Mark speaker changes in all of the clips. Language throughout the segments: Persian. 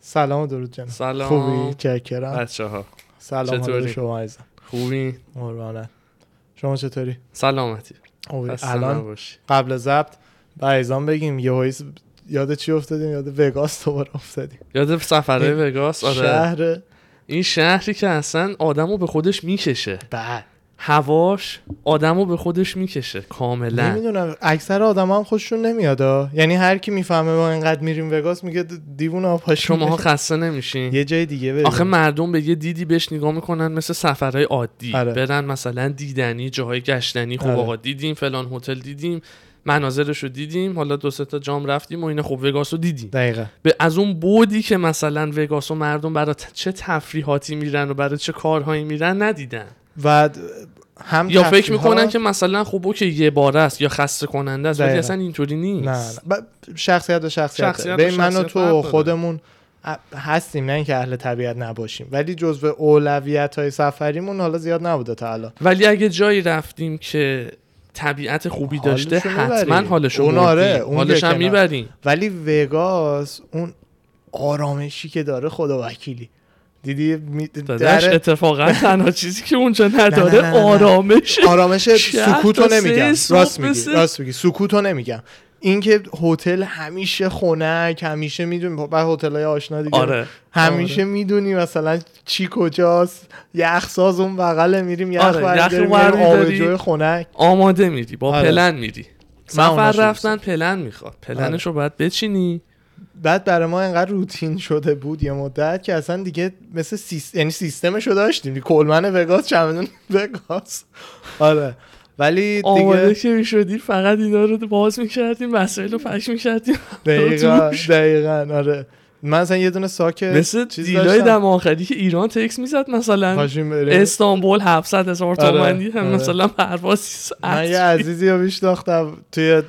Speaker 1: سلام و درود جناب
Speaker 2: سلام
Speaker 1: خوبی چکرم
Speaker 2: بچه ها
Speaker 1: سلام حال
Speaker 2: چطوری؟
Speaker 1: شما عزیزم
Speaker 2: خوبی
Speaker 1: قربانت شما چطوری
Speaker 2: سلامتی
Speaker 1: خوبی.
Speaker 2: خسته
Speaker 1: الان
Speaker 2: نباشی.
Speaker 1: قبل ضبط به ایزان بگیم یه هایز یاد چی افتادیم یاد وگاس دوباره افتادیم
Speaker 2: یاد سفرهای
Speaker 1: این
Speaker 2: وگاس آره
Speaker 1: شهر
Speaker 2: این شهری که اصلا آدمو به خودش میکشه
Speaker 1: بعد
Speaker 2: هواش آدمو به خودش میکشه کاملا
Speaker 1: نمیدونم اکثر آدم هم خوششون نمیاد آه. یعنی هر کی میفهمه ما اینقدر میریم وگاس میگه د- دیوونه ها پاشین
Speaker 2: شماها خسته نمیشین
Speaker 1: یه جای دیگه بریم
Speaker 2: آخه مردم به یه دیدی بهش نگاه میکنن مثل سفرهای عادی
Speaker 1: آره.
Speaker 2: برن مثلا دیدنی جاهای گشتنی خب
Speaker 1: آره.
Speaker 2: آقا دیدیم فلان هتل دیدیم مناظرش رو دیدیم حالا دو سه تا جام رفتیم و اینا خب وگاس رو دیدیم
Speaker 1: دقیقا
Speaker 2: به از اون بودی که مثلا وگاس و مردم برای ت- چه تفریحاتی میرن و برای چه کارهایی میرن ندیدن
Speaker 1: و د- هم
Speaker 2: یا فکر
Speaker 1: تفریحات-
Speaker 2: میکنن که مثلا خب اوکی یه بار است یا خسته کننده است ولی
Speaker 1: دقیقا.
Speaker 2: اصلا اینطوری نیست
Speaker 1: نه, نه. ب- شخصیت و شخصیت,
Speaker 2: شخصیت و
Speaker 1: به من و
Speaker 2: شخصیت فرق
Speaker 1: تو
Speaker 2: داره.
Speaker 1: خودمون ا- هستیم نه اینکه اهل طبیعت نباشیم ولی جزو اولویت های سفریمون حالا زیاد نبوده تا الان
Speaker 2: ولی اگه جایی رفتیم که طبیعت خوبی
Speaker 1: حالشو
Speaker 2: داشته حتما
Speaker 1: می‌بری.
Speaker 2: حالشو
Speaker 1: اون
Speaker 2: بردی.
Speaker 1: آره، اون
Speaker 2: حالش
Speaker 1: یه
Speaker 2: هم
Speaker 1: کنار.
Speaker 2: میبریم
Speaker 1: ولی وگاس اون آرامشی که داره خدا وکیلی دیدی می-
Speaker 2: داداش
Speaker 1: در-
Speaker 2: اتفاقا تنها چیزی که اونجا
Speaker 1: نه، نه،
Speaker 2: نداره
Speaker 1: نه، نه.
Speaker 2: آرامش
Speaker 1: آرامش
Speaker 2: شهر
Speaker 1: سکوتو
Speaker 2: تا سه
Speaker 1: نمیگم
Speaker 2: صبح
Speaker 1: راست میگی
Speaker 2: مثل-
Speaker 1: راست میگی سکوتو نمیگم اینکه هتل همیشه خنک همیشه میدونی بعد هتلای آشنا دیگه
Speaker 2: آره
Speaker 1: همیشه میدونی مثلا چی کجاست یخساز اون بغل میریم یخ
Speaker 2: آره،
Speaker 1: آره.
Speaker 2: یخ
Speaker 1: برداریم
Speaker 2: رو
Speaker 1: میریم
Speaker 2: برمی‌داری.
Speaker 1: آبجو خنک
Speaker 2: آماده میری با
Speaker 1: آره.
Speaker 2: پلن میری
Speaker 1: من
Speaker 2: سفر
Speaker 1: اوناشو بله.
Speaker 2: رفتن پلن میخواد پلنش رو باید بچینی
Speaker 1: بعد برای ما انقدر روتین شده بود یه مدت که اصلا دیگه مثل سیست... یعنی سیستمشو داشتیم کلمن وگاس چمدون وگاس آره ولی
Speaker 2: آماده
Speaker 1: دیگه
Speaker 2: که میشدی فقط اینا رو باز میکردیم وسایل رو پک میکردیم
Speaker 1: دقیقا دقیقا آره من مثلا یه دونه ساک
Speaker 2: مثل
Speaker 1: چیز
Speaker 2: دیلای
Speaker 1: داشتم. بله.
Speaker 2: دم آخری که ایران تکس میزد مثلا
Speaker 1: پاشیم بریم.
Speaker 2: استانبول 700 هزار
Speaker 1: آره،
Speaker 2: تومنی هم
Speaker 1: آره.
Speaker 2: مثلا پرواز 300.
Speaker 1: من یه عزیزی رو میشناختم توی اه،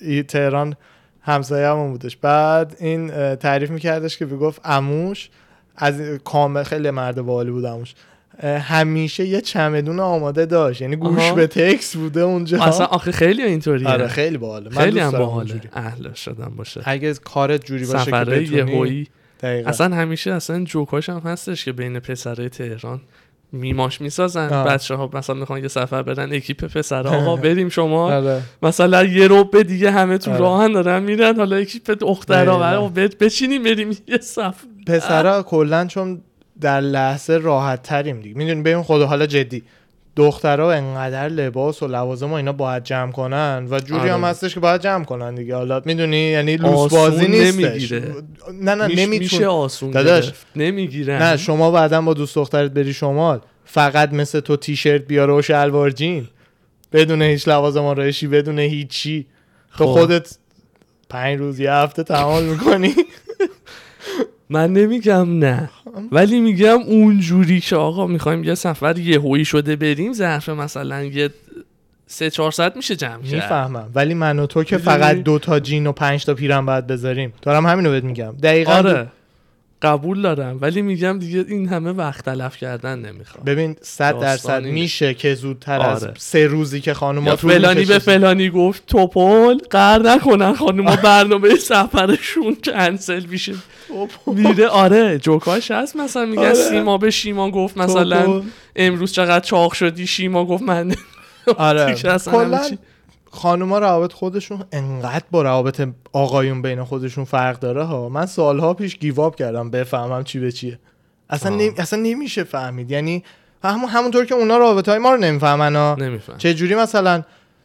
Speaker 1: ای- تهران همسایه‌مون بودش بعد این اه، تعریف میکردش که میگفت عموش از کامل خیلی مرد بالی بود عموش اه، همیشه یه چمدون آماده داشت یعنی گوش
Speaker 2: آها.
Speaker 1: به تکس بوده اونجا
Speaker 2: اصلا آخه خیلی اینطوریه
Speaker 1: آره خیلی باحاله من
Speaker 2: خیلی
Speaker 1: دوست
Speaker 2: هم
Speaker 1: دارم
Speaker 2: باحاله
Speaker 1: اونجوری.
Speaker 2: اهل شدن باشه
Speaker 1: اگه کارت جوری باشه که
Speaker 2: سفرهای
Speaker 1: بتونی
Speaker 2: یهویی
Speaker 1: دقیقاً.
Speaker 2: اصلا همیشه اصلا جوکاش هم هستش که بین پسرای تهران میماش میسازن
Speaker 1: آه.
Speaker 2: بچه ها مثلا میخوان یه سفر برن اکیپ پسر آقا بریم شما
Speaker 1: آره.
Speaker 2: مثلا یه روبه دیگه همه تو
Speaker 1: آره.
Speaker 2: راهن دارن میرن حالا یکی به دخترا
Speaker 1: دقیقاً.
Speaker 2: و بت بچینیم بریم یه صف
Speaker 1: پسرا کلا چون در لحظه راحت تریم دیگه میدونی ببین خدا حالا جدی دخترها انقدر لباس و لوازم و اینا باید جمع کنن و جوری
Speaker 2: آره.
Speaker 1: هم هستش که باید جمع کنن دیگه حالا میدونی یعنی لوس
Speaker 2: آسون
Speaker 1: بازی نیستش
Speaker 2: نمیگیره.
Speaker 1: نه نه
Speaker 2: میش- میشه
Speaker 1: نمیتون
Speaker 2: آسون
Speaker 1: داداش.
Speaker 2: گرفت نمیگیرن
Speaker 1: نه شما بعدا با دوست دخترت بری شمال فقط مثل تو تیشرت بیاره و شلوار جین بدون هیچ لوازم آرایشی بدون هیچی تو
Speaker 2: خب.
Speaker 1: خودت پنج روز یه هفته تمام میکنی
Speaker 2: من نمیگم نه
Speaker 1: خب.
Speaker 2: ولی میگم اونجوری که آقا میخوایم یه سفر یهویی شده بریم ظرف مثلا یه سه 400 میشه جمع کرد
Speaker 1: میفهمم ولی من و تو که
Speaker 2: می‌دونی؟
Speaker 1: فقط دو تا جین و پنج تا پیرم باید بذاریم دارم همینو بهت میگم دقیقا دو-
Speaker 2: آره قبول دارم ولی میگم دیگه این همه وقت تلف کردن نمیخوام
Speaker 1: ببین صد
Speaker 2: داستان
Speaker 1: درصد
Speaker 2: اینه.
Speaker 1: میشه که زودتر از
Speaker 2: آره.
Speaker 1: سه روزی که خانم
Speaker 2: یا فلانی به فلانی گفت توپل قرد نکنن خانوما برنامه سفرشون کنسل میشه میره آره جوکاش هست مثلا میگه
Speaker 1: آره.
Speaker 2: سیما به شیما گفت مثلا امروز چقدر چاق شدی شیما گفت من
Speaker 1: آره
Speaker 2: دیگه اصلا همه
Speaker 1: کلاً
Speaker 2: چی-
Speaker 1: خانوما روابط خودشون انقدر با روابط آقایون بین خودشون فرق داره ها من سالها پیش گیواب کردم بفهمم چی به چیه اصلا,
Speaker 2: آه.
Speaker 1: نمی... اصلا نمیشه فهمید یعنی همون همونطور که اونا رابطه های ما رو نمیفهمن ها
Speaker 2: نمیفهم
Speaker 1: چه جوری مثلا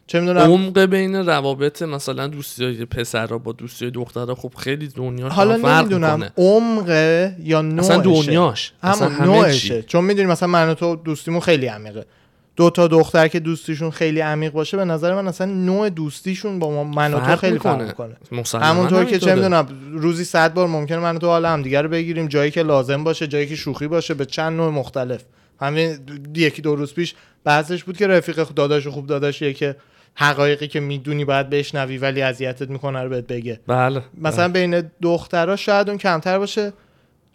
Speaker 1: چه میدونم
Speaker 2: عمق بین روابط مثلا دوستی های پسرا با دوستی های دخترا خب خیلی دنیا
Speaker 1: حالا
Speaker 2: فرق
Speaker 1: نمیدونم
Speaker 2: میکنه
Speaker 1: عمقه یا نوعشه
Speaker 2: اصلا دنیاش اصلا
Speaker 1: همون
Speaker 2: همه
Speaker 1: نوعشه
Speaker 2: چی
Speaker 1: چون میدونی مثلا من و تو دوستیمون خیلی عمیقه دو تا دختر که دوستیشون خیلی عمیق باشه به نظر من اصلا نوع دوستیشون با ما من و تو
Speaker 2: فرق
Speaker 1: خیلی فرق
Speaker 2: می‌کنه.
Speaker 1: میکنه
Speaker 2: مسلماً
Speaker 1: همونطور که چه
Speaker 2: همینطوره.
Speaker 1: میدونم روزی صد بار ممکنه من و تو حال همدیگه رو بگیریم جایی که لازم باشه جایی که شوخی باشه به چند نوع مختلف همین دو- یکی دو روز پیش بحثش بود که رفیق خ- داداش خوب داداشیه که حقایقی که میدونی باید بشنوی ولی اذیتت میکنه رو بهت بگه
Speaker 2: بله
Speaker 1: مثلا بین دخترها شاید اون کمتر باشه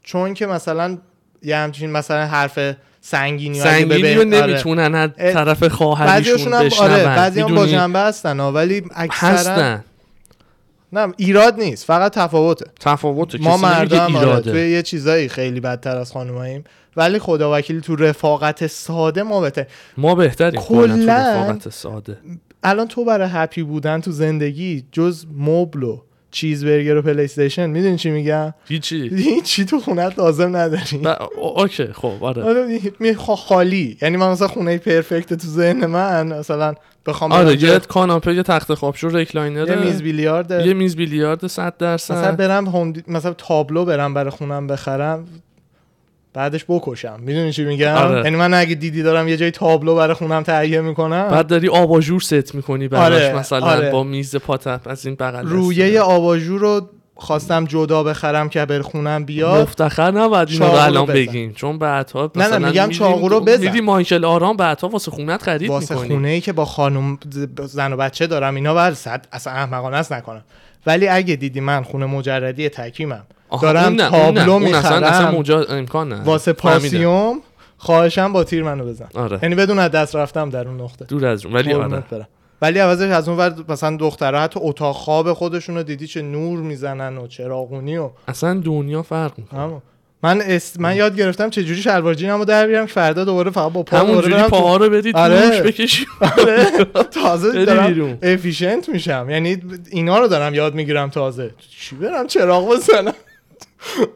Speaker 1: چون که مثلا یه همچین مثلا حرف سنگینی رو اگه
Speaker 2: سنگینی رو
Speaker 1: ببین- آره.
Speaker 2: نمیتونن از
Speaker 1: اه،
Speaker 2: طرف خواهریشون
Speaker 1: بعضیاشون هم
Speaker 2: بشنون
Speaker 1: آره بعضی هم با
Speaker 2: می‌دونی؟
Speaker 1: جنبه هستن ها ولی اکثرا
Speaker 2: هستن
Speaker 1: نه ایراد نیست فقط تفاوته
Speaker 2: تفاوته
Speaker 1: ما
Speaker 2: کسی نمیگه
Speaker 1: مردم آره
Speaker 2: ایراده.
Speaker 1: توی یه چیزایی خیلی بدتر از خانماییم ولی خدا وکیل تو رفاقت ساده ما بهتر
Speaker 2: ما بهتریم کلا تو
Speaker 1: کلاً-
Speaker 2: رفاقت ساده
Speaker 1: الان تو برای هپی بودن تو زندگی جز مبل و چیز برگر و پلی استیشن میدونی چی میگم
Speaker 2: هیچی
Speaker 1: هیچی تو خونت لازم نداری
Speaker 2: نه، او- اوکی خب آره
Speaker 1: آره می خ- خالی یعنی من مثلا خونه پرفکت تو ذهن من مثلا بخوام
Speaker 2: آره
Speaker 1: برم
Speaker 2: یه
Speaker 1: جا-
Speaker 2: کاناپه یه تخت خوابشو
Speaker 1: یه
Speaker 2: رکلاینر
Speaker 1: میز بیلیارد
Speaker 2: یه میز بیلیارد 100
Speaker 1: مثلا
Speaker 2: درصد
Speaker 1: برم هوم دی- مثلا تابلو برم برای خونم بخرم بعدش بکشم میدونی چی میگم
Speaker 2: آره.
Speaker 1: یعنی من اگه دیدی دارم یه جای تابلو برای خونم تهیه میکنم
Speaker 2: بعد داری آباژور ست میکنی براش
Speaker 1: آره،
Speaker 2: مثلا
Speaker 1: آره.
Speaker 2: با میز پاتپ از این بغل
Speaker 1: رویه آواژو رو خواستم جدا بخرم که بر خونم بیاد
Speaker 2: مفتخر نباید اینو
Speaker 1: چاقو رو
Speaker 2: الان
Speaker 1: بزن.
Speaker 2: بگیم چون بعدها
Speaker 1: نه،
Speaker 2: مثلا
Speaker 1: میگم
Speaker 2: می‌ریم-
Speaker 1: چاقو رو بزن.
Speaker 2: می‌ری مایکل آرام بعدها واسه خونت خرید
Speaker 1: واسه
Speaker 2: میکنی
Speaker 1: خونه ای که با خانم زن و بچه دارم اینا بعد صد اصلا احمقانه است نکنم ولی اگه دیدی من خونه مجردی تکیمم دارم تابلو
Speaker 2: اصلا, اصلا
Speaker 1: میخرم
Speaker 2: مجا... امکان نه
Speaker 1: واسه پاسیوم خواهشم با تیر منو بزن
Speaker 2: آره
Speaker 1: یعنی بدون از دست رفتم در اون نقطه
Speaker 2: دور از جون ولی آره
Speaker 1: قربونت برم. ولی عوضش از اون ور مثلا دخترها حتی اتاق خواب خودشون رو دیدی چه نور میزنن و چراغونی و
Speaker 2: اصلا دنیا فرق میکنه
Speaker 1: همون. من است... من یاد گرفتم چه جوری شلوار جینمو در بیارم که فردا دوباره فقط با پا دوباره
Speaker 2: همونجوری
Speaker 1: برم خب، آره، تو-
Speaker 2: پاها رو بدید
Speaker 1: آره.
Speaker 2: روش بکشی
Speaker 1: آره. تازه
Speaker 2: بری
Speaker 1: دارم
Speaker 2: بیرون.
Speaker 1: افیشنت میشم یعنی اینا رو دارم یاد میگیرم تازه چی برم چراغ بزنم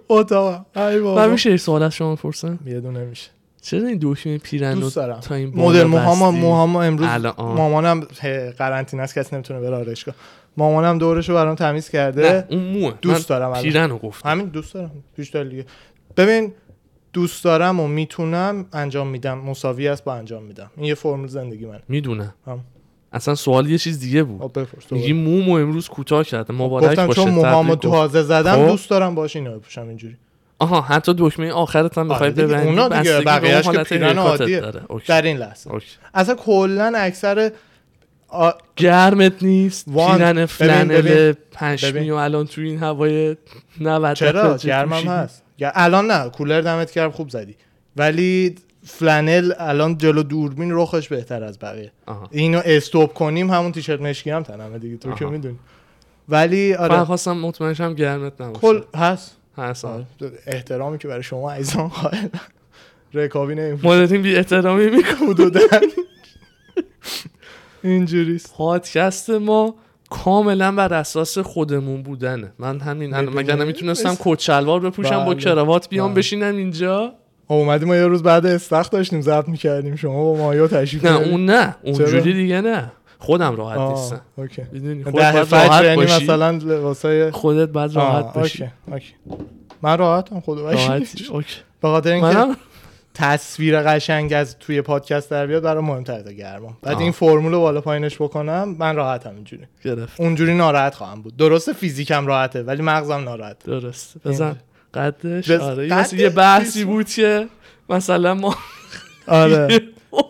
Speaker 1: اتاق ای
Speaker 2: من
Speaker 1: بابا
Speaker 2: میشه یه سوال از شما پرسم
Speaker 1: یه دونه میشه
Speaker 2: چرا این دکمه پیرن رو
Speaker 1: دوست دارم
Speaker 2: تا این بالا
Speaker 1: مدل موهام
Speaker 2: بستی؟
Speaker 1: موهام امروز
Speaker 2: الان.
Speaker 1: مامانم ه، قرنطینه است کسی نمیتونه بره آرایشگاه مامانم دورشو برام تمیز
Speaker 2: نه
Speaker 1: کرده
Speaker 2: اون موه
Speaker 1: دوست
Speaker 2: من
Speaker 1: دارم الان.
Speaker 2: پیرن رو گفت
Speaker 1: همین دوست دارم هیچ دلیل دیگه ببین دوست دارم و میتونم انجام میدم مساوی است با انجام میدم این یه فرمول زندگی من
Speaker 2: میدونم
Speaker 1: هم.
Speaker 2: اصلا سوال یه چیز دیگه بود
Speaker 1: بپرس دوباره.
Speaker 2: میگی مومو امروز کوتاه کرده مبارک
Speaker 1: خب، گفتم
Speaker 2: باشه
Speaker 1: چون موهامو
Speaker 2: تبریک گفت.
Speaker 1: تازه زدم
Speaker 2: خب.
Speaker 1: دوست دارم باش اینو بپوشم اینجوری
Speaker 2: آها حتی دکمه آخرت
Speaker 1: آره
Speaker 2: هم میخوای
Speaker 1: دیگه،
Speaker 2: ببندی
Speaker 1: اونا دیگه،
Speaker 2: بستگی به اون
Speaker 1: بقیه‌اش که
Speaker 2: حالت
Speaker 1: پیرن
Speaker 2: حرکاتت
Speaker 1: عادیه.
Speaker 2: داره. اوکی.
Speaker 1: در این لحظه
Speaker 2: اوکی.
Speaker 1: اصلا کلا اکثر آ...
Speaker 2: گرمت نیست
Speaker 1: وان.
Speaker 2: پیرن
Speaker 1: ببین.
Speaker 2: فلنل پشمی
Speaker 1: ببین.
Speaker 2: و الان تو این هوای 90
Speaker 1: چرا
Speaker 2: درجه
Speaker 1: گرمم
Speaker 2: پوشیدی؟
Speaker 1: هست گر- الان نه کولر دمت کرد خوب زدی ولی فلنل الان جلو دوربین رخش بهتر از بقیه
Speaker 2: آها.
Speaker 1: اینو استوب کنیم همون تیشرت مشکی هم تنمه دیگه تو که
Speaker 2: آها.
Speaker 1: میدونی ولی
Speaker 2: من
Speaker 1: آره
Speaker 2: خواستم مطمئنشم گرمت نباشه
Speaker 1: کل هست
Speaker 2: هست آره.
Speaker 1: احترامی که برای شما عزیزان قائل رکابی نمی‌کنه.
Speaker 2: مدتین بی احترامی میکنه
Speaker 1: حدوداً اینجوریست
Speaker 2: پادکست ما کاملا بر اساس خودمون بودنه من همین الان
Speaker 1: می‌دونی؟
Speaker 2: مگر نمیتونستم
Speaker 1: مثل-
Speaker 2: کچلوار بپوشم با
Speaker 1: بله.
Speaker 2: کراوات بیام
Speaker 1: بله.
Speaker 2: بشینم اینجا
Speaker 1: خب، اومدیم ما یه روز بعد استخ داشتیم ضبط میکردیم شما با مایا تشریف
Speaker 2: نه
Speaker 1: بیارید.
Speaker 2: اون نه
Speaker 1: بله. چرا؟
Speaker 2: اونجوری دیگه نه خودم راحت
Speaker 1: آه،
Speaker 2: نیستم
Speaker 1: اوکی
Speaker 2: میدونی خودت
Speaker 1: ده
Speaker 2: باید
Speaker 1: فجر
Speaker 2: راحت
Speaker 1: یعنی
Speaker 2: باشی
Speaker 1: مثلا لباسای
Speaker 2: خودت
Speaker 1: آه،
Speaker 2: باید راحت باشی
Speaker 1: اوکی اوکی من راحتم خدا
Speaker 2: راحت
Speaker 1: وکیلی.
Speaker 2: اوکی
Speaker 1: به خاطر اینکه
Speaker 2: منم
Speaker 1: تصویر قشنگ از توی پادکست در بیاد برای مهمتر تا گرمم بعد
Speaker 2: آه.
Speaker 1: این فرمول رو بالا پایینش بکنم من راحتم اینجوری
Speaker 2: گرفت
Speaker 1: اونجوری ناراحت خواهم بود درسته فیزیکم راحته ولی مغزم ناراحت
Speaker 2: درست بزن قدش
Speaker 1: بز-
Speaker 2: آره
Speaker 1: قدش
Speaker 2: مثل یه بحثی بود که مثلا ما
Speaker 1: آره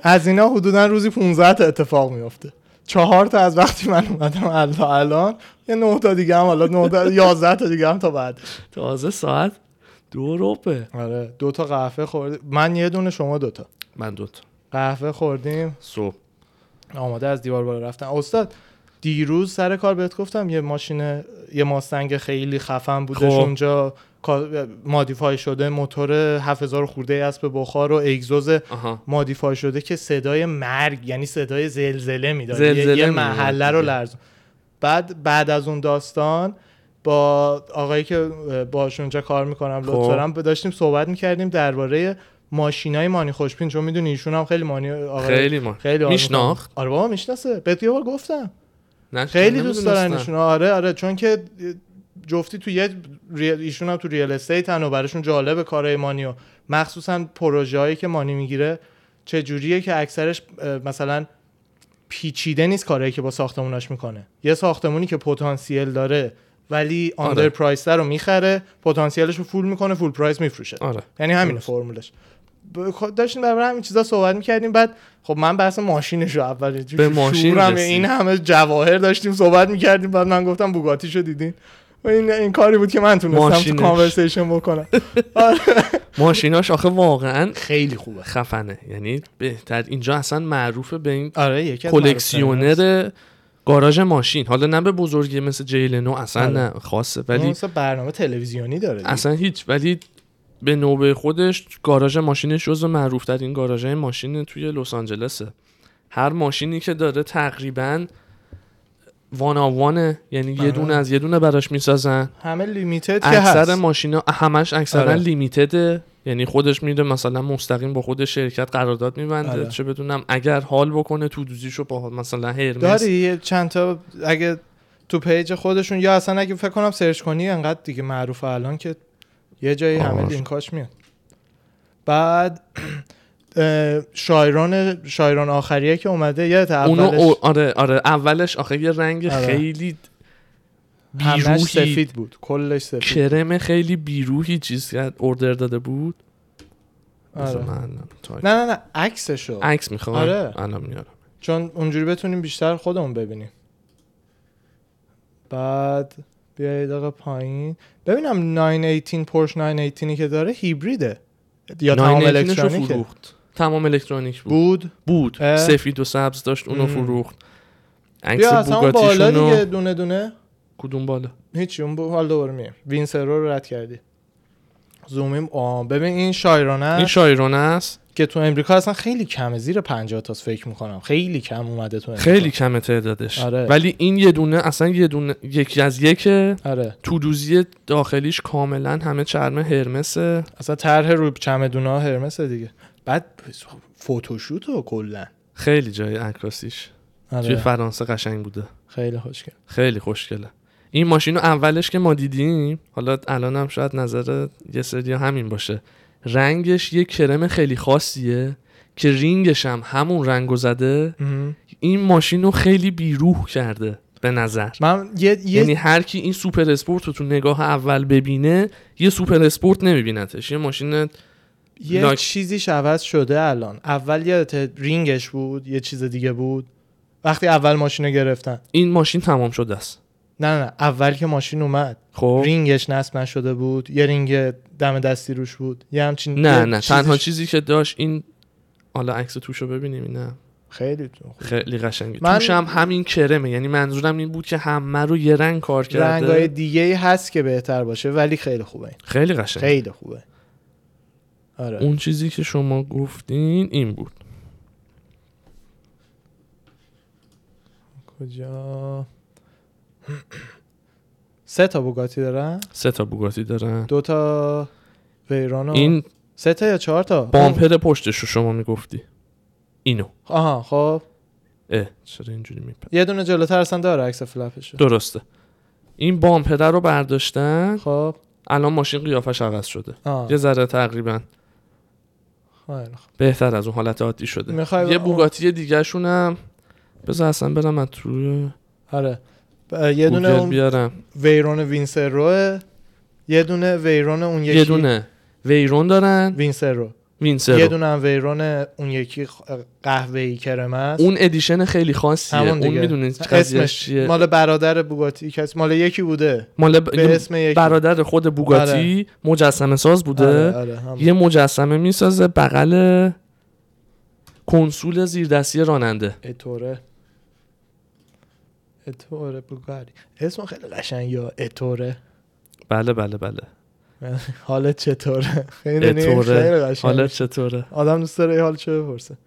Speaker 1: از اینا حدودا روزی 15 تا اتفاق میفته چهار تا از وقتی من اومدم الان الان یه نه تا دیگه هم حالا نه تا 11 تا دیگه هم تا بعد
Speaker 2: تازه ساعت دو روپه
Speaker 1: آره دو تا قهوه خوردیم من یه دونه شما دو تا
Speaker 2: من دوتا
Speaker 1: قهوه خوردیم
Speaker 2: صبح
Speaker 1: آماده از دیوار بالا رفتن استاد دیروز سر کار بهت گفتم یه ماشین یه ماستنگ خیلی خفن بودش
Speaker 2: خب.
Speaker 1: اونجا کا- مادیفای شده موتور 7000 خورده اسب بخار و اگزوز
Speaker 2: آها
Speaker 1: مادیفای شده که صدای مرگ یعنی صدای زلزله میداد
Speaker 2: زلزله
Speaker 1: یه, یه
Speaker 2: می‌داد
Speaker 1: محله رو
Speaker 2: دیگه.
Speaker 1: لرزون بعد بعد از اون داستان با آقایی که باهاش اونجا کار میکنم
Speaker 2: خب.
Speaker 1: لطفا داشتیم صحبت میکردیم درباره ماشینای مانی خوشبین چون میدونی ایشون هم خیلی مانی آقای
Speaker 2: خیلی ما
Speaker 1: خیلی حال
Speaker 2: میشناخت
Speaker 1: می‌کنم. آره بابا میشناسه بهت یه بار گفتم
Speaker 2: نه،
Speaker 1: خیلی دوست دارن
Speaker 2: نمی‌دونستم.
Speaker 1: ایشون آره آره چون که جفتی تو یه ریل- ایشون هم تو ریال استیتن و براشون جالب کارهای مانی و مخصوصا پروژه هایی که مانی میگیره چه جوریه که اکثرش اه، مثلا پیچیده نیست کارهایی که با ساختموناش میکنه یه ساختمونی که پتانسیل داره ولی
Speaker 2: آره.
Speaker 1: آندر پرایس رو میخره پتانسیلش رو فول میکنه فول پرایس میفروشه
Speaker 2: آره
Speaker 1: یعنی همین
Speaker 2: درست.
Speaker 1: فرمولش ب- خب داشتیم برای همین چیزا صحبت میکردیم بعد خب من بحث ماشینشو اول
Speaker 2: به ماشین
Speaker 1: شعورم
Speaker 2: رسید.
Speaker 1: این همه جواهر داشتیم صحبت میکردیم بعد من گفتم بوگاتیشو دیدین و این این کاری بود که من تونستم
Speaker 2: ماشینش.
Speaker 1: تو کانورسیشن بکنم
Speaker 2: ماشیناش آخه واقعا
Speaker 1: خیلی خوبه
Speaker 2: خفنه یعنی بهتر اینجا اصلا معروفه به این
Speaker 1: آره یکی از معروف‌ترین‌هاست.
Speaker 2: کلکسیونر گاراژ ماشین حالا نه به بزرگی مثل جیلنو اصلا
Speaker 1: بله.
Speaker 2: نه خاصه
Speaker 1: اون
Speaker 2: ولی
Speaker 1: مثلا برنامه تلویزیونی داره دیگه.
Speaker 2: اصلا هیچ ولی به نوبه خودش گاراژ ماشینش جزو معروف ترین گاراژ ماشین توی لس آنجلسه هر ماشینی که داره تقریبا وان آوانه یعنی
Speaker 1: بله.
Speaker 2: یه دونه از یه دونه براش میسازن
Speaker 1: همه لیمیتد که هست
Speaker 2: اکثر ماشینا همش اکثرا
Speaker 1: آره.
Speaker 2: لیمیتده یعنی خودش میره مثلا مستقیم با خود شرکت قرارداد میبنده
Speaker 1: آره.
Speaker 2: چه بدونم اگر حال بکنه تو دوزیشو با مثلا هرمس
Speaker 1: داری یه چند تا اگه تو پیج خودشون یا اصلا اگه فکر کنم سرچ کنی انقدر دیگه معروفه الان که یه جایی همه
Speaker 2: آره.
Speaker 1: لینکاش میاد بعد اه، شاعران شاعران آخریه که اومده یادت
Speaker 2: اونو
Speaker 1: اولش
Speaker 2: او- آره آره اولش آخه یه رنگ
Speaker 1: آره.
Speaker 2: خیلی
Speaker 1: همش
Speaker 2: بیروحی
Speaker 1: سفید بود کلش سفید
Speaker 2: کرم خیلی بیروحی چیز کرد اوردر داده بود بذار
Speaker 1: آره.
Speaker 2: من الان تایپ-
Speaker 1: نه نه نه عکسشو
Speaker 2: عکس میخوام
Speaker 1: آره.
Speaker 2: الان میارم
Speaker 1: چون اونجوری بتونیم بیشتر خودمون ببینیم بعد بیایید آقا پایین ببینم 918 پورش 918 که داره هیبریده یا تمام
Speaker 2: 918 رو
Speaker 1: الکترونیکه
Speaker 2: فروخت تمام الکترونیک بود
Speaker 1: بود
Speaker 2: بود
Speaker 1: اه.
Speaker 2: سفید و سبز داشت اونو
Speaker 1: مم.
Speaker 2: فروخت عکس
Speaker 1: بیا از همون بالا
Speaker 2: بوگاتیشون
Speaker 1: دیگه
Speaker 2: رو
Speaker 1: دونه دونه
Speaker 2: کدوم بالا
Speaker 1: هیچی اون با- حال دوباره میگم وینسرو رو رد کردی زومیم آه ببین این شایرانه
Speaker 2: این
Speaker 1: است
Speaker 2: شایرانه است
Speaker 1: که تو امریکا اصلا خیلی کمه زیر 50 تاست فکر میکنم خیلی کم اومده تو امریکا.
Speaker 2: خیلی کمه تعدادش
Speaker 1: آره.
Speaker 2: ولی این یه دونه اصلا یه دونه یکی از یکه
Speaker 1: آره
Speaker 2: تودوزی داخلیش کاملا همه چرم هرمسه
Speaker 1: اصلا طرح رو چمدونا هرمس دیگه بعد فوتوشوت و کلا
Speaker 2: خیلی جای عکاسیش توی
Speaker 1: آره
Speaker 2: فرانسه قشنگ بوده
Speaker 1: خیلی خوشگل
Speaker 2: خیلی خوشگله این ماشین رو اولش که ما دیدیم حالا الان هم شاید نظر یه سری همین باشه رنگش یه کرم خیلی خاصیه که رینگش هم همون رنگو زده این ماشین رو خیلی بیروح کرده به نظر
Speaker 1: من یه, یه
Speaker 2: یعنی هر کی این سوپر اسپورت رو تو نگاه اول ببینه یه سوپر اسپورت نمیبینتش یه ماشین
Speaker 1: یه
Speaker 2: لاک-
Speaker 1: چیزیش عوض شده الان اول یادت رینگش بود یه چیز دیگه بود وقتی اول ماشین رو گرفتن
Speaker 2: این ماشین تمام شده است
Speaker 1: نه نه نه اول که ماشین اومد
Speaker 2: خب
Speaker 1: رینگش نصب نشده بود یه رینگ دم دستی روش بود یه همچین
Speaker 2: نه
Speaker 1: یه
Speaker 2: نه
Speaker 1: چیزیش-
Speaker 2: تنها چیزی که داشت این حالا عکس توش رو ببینیم نه
Speaker 1: خیلی تو- خوب.
Speaker 2: خیلی قشنگه
Speaker 1: من-
Speaker 2: توش هم همین کرمه یعنی منظورم این بود که همه رو یه رنگ کار کرده
Speaker 1: رنگای دیگه ای هست که بهتر باشه ولی خیلی خوبه این
Speaker 2: خیلی قشنگه
Speaker 1: خیلی خوبه آره
Speaker 2: اون چیزی که شما گفتین این بود
Speaker 1: کجا سه تا بوگاتی دارن
Speaker 2: سه تا بوگاتی دارن
Speaker 1: دو تا ویران و
Speaker 2: این
Speaker 1: سه تا خب. یا چهار تا
Speaker 2: بامپر پشتش رو شما میگفتی اینو
Speaker 1: آها خب
Speaker 2: اه چرا اینجوری میپره
Speaker 1: یه دونه جلوتر اصلا داره عکس فلپشو
Speaker 2: درسته این بامپره رو برداشتن
Speaker 1: خب
Speaker 2: الان ماشین قیافش عوض شده
Speaker 1: آه
Speaker 2: یه ذره تقریبا
Speaker 1: خیلی خوب.
Speaker 2: بهتر از اون حالت عادی شده
Speaker 1: می‌خوای
Speaker 2: یه
Speaker 1: با-
Speaker 2: بوگاتی دیگه شونم بذار اصلا برم از توی
Speaker 1: آره ب- یه دونه
Speaker 2: گوگل
Speaker 1: اون
Speaker 2: بیارم
Speaker 1: ویرون وینسروه یه دونه ویرون اون یکی
Speaker 2: یه دونه ویرون دارن
Speaker 1: وینسرو یه
Speaker 2: وینسرو
Speaker 1: دونه هم ویرون اون یکی قهوه‌ای کرم است
Speaker 2: اون ادیشن خیلی خاصیه
Speaker 1: همون
Speaker 2: اون
Speaker 1: دیگه.
Speaker 2: میدونی
Speaker 1: اسمش
Speaker 2: قضیهش چیه
Speaker 1: مال برادر بوگاتی کس مال یکی بوده
Speaker 2: مال ب-
Speaker 1: به اسم یکی
Speaker 2: برادر خود بوگاتی مجسمه ساز بوده
Speaker 1: آره، آره، همون.
Speaker 2: یه مجسمه میسازه بغل کنسول زیردستی راننده
Speaker 1: اتوره اتوره بوگاری اسم خیلی قشنگ یا اتوره
Speaker 2: بله بله بله
Speaker 1: حالت چطوره خیلی
Speaker 2: اتوره.
Speaker 1: خیلی قشنگ
Speaker 2: حالا چطوره
Speaker 1: آدم دوست داره یه حال چه بپرسه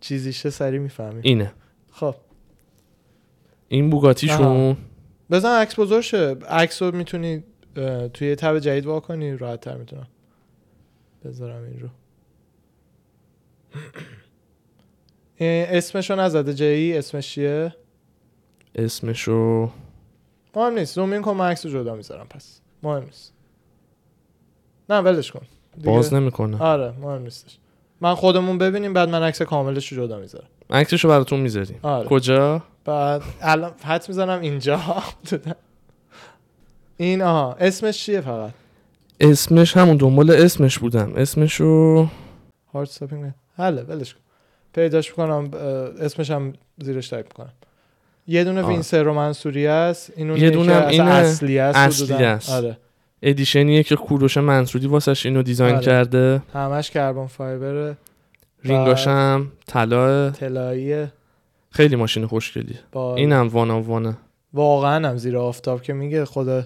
Speaker 1: چیزیشه سری میفهمی
Speaker 2: اینه
Speaker 1: خب
Speaker 2: این بوگاتیشون
Speaker 1: بزن عکس بزرگ شه عکس رو میتونی اه، توی یه تب جدید وا کنی راحت تر میتونم بذارم این رو اه، اسمشو نزده جایی اسمش چیه
Speaker 2: اسمشو
Speaker 1: مهم نیست زوم این کن من عکس رو جدا میذارم پس مهم نیست نه ولش کن دیگه-
Speaker 2: باز نمیکنه
Speaker 1: آره مهم نیستش من خودمون ببینیم بعد من عکس کاملش رو جدا میذارم
Speaker 2: عکسشو براتون میذاریم
Speaker 1: آره
Speaker 2: کجا
Speaker 1: بعد الان حد میزنم اینجا این آها اسمش چیه فقط
Speaker 2: اسمش همون دنبال اسمش بودم اسمشو
Speaker 1: هارد استاپینگ حله بله، ولش کن پیداش میکنم اسمش هم زیرش تایپ میکنم یه دونه
Speaker 2: آه.
Speaker 1: وینسر رو منصوری است این اونیه
Speaker 2: آره. یه دونه
Speaker 1: که اصلا
Speaker 2: هم اینه.
Speaker 1: اصلی است
Speaker 2: اصلی
Speaker 1: حدوداً.
Speaker 2: است.
Speaker 1: آره
Speaker 2: ادیشنیه که کوروش منصوری واسش اینو دیزاین
Speaker 1: آره.
Speaker 2: کرده
Speaker 1: همش کربن فایبر
Speaker 2: رینگاشم طلا
Speaker 1: طلایی
Speaker 2: خیلی ماشین خوشگلیه
Speaker 1: با
Speaker 2: این هم وان آن وانه
Speaker 1: واقعا هم زیر آفتاب که میگه خدا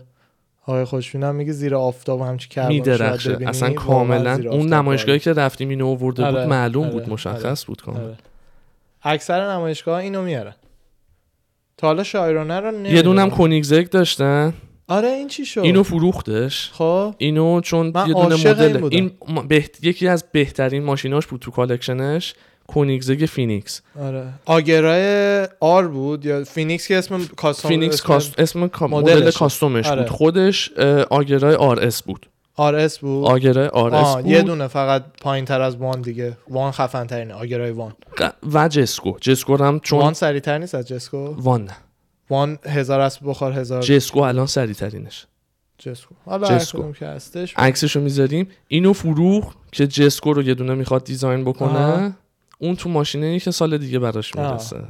Speaker 1: آقای خوشبین هم میگه زیر آفتاب همچی کربن شاید
Speaker 2: میدرخشه
Speaker 1: ببینی،
Speaker 2: اصلا
Speaker 1: واقعاً
Speaker 2: کاملا
Speaker 1: زیر
Speaker 2: اون
Speaker 1: آفتاب
Speaker 2: نمایشگاهی که خب. رفتیم اینو آورده بود
Speaker 1: آره،
Speaker 2: معلوم
Speaker 1: آره،
Speaker 2: بود مشخص بود
Speaker 1: بالا.
Speaker 2: کاملا
Speaker 1: آره. اکثر نمایشگاه اینو میارن تا حالا شاعرانه رو آره. نمی‌دونم.
Speaker 2: یه دونم کنیگزک داشتن
Speaker 1: آره این چی شد
Speaker 2: اینو فروختش
Speaker 1: خب
Speaker 2: اینو چون
Speaker 1: من
Speaker 2: یه دونه
Speaker 1: عاشق این
Speaker 2: مدل
Speaker 1: بودم.
Speaker 2: این, ما- بهت- یکی از بهترین ماشیناش بود تو کالکشنش کنیگزگ فینیکس
Speaker 1: آره آگرای آر بود یا فینیکس که خب، اسم کاستوم
Speaker 2: فینیکس کاست... اسم کا- مدل
Speaker 1: مدلش.
Speaker 2: کاستومش
Speaker 1: آره.
Speaker 2: بود خودش اه، آگرای آر اس بود
Speaker 1: آر اس بود
Speaker 2: آگرای آر اس
Speaker 1: آه، یه
Speaker 2: بود
Speaker 1: دونه فقط پایین تر از وان دیگه وان خفن ترینه آگرای وان
Speaker 2: ق- و جسکو جسکو رو هم
Speaker 1: وان
Speaker 2: چون
Speaker 1: سریع تر نیست از جسکو
Speaker 2: وان نه.
Speaker 1: وان هزار اسب بخار هزار
Speaker 2: جسکو الان سریع ترینش
Speaker 1: جسکو حالا
Speaker 2: جسکو.
Speaker 1: هر کدوم که هستش
Speaker 2: عکسشو میذاریم اینو فروخ که جسکو رو یه دونه میخواد دیزاین بکنه
Speaker 1: آها.
Speaker 2: اون تو ماشینه که سال دیگه براش
Speaker 1: آه.
Speaker 2: میرسه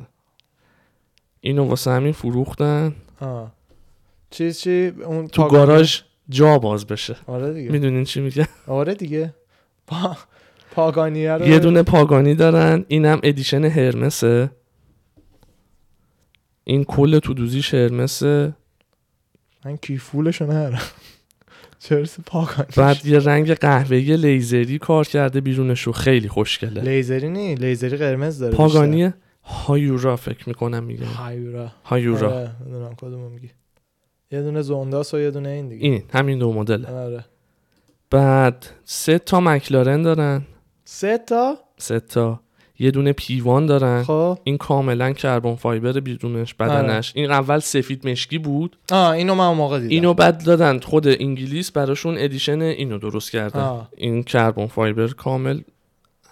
Speaker 2: اینو واسه همین فروختن
Speaker 1: آه. چیز چی اون
Speaker 2: تو
Speaker 1: پاک-
Speaker 2: گاراژ جا باز بشه
Speaker 1: آره دیگه
Speaker 2: میدونین چی میگه
Speaker 1: آره دیگه پا... پاگانیه رو
Speaker 2: یه دونه پاگانی دارن اینم ادیشن هرمسه این کل تو دوزیش هرمسه
Speaker 1: من کیفولشو نرم چرس پاگانی
Speaker 2: بعد یه رنگ قهوه‌ای لیزری کار کرده بیرونش رو خیلی خوشگله
Speaker 1: لیزری نی لیزری قرمز داره
Speaker 2: پاگانی هایورا فکر میکنم میگه
Speaker 1: بیشتر. هایورا
Speaker 2: هایورا
Speaker 1: آره نمیدونم کدومو میگی یه دونه زونداس و یه دونه این دیگه
Speaker 2: این همین دو مدل
Speaker 1: آره
Speaker 2: بعد سه تا مکلارن دارن
Speaker 1: سه تا
Speaker 2: سه تا یه دونه پیوان دارن
Speaker 1: خب
Speaker 2: این کاملا کربن فایبر بیرونش بدنش
Speaker 1: آره.
Speaker 2: این اول سفید مشکی بود
Speaker 1: آه اینو من اون موقع دیدم
Speaker 2: اینو بعد دادن خود انگلیس براشون ادیشن اینو درست کردن
Speaker 1: آه.
Speaker 2: این کربن فایبر کامل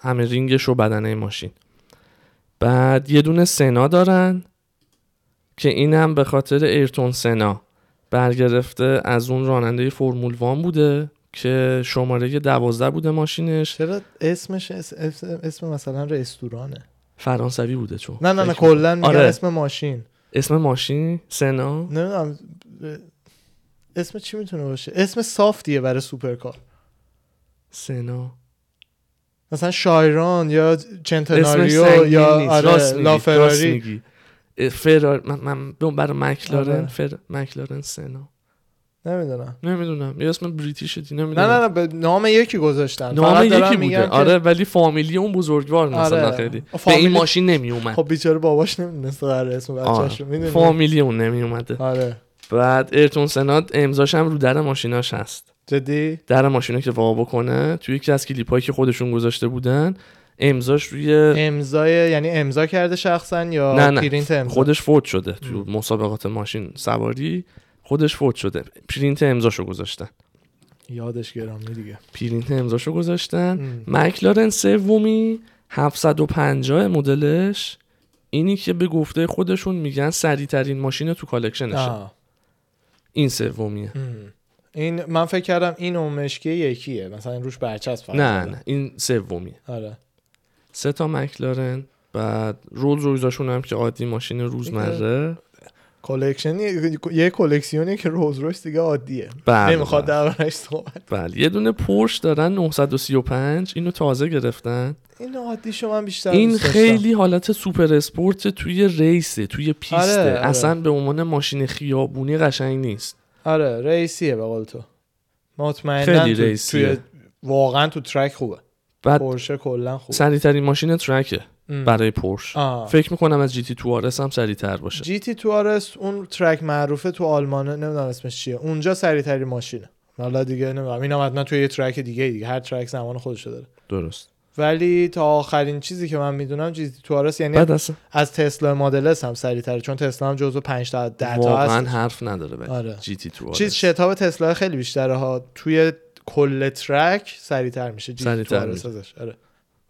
Speaker 2: همه رینگش و بدنه ماشین بعد یه دونه سنا دارن که اینم به خاطر ایرتون سنا برگرفته از اون راننده فرمول وان بوده که شماره دوازده بوده ماشینش
Speaker 1: چرا اسمش اس- اس- اسم مثلا رستورانه
Speaker 2: فرانسوی بوده چون
Speaker 1: نه نه نه
Speaker 2: فکر می‌کنم.
Speaker 1: کلا میگن
Speaker 2: آره.
Speaker 1: اسم ماشین
Speaker 2: اسم ماشین سنا
Speaker 1: نمیدونم اسم چی میتونه باشه اسم صافتیه برای سوپرکار
Speaker 2: سنا
Speaker 1: مثلا شایران یا چنتناریو
Speaker 2: سنگین
Speaker 1: یا
Speaker 2: نیست.
Speaker 1: آره
Speaker 2: راست میگی،
Speaker 1: لا
Speaker 2: راست
Speaker 1: فراری
Speaker 2: میگی. اه، فرار من, من بم- برای مکلارن
Speaker 1: آره.
Speaker 2: فر... مکلارن سنا
Speaker 1: نمیدونم
Speaker 2: نمیدونم یه اسم بریتیش دی
Speaker 1: نه
Speaker 2: نمیدونم
Speaker 1: نه نه به نام یکی گذاشتن
Speaker 2: نام
Speaker 1: فقط دارن
Speaker 2: یکی
Speaker 1: میگن
Speaker 2: بوده
Speaker 1: که-
Speaker 2: آره ولی فامیلی اون بزرگوار مثلا
Speaker 1: آره.
Speaker 2: خیلی به
Speaker 1: فامیلی-
Speaker 2: این ماشین نمی اومد
Speaker 1: خب بیچاره باباش نمیدونست قرار اسم بچه‌ش رو میدونی
Speaker 2: فامیلی اون نمی اومده
Speaker 1: آره
Speaker 2: بعد ارتون سنات امضاش هم رو در ماشیناش هست
Speaker 1: جدی
Speaker 2: در ماشینه که وا بکنه توی یکی از کلیپ که خودشون گذاشته بودن امضاش روی
Speaker 1: امضای یعنی امضا کرده شخصا یا
Speaker 2: نه، نه.
Speaker 1: پرینت امضا
Speaker 2: خودش فوت شده تو مسابقات ماشین سواری خودش فوت شده پرینت امضاشو گذاشتن
Speaker 1: یادش گرامی دیگه
Speaker 2: پرینت امضاشو گذاشتن
Speaker 1: ام.
Speaker 2: مکلارن سومی 750 مدلش اینی که به گفته خودشون میگن سریع ترین ماشین تو کالکشنشه
Speaker 1: آه.
Speaker 2: این سومیه
Speaker 1: ام. این من فکر کردم این اون مشکی یکیه مثلا روش برچسب فقط
Speaker 2: نه
Speaker 1: داره.
Speaker 2: نه این سومیه
Speaker 1: آره
Speaker 2: سه تا مکلارن بعد رولز رویزاشون هم که عادی ماشین روزمره
Speaker 1: کلکشن یه- یه کلکسیونی که روز رویس دیگه عادیه
Speaker 2: بله
Speaker 1: نمیخواد
Speaker 2: بله.
Speaker 1: دربارش صحبت
Speaker 2: بله یه دونه پورش دارن 935 اینو تازه گرفتن
Speaker 1: این عادی شو من بیشتر
Speaker 2: این
Speaker 1: دوست داشتم.
Speaker 2: خیلی حالت سوپر اسپورت توی ریسه توی پیسته
Speaker 1: آره، آره.
Speaker 2: اصلا به عنوان ماشین خیابونی قشنگ نیست
Speaker 1: آره رئیسیه به قول تو مطمئنا
Speaker 2: خیلی
Speaker 1: تو-
Speaker 2: رئیسیه.
Speaker 1: توی واقعا تو ترک خوبه
Speaker 2: بعد
Speaker 1: پورشه کلا خوبه
Speaker 2: سریع ترین خب. ماشین ترکه
Speaker 1: ام.
Speaker 2: برای پورش
Speaker 1: آه.
Speaker 2: فکر میکنم از جی تی تو آرس هم سریع تر باشه
Speaker 1: جی تی تو آرس اون ترک معروفه تو آلمانه نمیدونم اسمش چیه اونجا سریع ترین ماشینه حالا دیگه نمیدونم اینا حتما توی یه ترک دیگه دیگه هر ترک زمان خودشو داره
Speaker 2: درست
Speaker 1: ولی تا آخرین چیزی که من میدونم جی تی تو آرس یعنی
Speaker 2: بعد اصلا
Speaker 1: از تسلا مدل اس هم سریع تره چون تسلا هم جزو 5 تا 10 تا
Speaker 2: واقعا
Speaker 1: هست
Speaker 2: حرف نداره ولی
Speaker 1: آره.
Speaker 2: جی تی تو آرس
Speaker 1: چیز شتاب تسلا خیلی بیشتره ها توی کل ترک سریع تر میشه جی تی تو
Speaker 2: سریع‌تر
Speaker 1: آرس
Speaker 2: میشه.
Speaker 1: ازش آره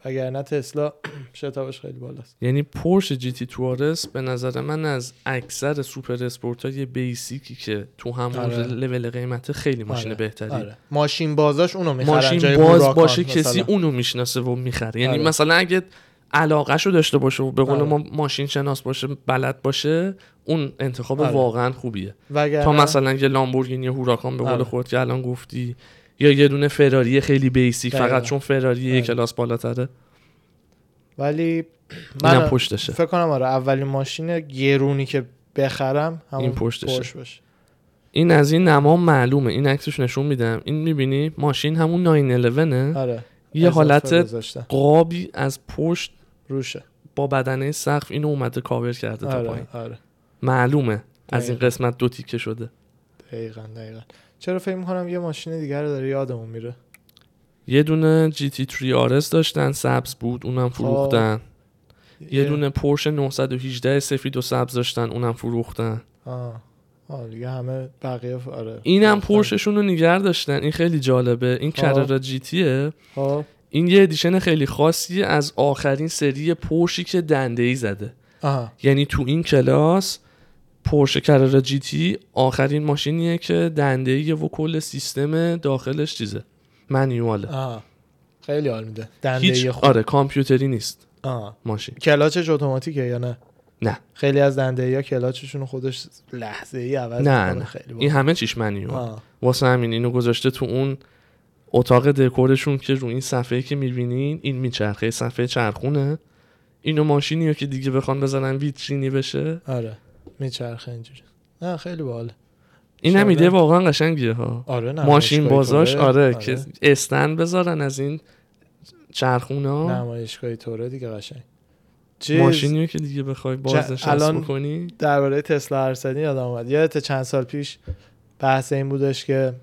Speaker 1: وگرنه تسلا شتابش خیلی بالاست
Speaker 2: یعنی پورش جی تی تو آرس به نظر من از اکثر سوپر اسپورت های بیسیکی که تو همون
Speaker 1: آره.
Speaker 2: لول قیمته خیلی ماشین بهتری
Speaker 1: آره. ماشین بازاش اونو میخرن
Speaker 2: ماشین
Speaker 1: جای
Speaker 2: باز
Speaker 1: هوراکان
Speaker 2: باشه کسی
Speaker 1: مثلا.
Speaker 2: اونو میشناسه و میخره یعنی
Speaker 1: آره.
Speaker 2: مثلا اگه علاقه شو داشته باشه و به قول
Speaker 1: آره.
Speaker 2: ما ماشین شناس باشه بلد باشه اون انتخاب
Speaker 1: آره.
Speaker 2: واقعا خوبیه
Speaker 1: وگرنه
Speaker 2: تا مثلا یه لامبورگینی هوراکان به قول
Speaker 1: آره.
Speaker 2: خود که الان گفتی یا یه دونه فراری خیلی بیسیک
Speaker 1: دقیقاً.
Speaker 2: فقط چون فراری یه
Speaker 1: آره.
Speaker 2: کلاس بالاتره
Speaker 1: ولی
Speaker 2: اینم
Speaker 1: من
Speaker 2: پشتشه
Speaker 1: فکر کنم آره اولین ماشین گرونی که بخرم همون
Speaker 2: این پشتشه.
Speaker 1: پرش باشه
Speaker 2: این از این نما معلومه این عکسش نشون میدم این میبینی ماشین همون 911
Speaker 1: آره
Speaker 2: یه
Speaker 1: اضافه
Speaker 2: حالت
Speaker 1: گذاشتم.
Speaker 2: قابی از پشت
Speaker 1: روشه
Speaker 2: با بدنه سقف اینو اومده کاور کرده تا پایین
Speaker 1: آره آره
Speaker 2: معلومه از این قسمت دو تیکه شده
Speaker 1: دقیقا دقیقا چرا فکر میکنم یه ماشین دیگر رو داره یادمون میره
Speaker 2: یه دونه جی تی 3 RS داشتن سبز بود اونم
Speaker 1: خب.
Speaker 2: فروختن یه دونه پورش 918 سفید و سبز داشتن اونم فروختن
Speaker 1: آه. آه دیگه همه بقیه ف- آره
Speaker 2: اینم
Speaker 1: گفتم.
Speaker 2: پورششون رو نگر داشتن این خیلی جالبه این
Speaker 1: آه.
Speaker 2: کررا جی تیه
Speaker 1: خب
Speaker 2: این یه ادیشن خیلی خاصی از آخرین سری پورشی که دنده ای زده
Speaker 1: آها
Speaker 2: یعنی تو این کلاس پورشه کررا جی تی آخرین ماشینیه که دنده ایه و کل سیستم داخلش چیزه منیواله
Speaker 1: آها خیلی حال میده دنده
Speaker 2: هیچ
Speaker 1: یه خوب
Speaker 2: آره کامپیوتری نیست
Speaker 1: آها
Speaker 2: ماشین
Speaker 1: کلاچش اتوماتیکه یا نه
Speaker 2: نه.
Speaker 1: خیلی از دنده یا کلاچشون رو خودش لحظه ای عوض
Speaker 2: نه،
Speaker 1: می‌کنه.
Speaker 2: نه.
Speaker 1: خیلی
Speaker 2: این
Speaker 1: با.
Speaker 2: همه چیش منیوال
Speaker 1: آه.
Speaker 2: واسه همین اینو گذاشته تو اون اتاق دکورشون که رو این صفحه که میبینین این میچرخه صفحه چرخونه اینو ماشینیه که دیگه بخوان بزنن ویترینی بشه
Speaker 1: آره میچرخه اینجوری نه خیلی باحال
Speaker 2: این هم
Speaker 1: شبه.
Speaker 2: ایده واقعا قشنگیه ها
Speaker 1: آره نه
Speaker 2: ماشین بازاش آره, که استند بذارن از این چرخونه ها
Speaker 1: نمایشگاهی توره دیگه قشنگ چیز-
Speaker 2: ماشینیه که دیگه بخوای
Speaker 1: چ-
Speaker 2: بازنشست
Speaker 1: الان-
Speaker 2: بکنی
Speaker 1: درباره تسلا ارسدی یادم اومد یادت چند سال پیش بحث این بودش که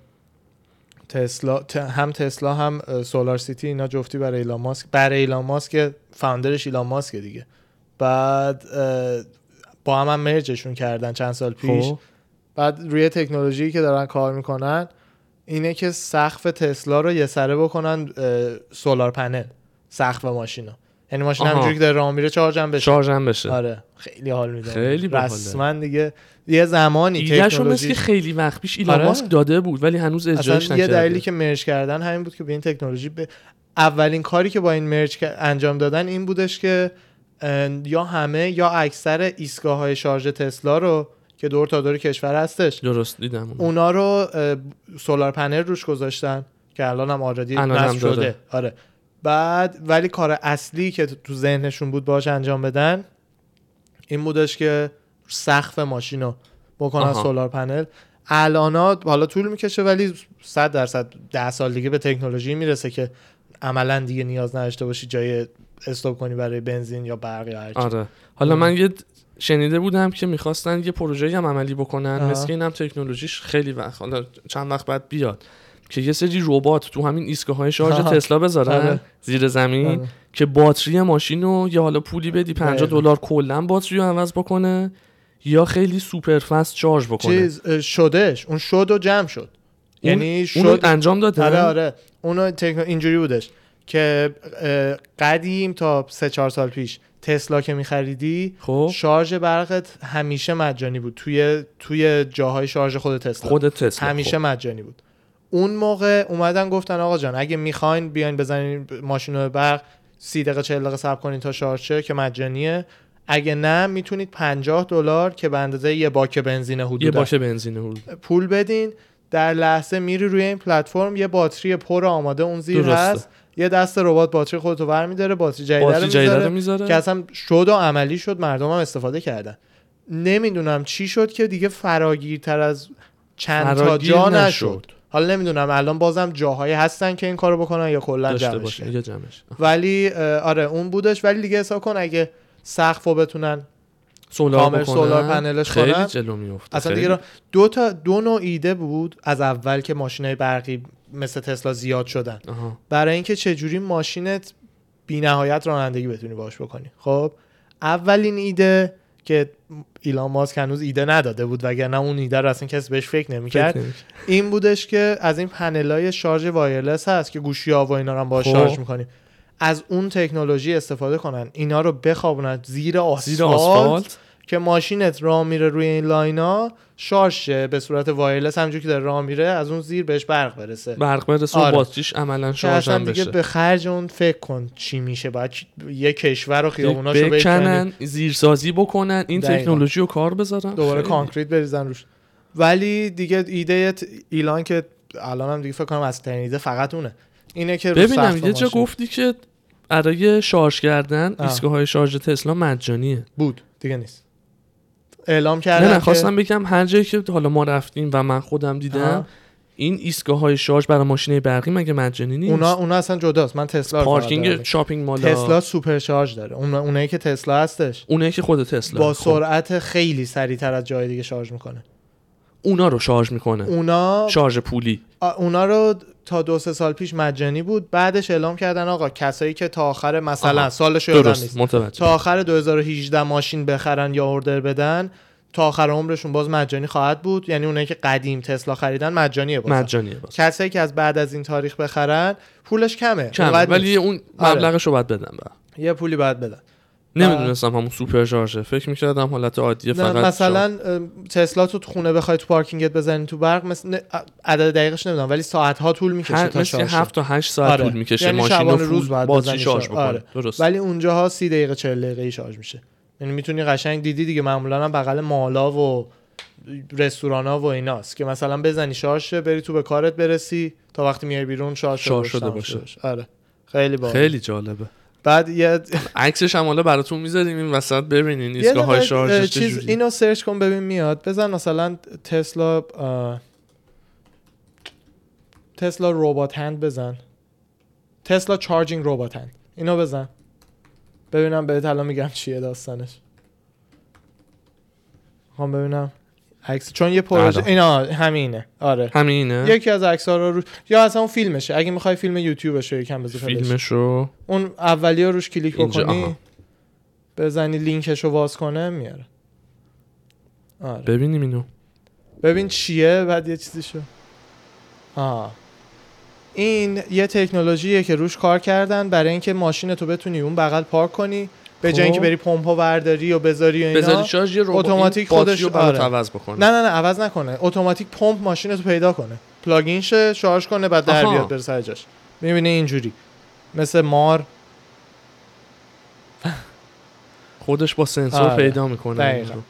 Speaker 1: تسلا ت- هم تسلا هم اه، سولار سیتی اینا جفتی برای ایلان ماسک برای ایلان ماسک فاوندرش ایلان ماسک دیگه بعد اه، با هم, هم مرجشون کردن چند سال پیش
Speaker 2: خب
Speaker 1: بعد روی تکنولوژی که دارن کار میکنن اینه که سقف تسلا رو یه سره بکنن اه، سولار پنل سقف ماشینا یعنی ماشین
Speaker 2: آها.
Speaker 1: همینجوری که داره راه میره چارج هم بشه
Speaker 2: شارژ هم بشه
Speaker 1: آره خیلی حال میده
Speaker 2: خیلی باحاله.
Speaker 1: رسما دیگه یه زمانی
Speaker 2: ایدهشو مثل
Speaker 1: تکنولوژی
Speaker 2: که خیلی وقت پیش ایلان
Speaker 1: آره.
Speaker 2: ماسک داده بود ولی هنوز اجراش
Speaker 1: اصلا یه
Speaker 2: نکرده
Speaker 1: دلیلی که مرج کردن همین بود که به این تکنولوژی به اولین کاری که با این مرج که انجام دادن این بودش که اه، یا همه یا اکثر ایستگاه های شارژ تسلا رو که دور تا دور کشور هستش
Speaker 2: درست دیدم اونو.
Speaker 1: اونا رو اه، سولار پنل روش گذاشتن که الان هم آردی
Speaker 2: الان هم
Speaker 1: نصب
Speaker 2: داره.
Speaker 1: شده آره بعد ولی کار اصلی که تو- تو ذهنشون بود باش انجام بدن این بودش که سقف ماشین رو بکنن
Speaker 2: آها.
Speaker 1: سولار پنل الانا حالا طول میکشه ولی 100 درصد 10 سال دیگه به تکنولوژی میرسه که عملا دیگه نیاز نداشته باشی جای استوب کنی برای بنزین یا برق یا هر چی.
Speaker 2: آره حالا من یه د- شنیده بودم که میخواستن یه پروژه هم عملی بکنن
Speaker 1: آها.
Speaker 2: مثل که اینم تکنولوژیش خیلی وقت حالا چند وقت بعد بیاد که یه سری ربات تو همین ایستگاه های شارژ
Speaker 1: آها.
Speaker 2: تسلا بذارن
Speaker 1: آره.
Speaker 2: زیر زمین
Speaker 1: آره.
Speaker 2: که باتری ماشین رو یا حالا پولی بدی 50
Speaker 1: دقیقاً.
Speaker 2: دلار کلا باتری رو عوض بکنه یا خیلی سوپر فست شارژ بکنه
Speaker 1: چیز اه، شدش اون شد و جمع شد
Speaker 2: اون-
Speaker 1: یعنی
Speaker 2: اونو
Speaker 1: شد
Speaker 2: انجام دادن
Speaker 1: آره آره اونو تکنو اینجوری بودش که اه، قدیم تا سه چهار سال پیش تسلا که میخریدی
Speaker 2: خب
Speaker 1: شارژ برقت همیشه مجانی بود توی توی جاهای شارژ خود تسلا
Speaker 2: خود تسلا خب،
Speaker 1: همیشه مجانی بود اون موقع اومدن گفتن آقا جان اگه میخواین بیاین بزنین ماشین رو به برق سی دقیقه 40 دقیقه صبر کنین تا شارژ شه که مجانیه اگه نه میتونید 50 دلار که به اندازه یه باک بنزین
Speaker 2: خب. یه
Speaker 1: حدود
Speaker 2: باشه بنزین بود
Speaker 1: پول بدین در لحظه میری روی این پلتفرم یه باتری پر آماده اون زیر
Speaker 2: درسته.
Speaker 1: هست یه دست ربات باتری خودتو برمیداره باتری جدید
Speaker 2: باتری
Speaker 1: رو
Speaker 2: جدید رو
Speaker 1: میذاره
Speaker 2: میذاره
Speaker 1: که اصلا شد و عملی شد مردم هم استفاده کردن نمیدونم چی شد که دیگه فراگیرتر از چند تا
Speaker 2: فراگیر
Speaker 1: جا
Speaker 2: نشد.
Speaker 1: نشد حالا نمیدونم الان بازم جاهایی هستن که این کارو بکنن یا کلا
Speaker 2: داشته
Speaker 1: جمعش
Speaker 2: باشه
Speaker 1: کردن.
Speaker 2: یا جمعش
Speaker 1: ولی اه، آره اون بودش ولی دیگه حساب کن اگه سقف رو بتونن
Speaker 2: سولار
Speaker 1: کامل
Speaker 2: بکنن
Speaker 1: سولار پنلش
Speaker 2: خیلی
Speaker 1: کنن.
Speaker 2: جلو میفته
Speaker 1: اصلا
Speaker 2: خیلی.
Speaker 1: دیگه را دو تا دو نوع ایده بود از اول که ماشینای برقی مثل تسلا زیاد شدن
Speaker 2: آها.
Speaker 1: برای اینکه چجوری ماشینت بی نهایت رانندگی بتونی باش بکنی خب اولین ایده که ایلان ماسک هنوز ایده نداده بود وگرنه اون ایده رو اصلا کسی بهش فکر نمیکرد
Speaker 2: فکر نمی-
Speaker 1: این بودش که از این پنلای شارژ وایرلس هست که گوشی ها و اینا رو هم با
Speaker 2: خب.
Speaker 1: شارژ میکنیم از اون تکنولوژی استفاده کنن اینا رو بخوابونن زیر آسفالت,
Speaker 2: زیر آسفالت
Speaker 1: که ماشینت راه میره روی این لاینا شارژ شه به صورت وایرلس همونجوری که داره راه میره از اون زیر بهش برق برسه
Speaker 2: برق برسه
Speaker 1: آره.
Speaker 2: و باتریش عملا
Speaker 1: که اصلا
Speaker 2: شارژم
Speaker 1: دیگه
Speaker 2: بشه
Speaker 1: به خرج اون فکر کن چی میشه باید چی- یه کشور و خیابوناشو بکنن
Speaker 2: بکنن زیرسازی بکنن این
Speaker 1: دقیقاً.
Speaker 2: تکنولوژی رو کار بذارن
Speaker 1: دوباره
Speaker 2: خیلی.
Speaker 1: کانکریت بریزن روش ولی دیگه ایده ت- ایلان که الان هم دیگه فکر کنم از ایده فقط اونه اینه که رو
Speaker 2: ببینم
Speaker 1: سقف
Speaker 2: یه جا
Speaker 1: ماشین-
Speaker 2: گفتی که برای شارژ کردن
Speaker 1: آه.
Speaker 2: ایستگاه های شارژ تسلا مجانیه
Speaker 1: بود دیگه نیست اعلام
Speaker 2: نه
Speaker 1: کردن
Speaker 2: نه
Speaker 1: که-
Speaker 2: خواستم بگم هر جایی که حالا ما رفتیم و من خودم دیدم
Speaker 1: آه.
Speaker 2: این ایستگاه های شارژ برای ماشین برقی مگه مجانی نیست
Speaker 1: اونا اونا اصلا جداست من تسلا رو فقط دارم
Speaker 2: پارکینگ
Speaker 1: می‌گم.
Speaker 2: شاپینگ مال
Speaker 1: تسلا سوپر شارژ داره اون اونایی که تسلا هستش
Speaker 2: اونایی که خود تسلا
Speaker 1: با
Speaker 2: خب،
Speaker 1: سرعت خیلی سریعتر از جای دیگه شارژ میکنه
Speaker 2: اونا رو شارژ میکنه
Speaker 1: اونا
Speaker 2: شارژ پولی
Speaker 1: آ، اونا رو تا دو سه سال پیش مجانی بود بعدش اعلام کردن آقا کسایی که تا آخر مثلا
Speaker 2: آها.
Speaker 1: سالش رو یادم
Speaker 2: درست
Speaker 1: نیست
Speaker 2: متوجه
Speaker 1: تا آخر 2018 ماشین بخرن یا اوردر بدن تا آخر عمرشون باز مجانی خواهد بود یعنی اونایی که قدیم تسلا خریدن مجانیه باز
Speaker 2: مجانیه باز
Speaker 1: کسایی که از بعد از این تاریخ بخرن پولش کمه,
Speaker 2: کم
Speaker 1: اونقدر
Speaker 2: ولی
Speaker 1: نیست.
Speaker 2: اون
Speaker 1: آره.
Speaker 2: مبلغش رو باید بدم بر
Speaker 1: یه پولی باید بدن
Speaker 2: نمیدونستم همون سوپر شارژه فکر میکردم حالت عادیه
Speaker 1: نه،
Speaker 2: فقط شارژ.
Speaker 1: مثلا ام، تسلا تو خونه بخوای تو پارکینگت بزنی تو برق مثل نه، ا- عدد دقیقش نمیدونم ولی ساعت ها طول میکشه
Speaker 2: هر
Speaker 1: تا
Speaker 2: مثل
Speaker 1: شارژ شه.
Speaker 2: 7 تا 8 ساعت
Speaker 1: آره.
Speaker 2: طول میکشه
Speaker 1: یعنی
Speaker 2: ماشین رو
Speaker 1: شبانه
Speaker 2: فول
Speaker 1: روز باید
Speaker 2: باتری
Speaker 1: بزنی
Speaker 2: شارژ
Speaker 1: شارژ.
Speaker 2: بکنه
Speaker 1: آره.
Speaker 2: درست
Speaker 1: ولی اونجاها سی دقیقه 40 دقیقه شارژ میشه یعنی میتونی قشنگ دیدی دیگه معمولا هم بغل مالا و رستوران ها و ایناست که مثلا بزنی شارژ شه، بری تو به کارت برسی تا وقتی میای بیرون شارژ
Speaker 2: شارژ
Speaker 1: باشه،
Speaker 2: شده
Speaker 1: تموم
Speaker 2: باشه.
Speaker 1: آره خیلی باحال
Speaker 2: خیلی جالبه
Speaker 1: بعد یه
Speaker 2: عکسش هم حالا براتون میذاریم این وسط ببینین
Speaker 1: یه
Speaker 2: ایستگاه های
Speaker 1: دقیقه، اه،
Speaker 2: شارژش
Speaker 1: چیز
Speaker 2: چجوریه
Speaker 1: اینو سرچ کن ببین میاد بزن مثلا تسلا اه، تسلا ربات هند بزن تسلا چارجینگ ربات هند اینو بزن ببینم بهت الان میگم چیه داستانش هم ببینم عکس چون یه پروژه
Speaker 2: الان.
Speaker 1: اینا همینه آره
Speaker 2: همینه
Speaker 1: یکی از عکس ها رو روش یا اصلا اون فیلمشه اگه میخوای فیلم یوتیوبش رو یکم بذار پلش.
Speaker 2: فیلمش رو
Speaker 1: اون اولی ها روش کلیک
Speaker 2: اینجا،
Speaker 1: بکنی
Speaker 2: آها.
Speaker 1: بزنی لینکش رو باز کنه میاره آره.
Speaker 2: ببینیم اینو
Speaker 1: ببین چیه بعد یه چیزی شو آه. این یه تکنولوژیه که روش کار کردن برای اینکه ماشین تو بتونی اون بغل پارک کنی به جای
Speaker 2: خب.
Speaker 1: اینکه بری پمپ ورداری و بذاری و اینا
Speaker 2: بذاری شارژ یه ربات
Speaker 1: اتوماتیک
Speaker 2: این
Speaker 1: خودش-
Speaker 2: باتری رو برات
Speaker 1: آره.
Speaker 2: عوض بکنه
Speaker 1: نه نه نه عوض نکنه اتوماتیک پمپ ماشین تو پیدا کنه پلاگین شه شارژ کنه بعد در
Speaker 2: آها.
Speaker 1: بیاد بره سر جاش میبینه اینجوری مثل مار
Speaker 2: خودش با سنسور
Speaker 1: آره.
Speaker 2: پیدا میکنه این
Speaker 1: دقیقاً.
Speaker 2: رو.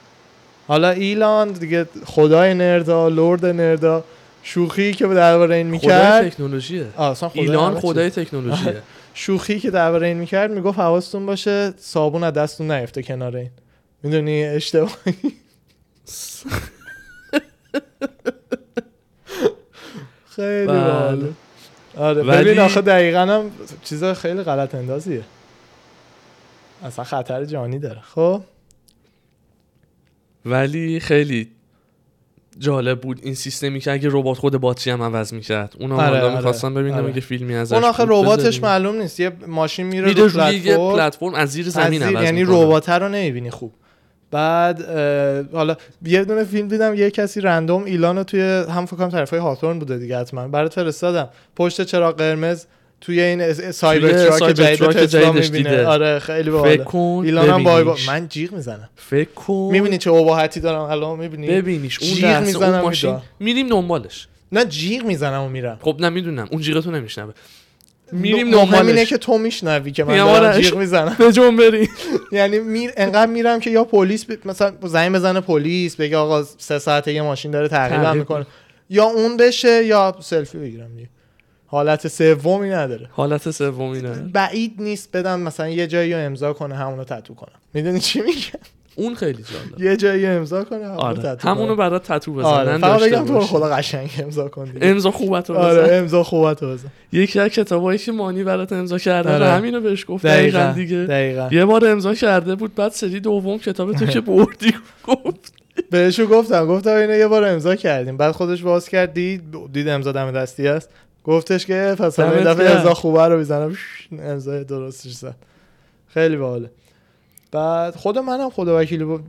Speaker 1: حالا ایلان دیگه خدای نردا لورد نردا شوخی که درباره این
Speaker 2: خدای
Speaker 1: میکرد
Speaker 2: تکنولوژیه
Speaker 1: آه، اصلا خدای
Speaker 2: ایلان
Speaker 1: همه چیز.
Speaker 2: خدای تکنولوژیه
Speaker 1: شوخی که درباره این میکرد میگفت حواستون باشه صابون از دستتون نیفته کنار این میدونی اشتباه خیلی
Speaker 2: بله.
Speaker 1: باحال آره
Speaker 2: ولی-
Speaker 1: ببین آخه دقیقا هم چیزا خیلی غلط اندازیه اصلا خطر جانی داره خب
Speaker 2: ولی خیلی جالب بود این سیستمی که اگه ربات خود باتری هم عوض میکرد اونم
Speaker 1: آره،
Speaker 2: حالا
Speaker 1: آره.
Speaker 2: میخواستم ببینم
Speaker 1: آره.
Speaker 2: اگه فیلمی ازش
Speaker 1: اون آخه
Speaker 2: بود
Speaker 1: رباتش
Speaker 2: بذاریم.
Speaker 1: معلوم نیست یه ماشین میره
Speaker 2: میره
Speaker 1: رو
Speaker 2: روی یه
Speaker 1: پلتفرم
Speaker 2: پلتفرم از زیر
Speaker 1: از
Speaker 2: زمین
Speaker 1: زیر-
Speaker 2: عوض
Speaker 1: یعنی
Speaker 2: می‌کنه.
Speaker 1: رباته رو نمیبینی خوب بعد اه، حالا یه دونه فیلم دیدم یه کسی رندوم ایلان رو توی هم فکر کنم طرفای هاتورن بوده دیگه حتما برات فرستادم پشت چراغ قرمز توی این اس- اس- سایبر
Speaker 2: توی
Speaker 1: تراک
Speaker 2: سایبر
Speaker 1: جدید
Speaker 2: تراک
Speaker 1: تسلا
Speaker 2: جدیدش
Speaker 1: میبینه
Speaker 2: دیده.
Speaker 1: آره خیلی
Speaker 2: فکر
Speaker 1: باحاله
Speaker 2: کن
Speaker 1: ایلان هم با
Speaker 2: ببینیش.
Speaker 1: من جیغ میزنم
Speaker 2: فکر کن
Speaker 1: میبینی چه اباحتی دارم الان میبینی
Speaker 2: ببینیش اون
Speaker 1: جیغ
Speaker 2: لحظه
Speaker 1: می‌زنم
Speaker 2: اون ماشین
Speaker 1: می‌دا.
Speaker 2: میریم دنبالش
Speaker 1: نه جیغ میزنم و میرم
Speaker 2: خب نه میدونم اون جیغتو نمیشنوه میریم
Speaker 1: مهم اینه
Speaker 2: دنبالش
Speaker 1: که تو میشنوی که من
Speaker 2: میگم
Speaker 1: دارم
Speaker 2: آره.
Speaker 1: جیغ میزنم
Speaker 2: به جون بریم
Speaker 1: یعنی میر انقدر میرم که یا پلیس ب... مثلا زنگ بزنه پلیس بگه آقا سه ساعته یه ماشین داره تعقیبم
Speaker 2: تعقیب
Speaker 1: میکنه یا اون بشه یا سلفی بگیرم دیگه حالت سومی نداره
Speaker 2: حالت سومی نه
Speaker 1: بعید نیست بدم مثلا یه جایی رو امضا کنه همونو تتو کنم میدونی چی میگه
Speaker 2: اون خیلی جالب
Speaker 1: یه جایی رو امضا کنه همونو
Speaker 2: آره
Speaker 1: تتو
Speaker 2: همونو
Speaker 1: کنه
Speaker 2: برات تتو
Speaker 1: آره
Speaker 2: بزنن
Speaker 1: فقط
Speaker 2: داشته
Speaker 1: بگم تو رو
Speaker 2: باشی.
Speaker 1: خدا قشنگ امضا کن دیگه
Speaker 2: امضا خوبت رو بزن
Speaker 1: آره امضا خوبت رو بزن
Speaker 2: یکی از کتابایی که مانی برات امضا کرده
Speaker 1: آره.
Speaker 2: رو همینو بهش گفت
Speaker 1: دقیقا
Speaker 2: دقیقاً دیگه
Speaker 1: دقیقا
Speaker 2: یه بار امضا کرده بود بعد سری دوم کتاب تو که بردی گفت
Speaker 1: بهشو گفتم گفتم اینو یه بار امضا کردیم بعد خودش باز کرد دید دید امضا دم دستی است گفتش که پس حالا این
Speaker 2: دمت
Speaker 1: دفعه
Speaker 2: گرم.
Speaker 1: امضا خوبه رو بزنم شش، امضای درستش زد خیلی باحاله بعد خود منم خدا وکیلی با-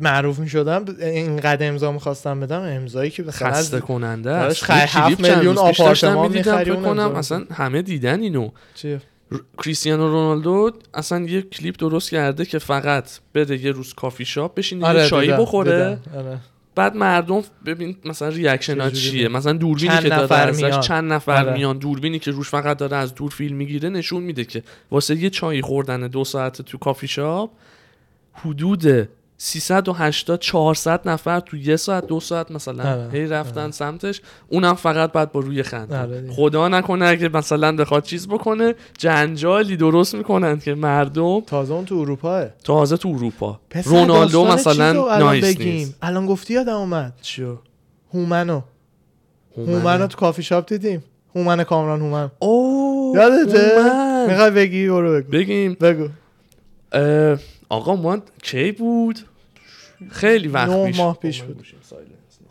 Speaker 1: معروف می شدم اینقدر امضا میخواستم بدم امضایی که مثلا از-
Speaker 2: خسته کننده
Speaker 1: داش
Speaker 2: است
Speaker 1: خ- هفت میلیون آپارتمان می‌خری، اون
Speaker 2: کنم
Speaker 1: امضا
Speaker 2: اصلا همه دیدن اینو
Speaker 1: چی؟
Speaker 2: ر- کریستیانو رونالدو اصلا یه کلیپ درست کرده که فقط بره یه روز کافی شاپ بشینه یه چایی
Speaker 1: آره، دیدم،
Speaker 2: بخوره
Speaker 1: دیدم، آره.
Speaker 2: بعد مردم ببین مثلا ریاکشن ها
Speaker 1: چه جوری
Speaker 2: چیه
Speaker 1: میاد؟
Speaker 2: مثلا دوربینی
Speaker 1: چند
Speaker 2: که داره
Speaker 1: نفر
Speaker 2: ازش
Speaker 1: میان؟
Speaker 2: چند نفر
Speaker 1: آره.
Speaker 2: میان دوربینی که روش فقط داره از دور فیلم میگیره نشون میده که واسه یه چای خوردن دو ساعت تو کافی شاپ حدود 380 400 نفر تو یه ساعت دو ساعت مثلا
Speaker 1: آره،
Speaker 2: هی رفتن سمتش اونم فقط بعد با روی خنده
Speaker 1: آره دیگه.
Speaker 2: خدا نکنه اگه مثلا بخواد چیز بکنه جنجالی درست میکنن که مردم
Speaker 1: تازه اون تو اروپاه
Speaker 2: تازه تو اروپا
Speaker 1: پسر
Speaker 2: رونالدو
Speaker 1: داستان چیز رو
Speaker 2: مثلا
Speaker 1: الان
Speaker 2: نایس
Speaker 1: بگیم.
Speaker 2: نیست
Speaker 1: الان گفتی یادم اومد
Speaker 2: چیو؟
Speaker 1: هومنو هومنو
Speaker 2: هومن
Speaker 1: تو کافی شاپ دیدیم هومن کامران هومن
Speaker 2: اوه
Speaker 1: یادته
Speaker 2: هومن.
Speaker 1: میخوای بگی برو بگو
Speaker 2: بگیم
Speaker 1: بگو
Speaker 2: اه، آقا ما کی بود خیلی وقت
Speaker 1: نه
Speaker 2: پیش
Speaker 1: ماه پیش بود.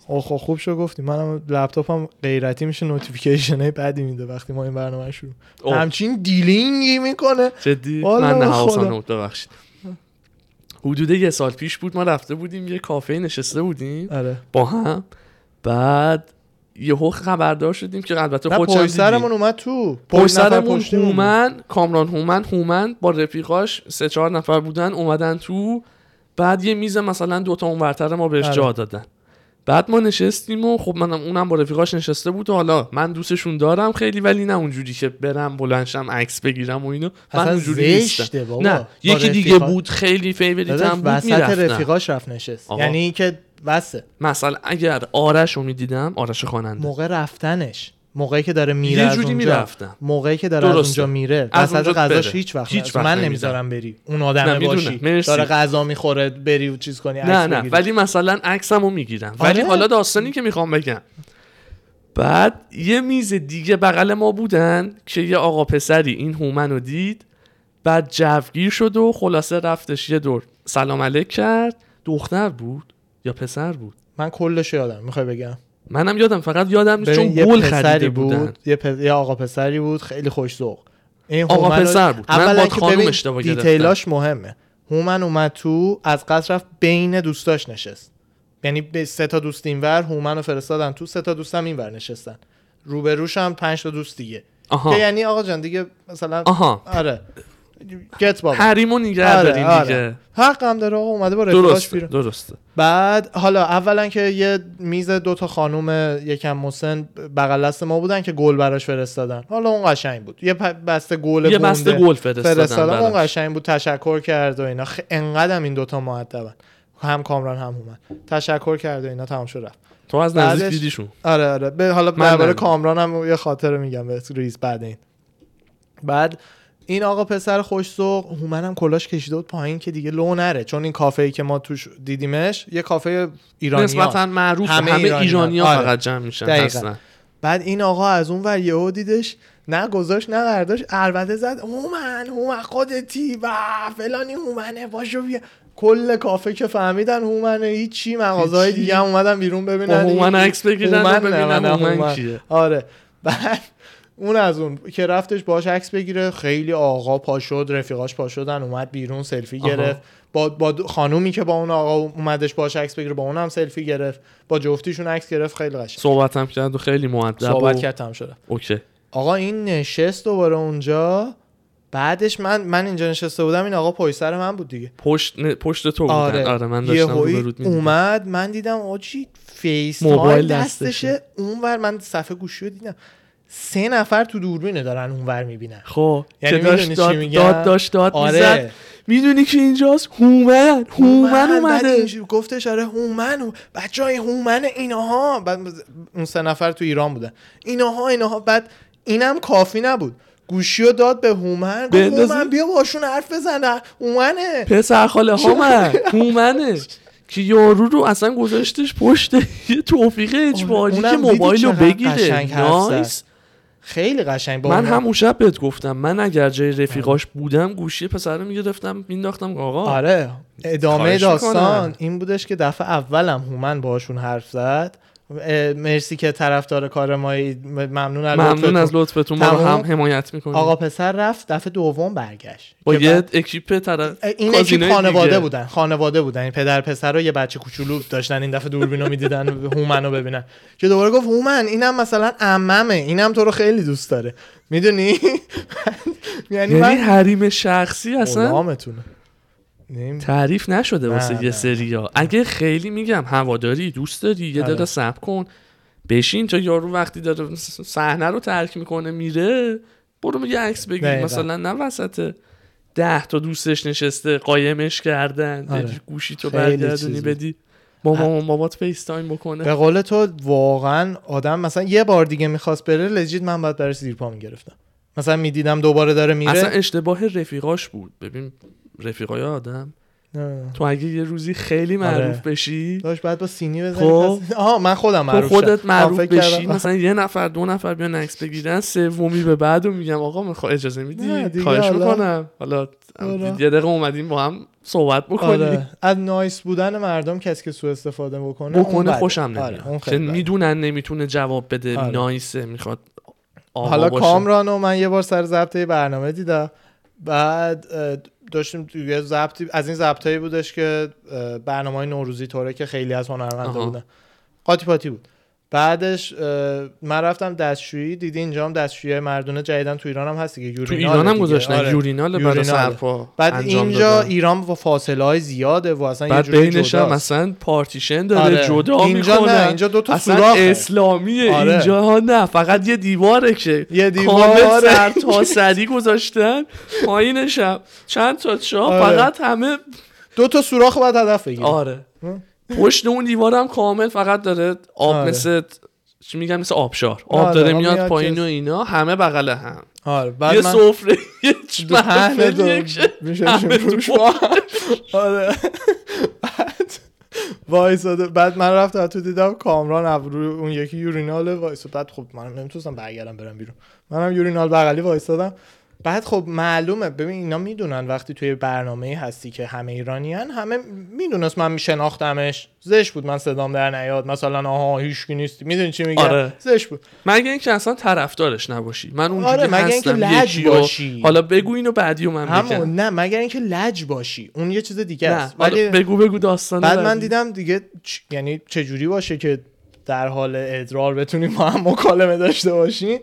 Speaker 1: آخ آخ، خب، خوب شو گفتی منم لپتاپم غیرتی میشه نوتیفیکیشن های بدی میده وقتی ما این برنامه شروع
Speaker 2: اوه.
Speaker 1: همچین دیلینگی میکنه
Speaker 2: جدی
Speaker 1: والا
Speaker 2: من نه
Speaker 1: خدا.
Speaker 2: حواسم نبود ببخشید حدود یه سال پیش بود ما رفته بودیم یه کافه نشسته بودیم
Speaker 1: آره
Speaker 2: با هم بعد یهو خبردار شدیم که البته
Speaker 1: نه
Speaker 2: خودشم دیدی.
Speaker 1: پشت سرمون اومد تو
Speaker 2: پشت
Speaker 1: پشت نفر
Speaker 2: سرمون
Speaker 1: پشتیمون بود.
Speaker 2: هومن کامران هومن هومن با رفیقاش سه چهار نفر بودن اومدن تو بعد یه میز مثلا دوتا اونورتر ما بهش
Speaker 1: آره.
Speaker 2: جا دادن بعد ما نشستیم و خب منم اونم با رفیقاش نشسته بود و حالا من دوستشون دارم خیلی ولی نه اونجوری که برم بلنشم عکس بگیرم و اینو من
Speaker 1: اصلا
Speaker 2: اونجوری
Speaker 1: زشته
Speaker 2: نیستم
Speaker 1: بابا.
Speaker 2: نه
Speaker 1: با
Speaker 2: یکی دیگه
Speaker 1: رفیقا-
Speaker 2: بود خیلی
Speaker 1: داداش،
Speaker 2: فیوریتم بود
Speaker 1: وسط
Speaker 2: میرفتم
Speaker 1: رفیقاش رفت نشست
Speaker 2: آقا.
Speaker 1: یعنی که بسه
Speaker 2: مثلا اگر آرش رو میدیدم آرش خواننده
Speaker 1: موقع رفتنش موقعی که داره میره
Speaker 2: یه
Speaker 1: از
Speaker 2: جوری
Speaker 1: اونجا
Speaker 2: میرفتم.
Speaker 1: موقعی که داره
Speaker 2: درسته.
Speaker 1: از اونجا میره
Speaker 2: از
Speaker 1: وسط
Speaker 2: اونجا
Speaker 1: غذاش
Speaker 2: بره.
Speaker 1: هیچ وقت
Speaker 2: هیچ
Speaker 1: نرفت.
Speaker 2: وقت
Speaker 1: من
Speaker 2: نمی‌ذارم.
Speaker 1: نمیذارم بری اون
Speaker 2: نه،
Speaker 1: آدمه
Speaker 2: میدونم.
Speaker 1: باشی
Speaker 2: مرسی.
Speaker 1: داره غذا میخوره بری و چیز کنی عکس
Speaker 2: نه نه
Speaker 1: بگیری.
Speaker 2: ولی مثلا عکسمو میگیرم ولی
Speaker 1: آره.
Speaker 2: حالا داستانی که میخوام بگم بعد یه میز دیگه بغل ما بودن که یه آقا پسری این هومن رو دید بعد جوگیر شد و خلاصه رفتش یه دور سلام علیک کرد دختر بود یا پسر بود
Speaker 1: من کلش یادم میخوای بگم
Speaker 2: منم یادم فقط یادم نیست چون
Speaker 1: ببین یه
Speaker 2: گل خریده
Speaker 1: پسری
Speaker 2: بودن
Speaker 1: بود یه, پ- یه آقا پسری بود خیلی خوش ذوق این
Speaker 2: آقا
Speaker 1: هومن رو-
Speaker 2: پسر بود. من
Speaker 1: اولا
Speaker 2: با
Speaker 1: که
Speaker 2: خانم
Speaker 1: ببین
Speaker 2: اشتباه گرفتم.
Speaker 1: دیتیلاش مهمه هومن اومد تو از قصد رفت بین دوستاش نشست یعنی به سه تا دوست اینور هومن رو فرستادن تو سه تا دوستم اینور نشستن روبروش هم پنج تا دوست دیگه
Speaker 2: آها.
Speaker 1: که یعنی آقا جان دیگه مثلا
Speaker 2: آها.
Speaker 1: آره گت بابا
Speaker 2: حریمو نگه
Speaker 1: آره،
Speaker 2: داریم دیگه
Speaker 1: حق هم داره آقا اومده با رفیقاش
Speaker 2: درسته
Speaker 1: بیرون
Speaker 2: درسته
Speaker 1: بعد حالا اولا که یه میز دو تا خانم یکم مسن بغل دست ما بودن که گل براش فرستادن حالا اون قشنگ بود یه پ- بسته گل
Speaker 2: یه
Speaker 1: گنده
Speaker 2: بسته گل فرستادن
Speaker 1: فرستادن اون
Speaker 2: براش.
Speaker 1: قشنگ بود تشکر کرد و اینا خ... انقدرم این دوتا معدبن هم کامران هم هومن تشکر کرد و اینا تمام شد رفت
Speaker 2: تو از نزدیک
Speaker 1: بعدش-
Speaker 2: دیدیشون
Speaker 1: آره آره به حالا
Speaker 2: من
Speaker 1: درباره
Speaker 2: ندیدم.
Speaker 1: کامران هم یه خاطره میگم به ریز بعد این بعد این آقا پسر خوش ذوق هومنم کلاش کشیده بود پایین که دیگه لو نره چون این کافه ای که ما توش دیدیمش یه کافه ایرانی
Speaker 2: نسبتا معروف همه,
Speaker 1: همه
Speaker 2: ایرانی,
Speaker 1: ایرانی‌ها.
Speaker 2: ها
Speaker 1: آره.
Speaker 2: فقط جمع میشن
Speaker 1: دقیقاً.
Speaker 2: اصلا
Speaker 1: بعد این آقا از اون ور یهو دیدش نه گذاشت نه برداشت البته زد هومن هومن خودتی و فلانی هومنه باشو بیا کل کافه که فهمیدن هومنه هیچی مغازهای
Speaker 2: هیچی.
Speaker 1: دیگه هم اومدن بیرون ببینن
Speaker 2: با هومن
Speaker 1: این-
Speaker 2: عکس بگیرن و
Speaker 1: هومن نه،
Speaker 2: ببینن
Speaker 1: نه،
Speaker 2: هومن
Speaker 1: هومن.
Speaker 2: کیه.
Speaker 1: آره بعد اون از اون که رفتش باش عکس بگیره خیلی آقا پا شد رفیقاش پا شدن اومد بیرون سلفی
Speaker 2: آها.
Speaker 1: گرفت با با دو- خانومی که با اون آقا اومدش باش عکس بگیره با اونم سلفی گرفت با جفتیشون عکس گرفت خیلی قشنگ
Speaker 2: صحبتم کرد و خیلی مؤدب
Speaker 1: صحبت
Speaker 2: و...
Speaker 1: کرد تمام شده
Speaker 2: اوکی
Speaker 1: آقا این نشست دوباره اونجا بعدش من من اینجا نشسته بودم این آقا پای سر من بود دیگه
Speaker 2: پشت نه، پشت تو بودن آره, من داشتم
Speaker 1: یهویی
Speaker 2: روبروت میدیدم
Speaker 1: اومد من دیدم آجی فیس
Speaker 2: موبایل
Speaker 1: موبایل
Speaker 2: دستشه.
Speaker 1: دستشه اونور من صفحه گوشی رو دیدم سه نفر تو دوربینه دارن اونور میبینن
Speaker 2: خب
Speaker 1: یعنی
Speaker 2: که داشت
Speaker 1: می‌دونی چی
Speaker 2: داد,
Speaker 1: میگم؟
Speaker 2: داد داشت داد
Speaker 1: آره.
Speaker 2: میزد میدونی که اینجاست هومن هومن
Speaker 1: بعد
Speaker 2: اومده
Speaker 1: اینجوری گفتش آره هومن و بچه های هومن اینها بعد اون سه نفر تو ایران بودن اینها اینها بعد اینم کافی نبود گوشی رو داد به هومن گفت
Speaker 2: بندازه.
Speaker 1: هومن بیا باشون حرف بزن هومنه
Speaker 2: پسر خاله ها من هومنه که یارو رو اصلا گذاشتش پشت یه توفیق اجباری
Speaker 1: اونم
Speaker 2: که
Speaker 1: دیدی
Speaker 2: موبایل رو
Speaker 1: چقدر
Speaker 2: بگیره
Speaker 1: قشنگ حرف زد.
Speaker 2: نایس
Speaker 1: خیلی قشنگ با
Speaker 2: من
Speaker 1: هومن.
Speaker 2: هم اون شب بهت گفتم من اگر جای رفیقاش بودم گوشی پسر رو میگرفتم مینداختم آقا
Speaker 1: آره ادامه
Speaker 2: خواهش
Speaker 1: داستان
Speaker 2: می‌کنم.
Speaker 1: این بودش که دفعه اولم هومن باهاشون حرف زد اه، مرسی که طرفدار کار مایی ممنون از
Speaker 2: ممنون
Speaker 1: لطفتون.
Speaker 2: از لطفتون ما رو
Speaker 1: تمام.
Speaker 2: هم حمایت میکنید
Speaker 1: آقا پسر رفت دفعه دوم برگشت
Speaker 2: با
Speaker 1: که
Speaker 2: یه
Speaker 1: بعد-
Speaker 2: اکیپ طرف
Speaker 1: این
Speaker 2: کازینوی
Speaker 1: اکیپ خانواده
Speaker 2: دیگه.
Speaker 1: بودن خانواده بودن این پدر پسر و یه بچه کوچولو داشتن این دفعه دوربین رو میدیدن هومن رو ببینن که دوباره گفت هومن اینم مثلا عممه اینم تو رو خیلی دوست داره میدونی یعنی
Speaker 2: یعنی
Speaker 1: من خب،
Speaker 2: حریم شخصی اصلا
Speaker 1: غلامتونه. نیم-
Speaker 2: تعریف نشده
Speaker 1: نه،
Speaker 2: واسه یه
Speaker 1: نه.
Speaker 2: سریا اگه خیلی میگم هواداری دوست داری یه
Speaker 1: آره.
Speaker 2: دقیقه صبر کن بشین تا یارو وقتی داره س- صحنه رو ترک میکنه میره برو یه عکس بگیر
Speaker 1: دقیقاً.
Speaker 2: مثلا نه وسط ده تا دوستش نشسته قایمش کردن
Speaker 1: آره.
Speaker 2: یه گوشی تو
Speaker 1: خیلی
Speaker 2: برگردونی
Speaker 1: چیزه.
Speaker 2: بدی با مامان بابات فیس تایم بکنه
Speaker 1: به قول تو واقعا آدم مثلا یه بار دیگه میخواست بره لجیت من باید برای زیر پا میگرفتم مثلا میدیدم دوباره داره
Speaker 2: اصلا
Speaker 1: میره
Speaker 2: اشتباه رفیقاش بود ببین رفیقای آدم
Speaker 1: نه.
Speaker 2: تو اگه یه روزی خیلی
Speaker 1: آره.
Speaker 2: معروف بشی
Speaker 1: داشت بعد با سینی
Speaker 2: خب.
Speaker 1: بزنی کسی- آها من خودم
Speaker 2: تو
Speaker 1: معروف
Speaker 2: خودت
Speaker 1: شدم.
Speaker 2: معروف
Speaker 1: آه، فکر
Speaker 2: بشی
Speaker 1: کردم-
Speaker 2: مثلا یه نفر دو نفر بیان عکس بگیرن سومی به بعدو میگم آقا میخوا اجازه
Speaker 1: نه،
Speaker 2: میدی
Speaker 1: دیگه
Speaker 2: خواهش
Speaker 1: حالا-
Speaker 2: میکنم حالا
Speaker 1: حالا.
Speaker 2: یه دقیقه اومدیم با هم صحبت بکنیم
Speaker 1: آره. از نایس بودن مردم کسی که سوء استفاده بکنه اون
Speaker 2: بکنه
Speaker 1: بده. آره،
Speaker 2: خوشم
Speaker 1: اون
Speaker 2: نمیاد
Speaker 1: خیلی
Speaker 2: چون
Speaker 1: بده.
Speaker 2: میدونن نمیتونه جواب بده
Speaker 1: آره.
Speaker 2: نایسه میخواد آقا
Speaker 1: حالا
Speaker 2: باشه.
Speaker 1: کامرانو من یه بار سر ضبط یه برنامه دیدم بعد اه، داشتیم توی یه ضبطی از این ضبطایی بودش که برنامه های نوروزی طوره که خیلی از هنرمندا
Speaker 2: آها.
Speaker 1: بودن قاطی پاتی بود بعدش اه، من رفتم دستشویی دیدی اینجا هم دستشویی مردونه جدیدن تو ایران هم هست دیگه
Speaker 2: تو
Speaker 1: یوریناله
Speaker 2: ایران هم
Speaker 1: دیگه.
Speaker 2: گذاشتن
Speaker 1: آره.
Speaker 2: یورینال برای
Speaker 1: یورینال.
Speaker 2: سرپا
Speaker 1: بعد
Speaker 2: انجام
Speaker 1: اینجا
Speaker 2: دادن.
Speaker 1: ایران با فاصله های زیاده و اصلا یه
Speaker 2: بعد
Speaker 1: جوری
Speaker 2: بینش هم
Speaker 1: جداست.
Speaker 2: مثلا پارتیشن داره
Speaker 1: آره.
Speaker 2: جدا
Speaker 1: اینجا
Speaker 2: میکنه
Speaker 1: نه اینجا دو تا
Speaker 2: اصلا
Speaker 1: سوراخه
Speaker 2: اسلامیه
Speaker 1: آره.
Speaker 2: اینجا ها نه فقط یه دیواره که
Speaker 1: یه
Speaker 2: کامل
Speaker 1: دیوار آره.
Speaker 2: سر تا سری گذاشتن پایینش هم چند تا چاه
Speaker 1: آره.
Speaker 2: فقط همه
Speaker 1: دو تا سوراخ بعد هدف بگیری
Speaker 2: آره
Speaker 1: هم.
Speaker 2: پشت اون دیوار هم کامل فقط داره آب
Speaker 1: آره.
Speaker 2: مثل چی میگن مثل آبشار آب
Speaker 1: آره،
Speaker 2: داره
Speaker 1: آب
Speaker 2: میاد
Speaker 1: میاد
Speaker 2: پایین
Speaker 1: که-
Speaker 2: و اینا همه بغل هم
Speaker 1: آره بعد
Speaker 2: یه
Speaker 1: من
Speaker 2: سفره یه
Speaker 1: دو همه دو
Speaker 2: محفلیه که
Speaker 1: میشه
Speaker 2: همه تو
Speaker 1: روش با هم. آره بعد وایساده بعد من رفتم تو دیدم کامران ابرو اون یکی یوریناله وایساد بعد خب من نمیتونستم برگردم برم بیرون منم یورینال بغلی وایسادم بعد خب معلومه ببین اینا میدونن وقتی توی برنامه هستی که همه ایرانیان همه میدونست من میشناختمش زش بود من صدام در نیاد مثلا آها هیچکی نیست میدونی چی میگم
Speaker 2: آره.
Speaker 1: زش بود
Speaker 2: مگه اینکه اصلا طرفدارش نباشی من اون
Speaker 1: آره، مگه اینکه
Speaker 2: هستم
Speaker 1: لج
Speaker 2: یکی رو-
Speaker 1: باشی.
Speaker 2: حالا بگو اینو بعدی و من
Speaker 1: همون
Speaker 2: میگم
Speaker 1: نه مگر اینکه لج باشی اون یه چیز دیگه
Speaker 2: نه
Speaker 1: است
Speaker 2: حالا بگو بگو داستان
Speaker 1: بعد
Speaker 2: بعدی.
Speaker 1: من دیدم دیگه چ... یعنی چجوری باشه که در حال ادرار بتونیم ما هم مکالمه داشته باشیم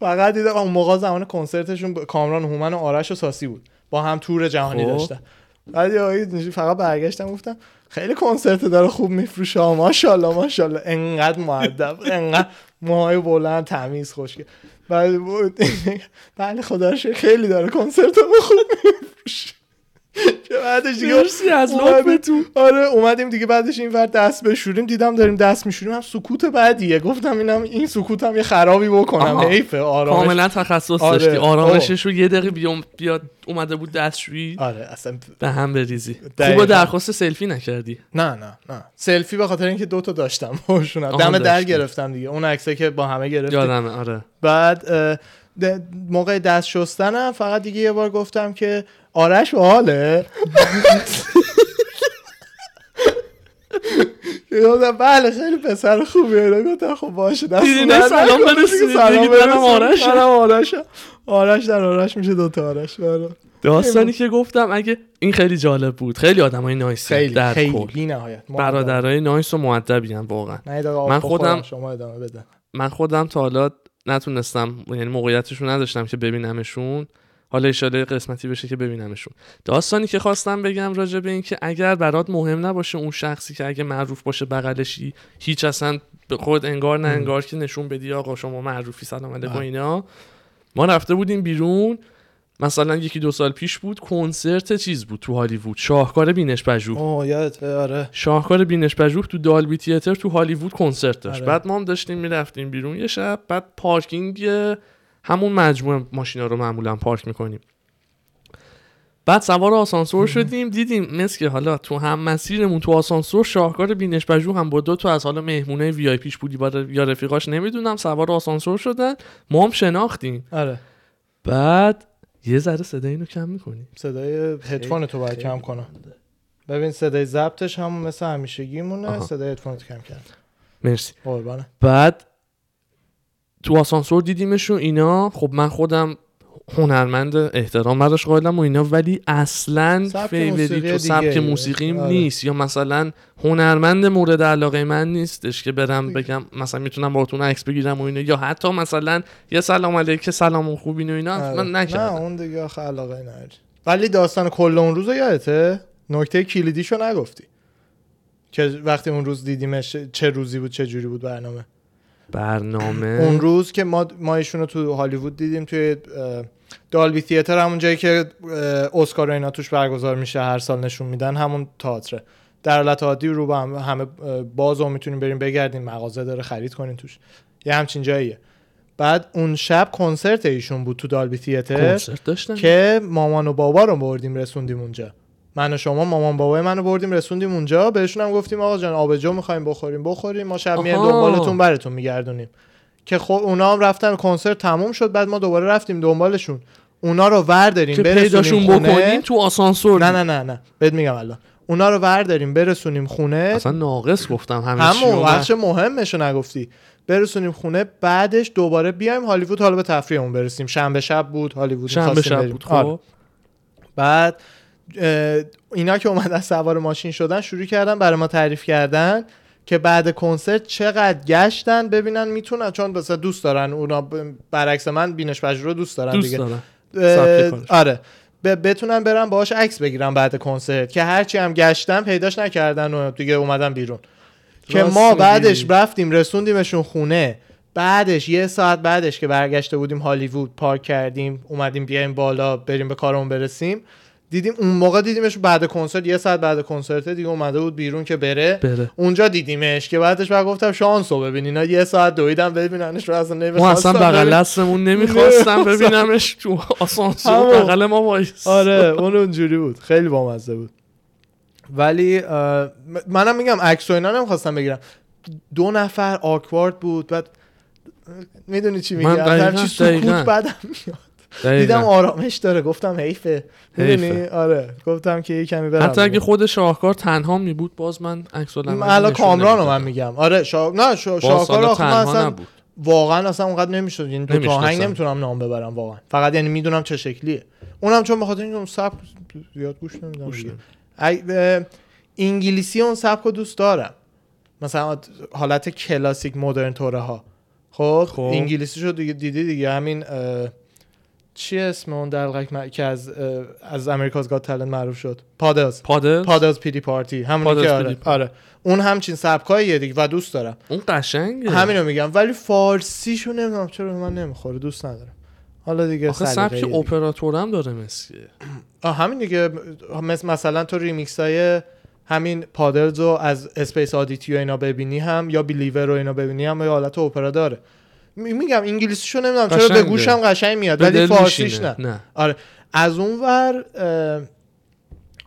Speaker 1: فقط دیدم اون موقع زمان کنسرتشون ب- کامران هومن و آرش و ساسی بود با هم تور جهانی
Speaker 2: خب.
Speaker 1: داشتن بعد یه آقایی اینجوری فقط برگشتم گفتم خیلی کنسرت داره خوب میفروشه ها ماشاءالله ماشاءالله انقدر مؤدب انقدر موهای بلند تمیز خوشگل بعد بود بله خدا رو شکر خیلی داره کنسرت رو خوب میفروشه که بعدش دیگه
Speaker 2: مرسی از
Speaker 1: اومدیم-
Speaker 2: لطفتون
Speaker 1: آره اومدیم دیگه بعدش این ور دست بشوریم دیدم داریم دست میشوریم هم سکوت بعدیه گفتم اینم این سکوتم یه خرابی بکنم
Speaker 2: آها.
Speaker 1: حیفه آرامش
Speaker 2: کاملا تخصص
Speaker 1: آره.
Speaker 2: داشتی آرامشش رو یه دقیقه بیام بیاد اومده بود دستشویی
Speaker 1: آره اصلا
Speaker 2: به هم بریزی
Speaker 1: دقیقاً.
Speaker 2: خوبا درخواست سلفی نکردی
Speaker 1: نه نه نه سلفی به خاطر اینکه دوتا داشتم باشون
Speaker 2: آها،
Speaker 1: دم در
Speaker 2: داشتی.
Speaker 1: گرفتم دیگه اون عکسه که با همه گرفتیم
Speaker 2: یادمه آره
Speaker 1: بعد اه، د- موقع دست شستنم فقط دیگه یه بار گفتم که آرش حاله گفتم بله خیلی پسر خوبیه اینا. گفتم خب باشه دست
Speaker 2: دیدی،
Speaker 1: در
Speaker 2: نه، سلام
Speaker 1: نکن.
Speaker 2: برسونید.
Speaker 1: سلام
Speaker 2: بگید منم
Speaker 1: برسونید.
Speaker 2: آرشم.
Speaker 1: منم آرشم. آرش در آرش میشه دوتا آرش بله.
Speaker 2: داستانی که گفتم اگه این خیلی جالب بود خیلی آدمای نایسی
Speaker 1: خیلی
Speaker 2: در
Speaker 1: خیلی
Speaker 2: کل
Speaker 1: بی نهایت
Speaker 2: برادرای نایس و مؤدبی هم واقعا
Speaker 1: من
Speaker 2: من خودم-
Speaker 1: خب خودم شما ادامه بده
Speaker 2: من خودم تا حالا نتونستم یعنی موقعیتش رو نداشتم که ببینمشون حالا ایشاله قسمتی بشه که ببینمشون داستانی که خواستم بگم راجع به این که اگر برات مهم نباشه اون شخصی که اگه معروف باشه بغلشی هیچ اصلا به خود انگار نه انگار که نشون بدی آقا شما معروفی سلام علیکم
Speaker 1: آه.
Speaker 2: اینا ما رفته بودیم بیرون مثلا یکی دو سال پیش بود کنسرت چیز بود تو هالیوود شاهکار بینش پژوه
Speaker 1: اوه یادت آره
Speaker 2: شاهکار بینش پژوه تو دالبی تیاتر تو هالیوود کنسرت داشت
Speaker 1: آره.
Speaker 2: بعد ما هم داشتیم میرفتیم بیرون یه شب بعد پارکینگ همون مجموعه ماشینا رو معمولا پارک میکنیم بعد سوار آسانسور شدیم دیدیم مثل که حالا تو هم مسیرمون تو آسانسور شاهکار بینش پژوه هم با دو تا از حالا مهمونه وی آی پیش بودی با یا رفیقاش نمیدونم سوار آسانسور شدن ما هم شناختیم
Speaker 1: آره
Speaker 2: بعد یه ذره صدا اینو کم میکنی
Speaker 1: صدای هدفون تو باید
Speaker 2: خیلی
Speaker 1: کم کنم ببین صدای ضبطش هم مثل همیشگیمونه
Speaker 2: آها.
Speaker 1: صدای هدفون کم کرد
Speaker 2: مرسی
Speaker 1: قربانه
Speaker 2: بعد تو آسانسور دیدیمشون اینا خب من خودم هنرمند احترام براش قائلم و اینا ولی اصلا
Speaker 1: سبک
Speaker 2: فیوری
Speaker 1: موسیقی
Speaker 2: تو سبک
Speaker 1: دیگه.
Speaker 2: موسیقیم
Speaker 1: آره.
Speaker 2: نیست یا مثلا هنرمند مورد علاقه من نیستش که برم
Speaker 1: دیگه.
Speaker 2: بگم مثلا میتونم باهاتون عکس بگیرم و اینا یا حتی مثلا یه سلام علیک سلام و خوبین و اینا
Speaker 1: آره.
Speaker 2: من
Speaker 1: نه
Speaker 2: نکردم
Speaker 1: اون دیگه آخه علاقه نداری ولی داستان کل اون روز رو یادته نکته کلیدیشو نگفتی که وقتی اون روز دیدیمش چه روزی بود چه جوری بود برنامه
Speaker 2: برنامه
Speaker 1: اون روز که ما ما ایشونو تو هالیوود دیدیم توی اه، دالبی تیاتر همون جایی که اه، اسکار و اینا توش برگزار میشه هر سال نشون میدن همون تئاتر در حالت عادی رو به هم- همه اه، باز و میتونیم بریم بگردیم مغازه داره خرید کنین توش یه همچین جاییه بعد اون شب کنسرت ایشون بود تو دالبی تیاتر
Speaker 2: کنسرت داشتن
Speaker 1: که مامان و بابا رو بردیم رسوندیم اونجا من و شما مامان بابای منو بردیم رسوندیم اونجا بهشون هم گفتیم آقا جان آبجو میخوایم بخوریم بخوریم ما شب میایم
Speaker 2: آها.
Speaker 1: دنبالتون براتون میگردونیم که خب اونا هم رفتن کنسرت تموم شد بعد ما دوباره رفتیم دنبالشون اونا رو ورداریم
Speaker 2: که پیداشون
Speaker 1: برسونیم خونه
Speaker 2: بکنیم تو آسانسور
Speaker 1: نه نه نه نه بهت میگم الان اونا رو ورداریم برسونیم خونه
Speaker 2: اصلا ناقص گفتم همه چی
Speaker 1: همون
Speaker 2: رو من.
Speaker 1: بخش مهمشو نگفتی برسونیم خونه بعدش دوباره بیایم هالیوود حالا به تفریحمون برسیم شنبه شب بود هالیوود
Speaker 2: شنبه
Speaker 1: می‌خواستیم
Speaker 2: شب
Speaker 1: بریم.
Speaker 2: بود
Speaker 1: آره.
Speaker 2: خب
Speaker 1: بعد اه، اینا که اومدن سوار ماشین شدن شروع کردن برای ما تعریف کردن که بعد کنسرت چقدر گشتن ببینن میتونن چون مثلا دوست دارن اونا ب- برعکس من بینش رو دوست دارن
Speaker 2: دوست
Speaker 1: دیگه
Speaker 2: دارم
Speaker 1: اه،
Speaker 2: سبک کارش.
Speaker 1: آره ب- بتونن برن باهاش عکس بگیرن بعد کنسرت که هرچی هم گشتن پیداش نکردن و دیگه اومدن بیرون که
Speaker 2: راست
Speaker 1: ما
Speaker 2: میگی.
Speaker 1: بعدش رفتیم رسوندیمشون خونه بعدش یه ساعت بعدش که برگشته بودیم هالیوود پارک کردیم اومدیم بیایم بالا بریم به کارمون برسیم دیدیم اون موقع دیدیمش بعد کنسرت یه ساعت بعد کنسرت دیگه اومده بود بیرون که بره
Speaker 2: بره
Speaker 1: اونجا دیدیمش که بعدش بعد گفتم شانس رو ببین اینا یه ساعت دویدم ببیننش رو اصلا
Speaker 2: ما اصلا
Speaker 1: نمی‌خواستم ببینم.
Speaker 2: بغل دستمون نمیخواستم ببینمش تو آسانسور
Speaker 1: همون.
Speaker 2: بغل ما وایس
Speaker 1: آره اون اونجوری بود خیلی بامزه بود ولی اه، م- منم میگم عکس و اینا نمیخواستم بگیرم دو نفر آکوارد بود بعد میدونی چی میگم
Speaker 2: من دقیقاً،
Speaker 1: همچی سکوت
Speaker 2: دقیقاً.
Speaker 1: بدم میاد دیدم آره.
Speaker 2: دقیقاً.
Speaker 1: آرامش داره گفتم حیفه
Speaker 2: حیفه.
Speaker 1: میدونی آره گفتم که یه کمی برم
Speaker 2: حتی اگه خود شاهکار تنها می بود باز من عکس
Speaker 1: م-
Speaker 2: العمل
Speaker 1: الان
Speaker 2: نشون
Speaker 1: کامران رو
Speaker 2: نمیدادم.
Speaker 1: من میگم آره شا... نه شا...
Speaker 2: باز
Speaker 1: شاهکار
Speaker 2: حالا
Speaker 1: آخه من
Speaker 2: تنها
Speaker 1: اصلا
Speaker 2: نبود.
Speaker 1: واقعا اصلا اونقدر نمیشد یعنی دو تا
Speaker 2: نمی‌شناسم.
Speaker 1: آهنگ نمیتونم نام ببرم واقعا فقط یعنی میدونم چه شکلیه اونم چون بخاطر اینکه اون سبک زیاد گوش نمیدم
Speaker 2: گوش
Speaker 1: دیگه. ای- اه، انگلیسی اون سبک رو دوست دارم مثلا حالت کلاسیک مدرن توره ها خب
Speaker 2: خب.
Speaker 1: انگلیسی شد دیگه دیدی دیگه همین اه، چی اسم اون دلغک م- که از اه، از امریکاز گاد تالنت معروف شد پاداز
Speaker 2: پادل
Speaker 1: پاداز پیدی پارتی همونی
Speaker 2: پاداز
Speaker 1: که
Speaker 2: پیدی
Speaker 1: آره.
Speaker 2: پارتی.
Speaker 1: آره اون همچین سبکاییه دیگه و دوست دارم
Speaker 2: اون قشنگه
Speaker 1: همینو میگم ولی فارسیشو نمیدونم چرا به من نمیخوره دوست ندارم حالا دیگه
Speaker 2: آخه
Speaker 1: سلیقه‌ایه
Speaker 2: سبک
Speaker 1: دیگه.
Speaker 2: اپراتورم داره مسیه
Speaker 1: آه، همین دیگه مثل مثلا تو ریمیکس های همین پادلز رو از اسپیس آدیتی و اینا ببینی هم یا بیلیور رو اینا ببینی هم یه حالت اپرا داره می- میگم انگلیسیشو نمیدونم چرا به
Speaker 2: قشنگه.
Speaker 1: گوشم قشنگ میاد
Speaker 2: به
Speaker 1: ولی
Speaker 2: دل
Speaker 1: فارسیش
Speaker 2: میشینه.
Speaker 1: نه آره از اون ور اه،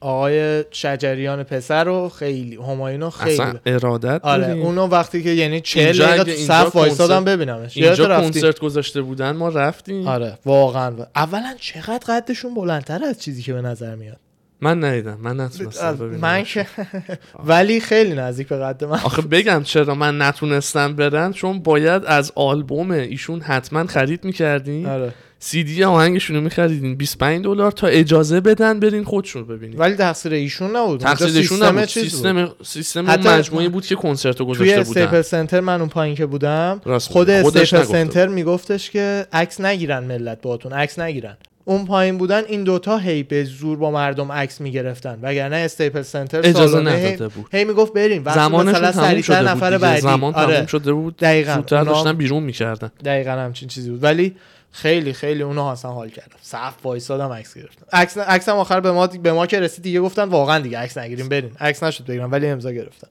Speaker 1: آقای شجریان پسر رو خیلی همایونو خیلی
Speaker 2: اصلا ارادت
Speaker 1: آره
Speaker 2: داریم.
Speaker 1: اونو وقتی که یعنی چهل
Speaker 2: اینجا
Speaker 1: دقیقه
Speaker 2: اگه
Speaker 1: تو
Speaker 2: اینجا
Speaker 1: صف وایسادم ببینمش یادت
Speaker 2: اینجا
Speaker 1: رفتی؟
Speaker 2: کنسرت گذاشته بودن ما رفتیم
Speaker 1: آره واقعا اولا چقدر قدشون بلندتر از چیزی که به نظر میاد
Speaker 2: من ندیدم من نتونستم ببینم
Speaker 1: من که ولی خیلی نزدیک به قد من
Speaker 2: آخه بگم چرا من نتونستم برم چون باید از آلبوم ایشون حتما خرید میکردین
Speaker 1: آره
Speaker 2: سی دی آهنگشون رو میخریدین 25 دلار تا اجازه بدن برین خودشون رو ببینین
Speaker 1: ولی تقصیر ایشون نبود اونجا
Speaker 2: تقصیرشون
Speaker 1: سیستم
Speaker 2: نبود
Speaker 1: چیز بود.
Speaker 2: سیستم سیستم اون
Speaker 1: حتی-
Speaker 2: مجموعه بود که کنسرت رو
Speaker 1: توی
Speaker 2: گذاشته
Speaker 1: استیپل
Speaker 2: بودن
Speaker 1: سنتر من اون پایین که بودم
Speaker 2: راست
Speaker 1: خود
Speaker 2: میگه. خودش
Speaker 1: استیپل
Speaker 2: نگفته بود.
Speaker 1: سنتر میگفتش که عکس نگیرن ملت باهاتون عکس نگیرن اون پایین بودن این دوتا هی به زور با مردم عکس میگرفتن وگرنه استیپل سنتر
Speaker 2: اجازه
Speaker 1: سالانه هی-
Speaker 2: نداده بود.
Speaker 1: هی میگفت بریم وقتی
Speaker 2: زمانشون
Speaker 1: مثلا
Speaker 2: تموم
Speaker 1: سریعتر
Speaker 2: شده بود
Speaker 1: نفر
Speaker 2: دیگه.
Speaker 1: بعدی
Speaker 2: زمان تموم
Speaker 1: آره
Speaker 2: شده بود
Speaker 1: دقیقاً. خب.
Speaker 2: زودتر
Speaker 1: اونا-
Speaker 2: داشتن بیرون میکردن
Speaker 1: دقیقا همچین چیزی بود ولی خیلی خیلی اونها اصلا حال کردم صف وایسادم عکس گرفتم عکس عکسم آخر به ما به ما که رسید دیگه گفتن واقعا دیگه عکس نگیریم بریم عکس نشد بگیرم ولی امضا گرفتم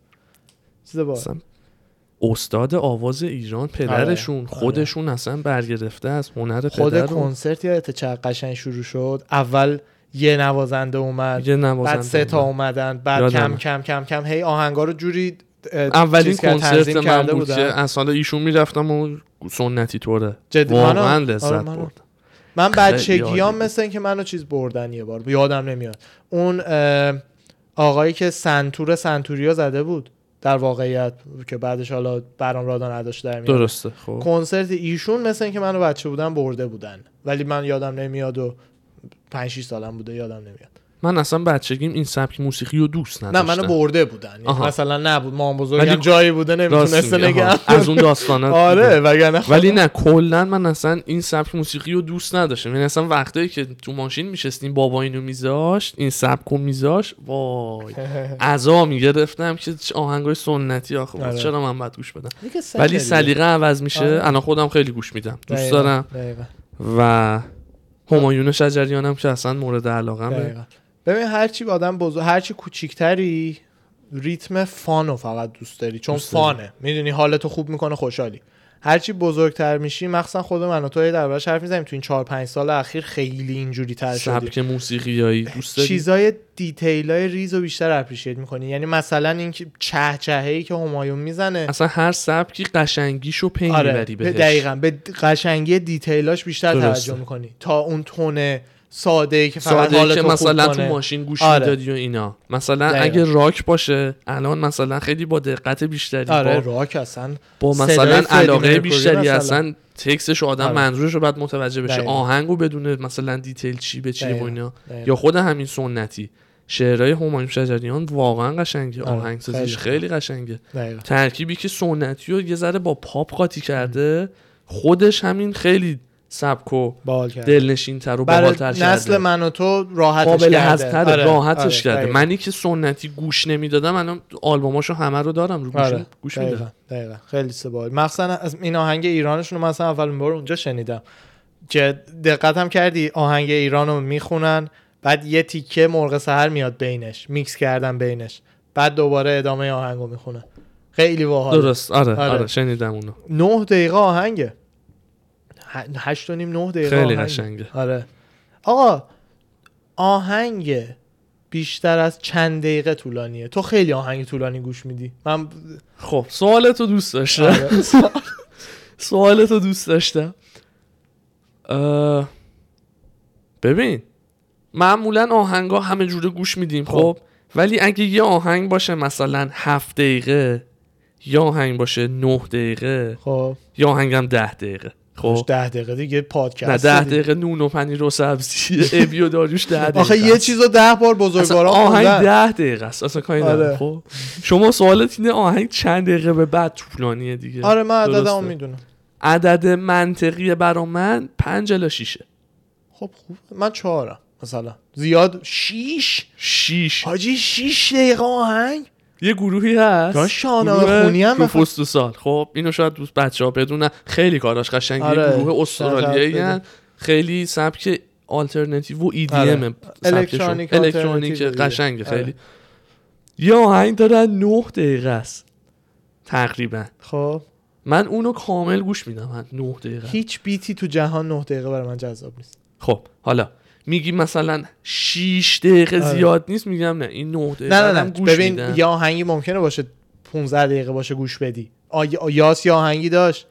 Speaker 1: چیز با
Speaker 2: اصلا استاد آواز ایران پدرشون
Speaker 1: آره.
Speaker 2: خودشون اصلا برگرفته از هنر پدر
Speaker 1: خود
Speaker 2: رو
Speaker 1: کنسرت یادت چقدر قشنگ شروع شد اول یه نوازنده اومد
Speaker 2: یه نوازنده
Speaker 1: بعد سه تا
Speaker 2: اومد.
Speaker 1: اومدن بعد کم
Speaker 2: یادمه.
Speaker 1: کم کم کم هی آهنگا رو جوری اه،
Speaker 2: اولین
Speaker 1: چیز کرد،
Speaker 2: کنسرت
Speaker 1: تنظیم
Speaker 2: من بود که از سال ایشون میرفتم و سنتی طوره
Speaker 1: جدی؟
Speaker 2: واقعا
Speaker 1: منم؟
Speaker 2: لذت
Speaker 1: آره، منم.
Speaker 2: برد
Speaker 1: من
Speaker 2: عالی
Speaker 1: بچگیام
Speaker 2: بود.
Speaker 1: مثل اینکه منو چیز بردن یه بار یادم نمیاد اون اه، آقایی که سنتور سنتوریا زده بود در واقعیت که بعدش حالا برام رادان اداش در میاد
Speaker 2: درسته خب
Speaker 1: کنسرت ایشون مثل اینکه منو بچه بودم برده بودن ولی من یادم نمیاد و 5 6 سالم بوده یادم نمیاد
Speaker 2: من اصلا بچگیم این سبک موسیقی رو دوست
Speaker 1: نه
Speaker 2: نداشتم
Speaker 1: منو برده بودن یعنی
Speaker 2: آها.
Speaker 1: مثلا نبود مام بزرگم
Speaker 2: ولی-
Speaker 1: جایی بوده
Speaker 2: راست
Speaker 1: نمیتونسته
Speaker 2: میگه،
Speaker 1: نگم
Speaker 2: آها. از اون داستانات
Speaker 1: آره وگرنه خب-
Speaker 2: ولی نه کلا من اصلا این سبک موسیقی رو دوست نداشتم یعنی اصلا وقتایی که تو ماشین میشستیم بابا اینو میذاشت این سبک رو میذاشت وای عزا میگرفتم که چه آهنگای سنتی آخه بود.
Speaker 1: آره.
Speaker 2: چرا من باید گوش بدم
Speaker 1: دیگه سلیقه
Speaker 2: ولی
Speaker 1: دیگه.
Speaker 2: سلیقه عوض میشه
Speaker 1: آره.
Speaker 2: الان خودم خیلی گوش میدم دوست
Speaker 1: دقیقاً،
Speaker 2: دارم
Speaker 1: دقیقاً.
Speaker 2: و همایون شجریانم که اصلا مورد علاقمه
Speaker 1: دقیقاً. ببین هر چی آدم بزرگ هر چی کوچیکتری ریتم فانو فقط دوست داری چون
Speaker 2: دوست داری.
Speaker 1: فانه میدونی حالتو خوب میکنه خوشحالی هر چی بزرگتر میشی مخصوصا خود من و تو هی دربارش حرف میزنیم تو این 4 5 سال اخیر خیلی اینجوری تر شدی
Speaker 2: سبک موسیقیایی دوست داری
Speaker 1: چیزای دیتیلای ریز و بیشتر اپریشیت میکنی یعنی مثلا این که چه چهه‌ای که همایون میزنه
Speaker 2: اصلا هر سبکی قشنگیشو پی میبری
Speaker 1: آره، به
Speaker 2: بهش
Speaker 1: دقیقا به د- قشنگی دیتیلاش بیشتر
Speaker 2: درسته.
Speaker 1: توجه میکنی تا اون تون ساده ای که فقط
Speaker 2: ساده که
Speaker 1: حالتو خوب
Speaker 2: مثلا تو
Speaker 1: کنه.
Speaker 2: ماشین گوش
Speaker 1: آره.
Speaker 2: میدادی و اینا مثلا
Speaker 1: دقیقا.
Speaker 2: اگه راک باشه الان مثلا خیلی با دقت بیشتری
Speaker 1: آره
Speaker 2: با,
Speaker 1: راک اصلا
Speaker 2: با
Speaker 1: صدای
Speaker 2: مثلا
Speaker 1: فردی
Speaker 2: علاقه
Speaker 1: مرکوری
Speaker 2: بیشتری
Speaker 1: مثلا.
Speaker 2: اصلا تکستش و آدم
Speaker 1: آره.
Speaker 2: منظورش رو باید متوجه بشه
Speaker 1: دقیقا.
Speaker 2: آهنگو بدونه مثلا دیتیل چی به چی و
Speaker 1: دقیقا.
Speaker 2: اینا
Speaker 1: دقیقا.
Speaker 2: یا خود همین سنتی شعرهای همایون شجریان واقعا قشنگه
Speaker 1: آره.
Speaker 2: آهنگسازیش
Speaker 1: خیلی.
Speaker 2: خیلی قشنگه
Speaker 1: دقیقا.
Speaker 2: ترکیبی که سنتی رو یه ذره با پاپ قاطی کرده خودش همین خیلی سبک و
Speaker 1: باحال کرد
Speaker 2: دلنشین تر و
Speaker 1: برای
Speaker 2: باحال‌تر کرده
Speaker 1: نسل من و تو راحتش
Speaker 2: قابل
Speaker 1: کرده
Speaker 2: هضم‌تره،
Speaker 1: آره،
Speaker 2: راحتش
Speaker 1: آره،
Speaker 2: کرده
Speaker 1: دقیقا.
Speaker 2: منی که سنتی گوش نمیدادم الان آلبوماشو همه رو دارم رو گوش,
Speaker 1: آره،
Speaker 2: گوش
Speaker 1: دقیقا،
Speaker 2: میدم
Speaker 1: دقیقا. خیلی سبال مخصوصا از این آهنگ ایرانشون رو من اصلا اولین بار اونجا شنیدم که دقت هم کردی آهنگ ایران رو میخونن بعد یه تیکه مرغ سهر میاد بینش میکس کردن بینش بعد دوباره ادامه آهنگ رو میخونه خیلی باحال
Speaker 2: درست آره, آره
Speaker 1: آره.
Speaker 2: شنیدم اونو
Speaker 1: نه دقیقه آهنگه ه- هشت و نیم نه دقیقه
Speaker 2: خیلی
Speaker 1: آهنگه.
Speaker 2: قشنگه.
Speaker 1: آره آقا آهنگ بیشتر از چند دقیقه طولانیه تو خیلی آهنگ طولانی گوش میدی من
Speaker 2: خب سوالتو دوست داشتم
Speaker 1: آره.
Speaker 2: سوالتو دوست داشتم اه، ببین معمولا آهنگا همه جوره گوش میدیم خب.
Speaker 1: خب.
Speaker 2: ولی اگه یه آهنگ باشه مثلا هفت دقیقه یا آهنگ باشه نه دقیقه
Speaker 1: خب
Speaker 2: یا آهنگم ده دقیقه خب
Speaker 1: خوش ده دقیقه دیگه
Speaker 2: نه
Speaker 1: پادکست
Speaker 2: ده دقیقه نون و پنیر و سبزی ابی و داریوش ده دقیقه
Speaker 1: آخه یه
Speaker 2: است.
Speaker 1: چیز رو ده بار
Speaker 2: اصلا
Speaker 1: بزرگوارا
Speaker 2: آهنگ
Speaker 1: خوندن
Speaker 2: ده دقیقه است اصلا کاری نداره.
Speaker 1: آره.
Speaker 2: خب شما سوالت اینه آهنگ چند دقیقه به بعد طولانیه دیگه
Speaker 1: آره من
Speaker 2: درسته.
Speaker 1: عددمو میدونم
Speaker 2: عدد منطقی برا من پنج الا شیشه
Speaker 1: خب خوب من چهارم مثلا زیاد شیش
Speaker 2: شیش
Speaker 1: حاجی شیش دقیقه آهنگ
Speaker 2: یه گروهی هست
Speaker 1: داش شاهنامه
Speaker 2: گروه
Speaker 1: خونی هم
Speaker 2: رو
Speaker 1: بخون.
Speaker 2: پست و سال خب اینو شاید دوست بچه ها بدونن خیلی کاراش قشنگه
Speaker 1: آره.
Speaker 2: یه گروه استرالیایی
Speaker 1: شاید
Speaker 2: هن. خیلی سبک آلترناتیو و EDM
Speaker 1: آره.
Speaker 2: سبکشون
Speaker 1: الکترونیک
Speaker 2: الکترونیک
Speaker 1: آلترناتیو دیگه.
Speaker 2: قشنگه
Speaker 1: آره.
Speaker 2: خیلی یه آهنگ دارن نه دقیقه است تقریبا
Speaker 1: خب
Speaker 2: من اونو کامل گوش میدم من نه دقیقه
Speaker 1: هیچ بیتی تو جهان نه دقیقه برای من جذاب نیست
Speaker 2: خب حالا میگی مثلا 6 دقیقه
Speaker 1: آره.
Speaker 2: زیاد نیست میگم نه این 9 دقیقه
Speaker 1: نه نه
Speaker 2: هم
Speaker 1: نه
Speaker 2: گوش
Speaker 1: ببین
Speaker 2: میدم.
Speaker 1: یه آهنگی ممکنه باشه 15 دقیقه باشه گوش بدی آی... آ- یاس یه آهنگی داشت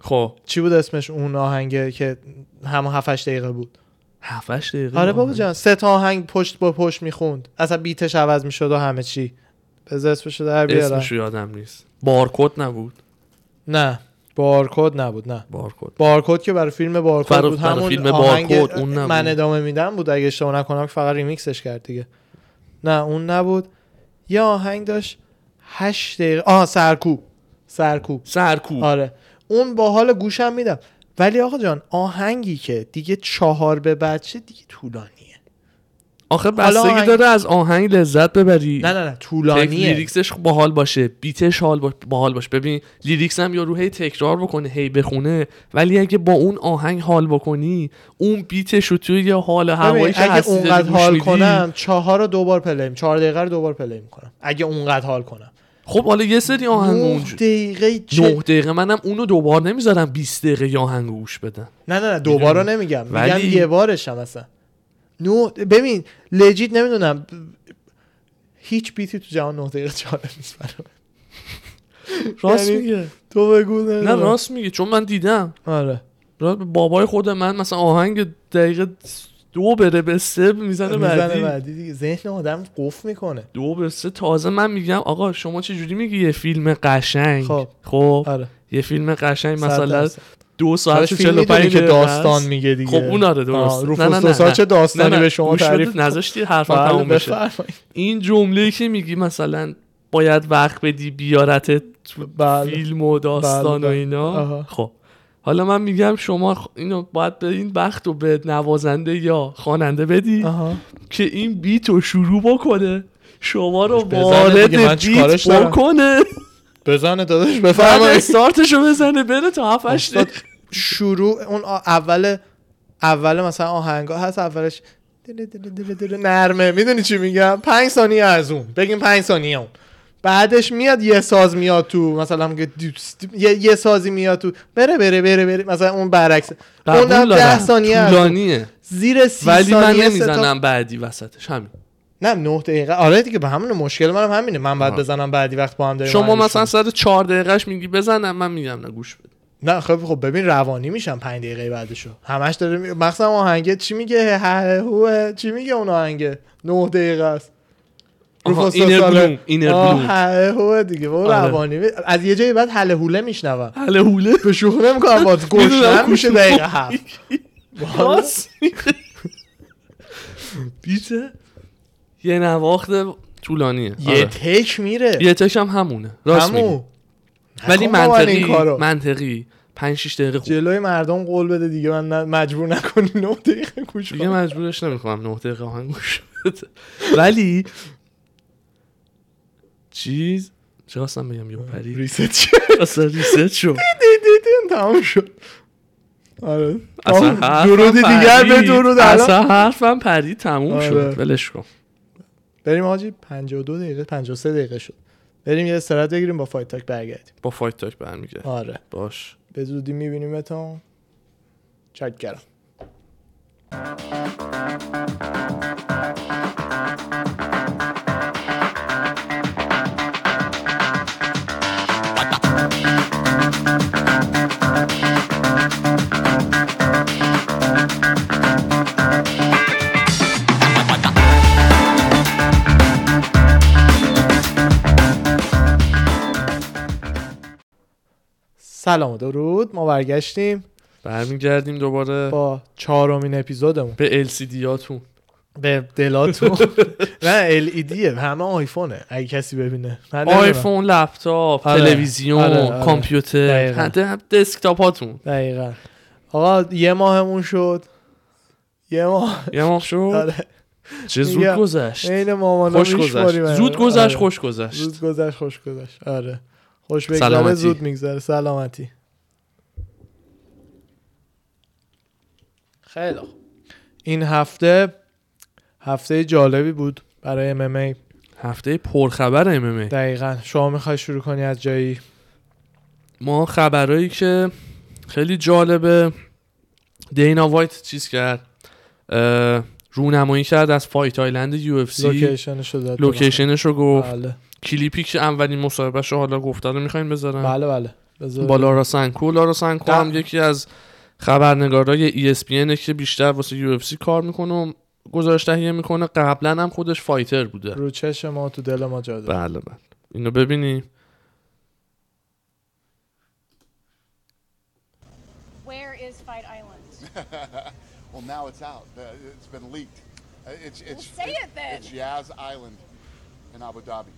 Speaker 2: خب
Speaker 1: چی بود اسمش اون آهنگه که هم 7 8 دقیقه بود
Speaker 2: 7
Speaker 1: آره
Speaker 2: دقیقه آهنگ.
Speaker 1: بابا جان سه تا آهنگ پشت با پشت میخوند اصلا بیتش عوض میشد و همه چی بذار اسمشو در بیارم
Speaker 2: اسمش رو یادم نیست بارکد نبود
Speaker 1: نه بارکد نبود نه
Speaker 2: بارکد
Speaker 1: بارکد که برای فیلم بارکد
Speaker 2: برای-
Speaker 1: بود
Speaker 2: برای
Speaker 1: همون
Speaker 2: فیلم
Speaker 1: آهنگ
Speaker 2: بارکد، اون نبود.
Speaker 1: من ادامه میدم بود اگه اشتباه نکنم که فقط ریمیکسش کرد دیگه نه اون نبود یه آهنگ داشت هشت دقیقه آه سرکوب سرکوب
Speaker 2: سرکوب
Speaker 1: آره اون با حال گوشم میدم ولی آقا جان آهنگی که دیگه چهار به بچه دیگه طولانیه
Speaker 2: آخه
Speaker 1: حالا
Speaker 2: بستگی
Speaker 1: آهنگ-
Speaker 2: داره از آهنگ لذت ببری
Speaker 1: نه نه نه
Speaker 2: تک
Speaker 1: طولانیه
Speaker 2: لیریکسش خب باحال باشه بیتش حال با- باحال باشه ببین لیریکس هم یارو هی تکرار بکنه هی بخونه ولی اگه با اون آهنگ حال بکنی اون بیتش رو توی یه حال هوایی
Speaker 1: ببین،
Speaker 2: که
Speaker 1: اگه
Speaker 2: هستی داری
Speaker 1: اونقدر
Speaker 2: گوش
Speaker 1: حال
Speaker 2: میدی،
Speaker 1: کنم چهار رو دوبار پلی می‌کنم. چهار دقیقه رو دوبار پلی میکنم اگه اونقدر حال کنم
Speaker 2: خب حالا یه سری آهنگ
Speaker 1: نه
Speaker 2: اونجور
Speaker 1: دقیقه چه-
Speaker 2: 9 دقیقه منم اونو دوبار نمیذارم 20 دقیقه یه آهنگ رو گوش بدم
Speaker 1: نه نه نه دوباره رو نمیگم
Speaker 2: ولی-
Speaker 1: میگم یه بارش هم اصلا نو ببین لجیت نمیدونم ب- هیچ بیتی تو جهان نه دقیقه چهار نیست برام.
Speaker 2: راست
Speaker 1: یعنی-
Speaker 2: میگه
Speaker 1: تو بگو
Speaker 2: نه
Speaker 1: نمیدونم.
Speaker 2: راست میگه چون من دیدم
Speaker 1: آره
Speaker 2: را- بابای خود من مثلا آهنگ دقیقه دو بره به سه میزنه
Speaker 1: میزنه
Speaker 2: بعدی
Speaker 1: بعدی دیگه ذهن آدم قفل میکنه
Speaker 2: دو به سه تازه من میگم آقا شما چه جوری میگی یه فیلم قشنگ
Speaker 1: خب.
Speaker 2: خب
Speaker 1: آره
Speaker 2: یه فیلم قشنگ
Speaker 1: صد
Speaker 2: مثلا
Speaker 1: درصد.
Speaker 2: دو
Speaker 1: ساعت
Speaker 2: ساعت و
Speaker 1: فیلم
Speaker 2: 45
Speaker 1: میدونی که
Speaker 2: دقیقه است.
Speaker 1: داستان میگه دیگه
Speaker 2: خب اون آره درست.
Speaker 1: آه،
Speaker 2: نه، نه،
Speaker 1: روفوس
Speaker 2: نه،
Speaker 1: دوسا چه
Speaker 2: نه،
Speaker 1: داستانی
Speaker 2: نه،
Speaker 1: به شما
Speaker 2: گوش بده،
Speaker 1: تعریف
Speaker 2: نذاشتی حرفم
Speaker 1: بله،
Speaker 2: تموم بشه
Speaker 1: بفرمایید.
Speaker 2: این جمله که میگی مثلا باید وقت بدی بیارت تو
Speaker 1: بله.
Speaker 2: فیلم و داستان
Speaker 1: بله،
Speaker 2: و
Speaker 1: بله.
Speaker 2: اینا
Speaker 1: آها.
Speaker 2: خب حالا من میگم شما خ- اینو باید به این وقت رو به نوازنده یا خواننده بدی
Speaker 1: آها.
Speaker 2: که این بیت رو شروع بکنه شما رو
Speaker 1: بزنه
Speaker 2: وارد
Speaker 1: دیگه، من چیکارش
Speaker 2: بیت
Speaker 1: دارم؟
Speaker 2: بکنه
Speaker 1: بزنه داداش
Speaker 2: بعد
Speaker 1: بفرمایید
Speaker 2: استارتشو بزنه بره تا هفتش
Speaker 1: استاد، شروع اون آ- اول اول مثلا آهنگا هست اولش دل دل دل دل نرمه میدونی چی میگم پنج ثانیه از اون بگیم پنج ثانیه اون بعدش میاد یه ساز میاد تو مثلا میگه دوست یه, یه سازی میاد تو بره بره بره بره مثلا اون برعکس اونم ده ثانیه از اون.
Speaker 2: طولانیه
Speaker 1: زیر سی
Speaker 2: ولی من
Speaker 1: ثانیه سه تا-
Speaker 2: نمیزنم بعدی وسطش همین
Speaker 1: نه نه دقیقه آره دیگه به همون مشکل منم همینه من باید
Speaker 2: آها.
Speaker 1: بزنم بعدی وقت با هم داریم
Speaker 2: شما
Speaker 1: آهنگش
Speaker 2: مثلا
Speaker 1: می‌کنیم.
Speaker 2: سر چهار دقیقهش میگی بزنم من میگم نه گوش بده
Speaker 1: نه خب خب ببین روانی میشم پنج دقیقه بعدشو همش داره می... مخصوصا آهنگه چی میگه هه هوه چی میگه اون آهنگه نه دقیقه است
Speaker 2: آها،
Speaker 1: روفوس
Speaker 2: اینر
Speaker 1: ساله.
Speaker 2: بلوم، اینر
Speaker 1: آه،
Speaker 2: بلوم.
Speaker 1: هه هوه دیگه بابا
Speaker 2: آره.
Speaker 1: روانی می- از یه جایی بعد هله هوله میشنوم
Speaker 2: هله هوله
Speaker 1: به شوخی نمیکنم باز
Speaker 2: می‌دونم،
Speaker 1: گشنم میشه
Speaker 2: گوش
Speaker 1: دقیقه
Speaker 2: می‌کنم.
Speaker 1: هفت والا.
Speaker 2: راست می‌گه. بیته یه نواخت طولانیه
Speaker 1: یه
Speaker 2: آره.
Speaker 1: تک میره
Speaker 2: یه تکش هم همونه راست میگی
Speaker 1: همون
Speaker 2: ولی
Speaker 1: نکن بابا
Speaker 2: منطقی
Speaker 1: این کارو.
Speaker 2: منطقی 5 6 دقیقه خوب
Speaker 1: جلوی مردم قول بده دیگه من نه- مجبور نکنی نه دقیقه گوش
Speaker 2: دیگه
Speaker 1: کنم.
Speaker 2: مجبورش نمیکنم نه دقیقه آهنگ گوش بده. ولی چیز چه خواستم بگم یه پری
Speaker 1: ریست چه
Speaker 2: اصلا ریست شد
Speaker 1: دیدین تمام شد آره
Speaker 2: اصلا
Speaker 1: تمام.
Speaker 2: حرفم
Speaker 1: درود دیگر به
Speaker 2: پرید.
Speaker 1: درود الان
Speaker 2: اصلا حرفم پری تموم
Speaker 1: آره.
Speaker 2: شد ولش کن
Speaker 1: بریم آجی 52 دقیقه 53 دقیقه شد بریم یه استراحت بگیریم با فایت تاک برگردیم
Speaker 2: با فایت تاک برمیگرد
Speaker 1: آره
Speaker 2: باش
Speaker 1: به زودی میبینیمتون چک کردم سلام و درود ما برگشتیم
Speaker 2: برمیگردیم دوباره
Speaker 1: با چهارمین اپیزودمون
Speaker 2: به LCD هاتون
Speaker 1: به دلاتون نه LED همه آیفونه اگه کسی ببینه من نمی‌دونم.
Speaker 2: آیفون لپتاپ
Speaker 1: آره.
Speaker 2: تلویزیون
Speaker 1: آره، آره.
Speaker 2: کامپیوتر
Speaker 1: دقیقاً.
Speaker 2: حتی دسکتاپ هاتون
Speaker 1: دقیقا آقا یه ماهمون شد یه ماه
Speaker 2: یه ماه شد
Speaker 1: آره
Speaker 2: چه زود
Speaker 1: میگم.
Speaker 2: گذشت
Speaker 1: عین مامانا
Speaker 2: خوش
Speaker 1: می‌شماریم.
Speaker 2: گذشت زود گذشت
Speaker 1: آره.
Speaker 2: خوش گذشت
Speaker 1: زود گذشت خوش گذشت آره خوش
Speaker 2: سلامتی.
Speaker 1: بگذره زود میگذره سلامتی خیلی خوب. این هفته هفته جالبی بود برای MMA
Speaker 2: هفته پرخبر ام
Speaker 1: دقیقا شما میخوای شروع کنی از جایی
Speaker 2: ما خبرایی که خیلی جالبه دینا وایت چیز کرد اه، رونمایی کرد از فایت آیلند یو اف سی
Speaker 1: لوکیشنش رو داد
Speaker 2: لوکیشنش رو
Speaker 1: بله
Speaker 2: گفت
Speaker 1: بله
Speaker 2: کلیپی که اولین مصاحبهش رو حالا گفته رو میخوایم بذارم
Speaker 1: بله, بذار-
Speaker 2: با لارا سنکو لارا سنکو هم
Speaker 1: ده.
Speaker 2: یکی از خبرنگارای E ESPN که بیشتر واسه UFC کار میکنه و گزارش تهیه میکنه قبلا هم خودش فایتر بوده
Speaker 1: رو چش ما تو دل ما جا داره.
Speaker 2: بله بله اینو ببینیم
Speaker 3: Where is Fight Island?
Speaker 4: Well, now it's out. The- It's been leaked. Uh, It's, it's,
Speaker 3: Well, say it then.
Speaker 4: It's Yaz Island in Abu Dhabi.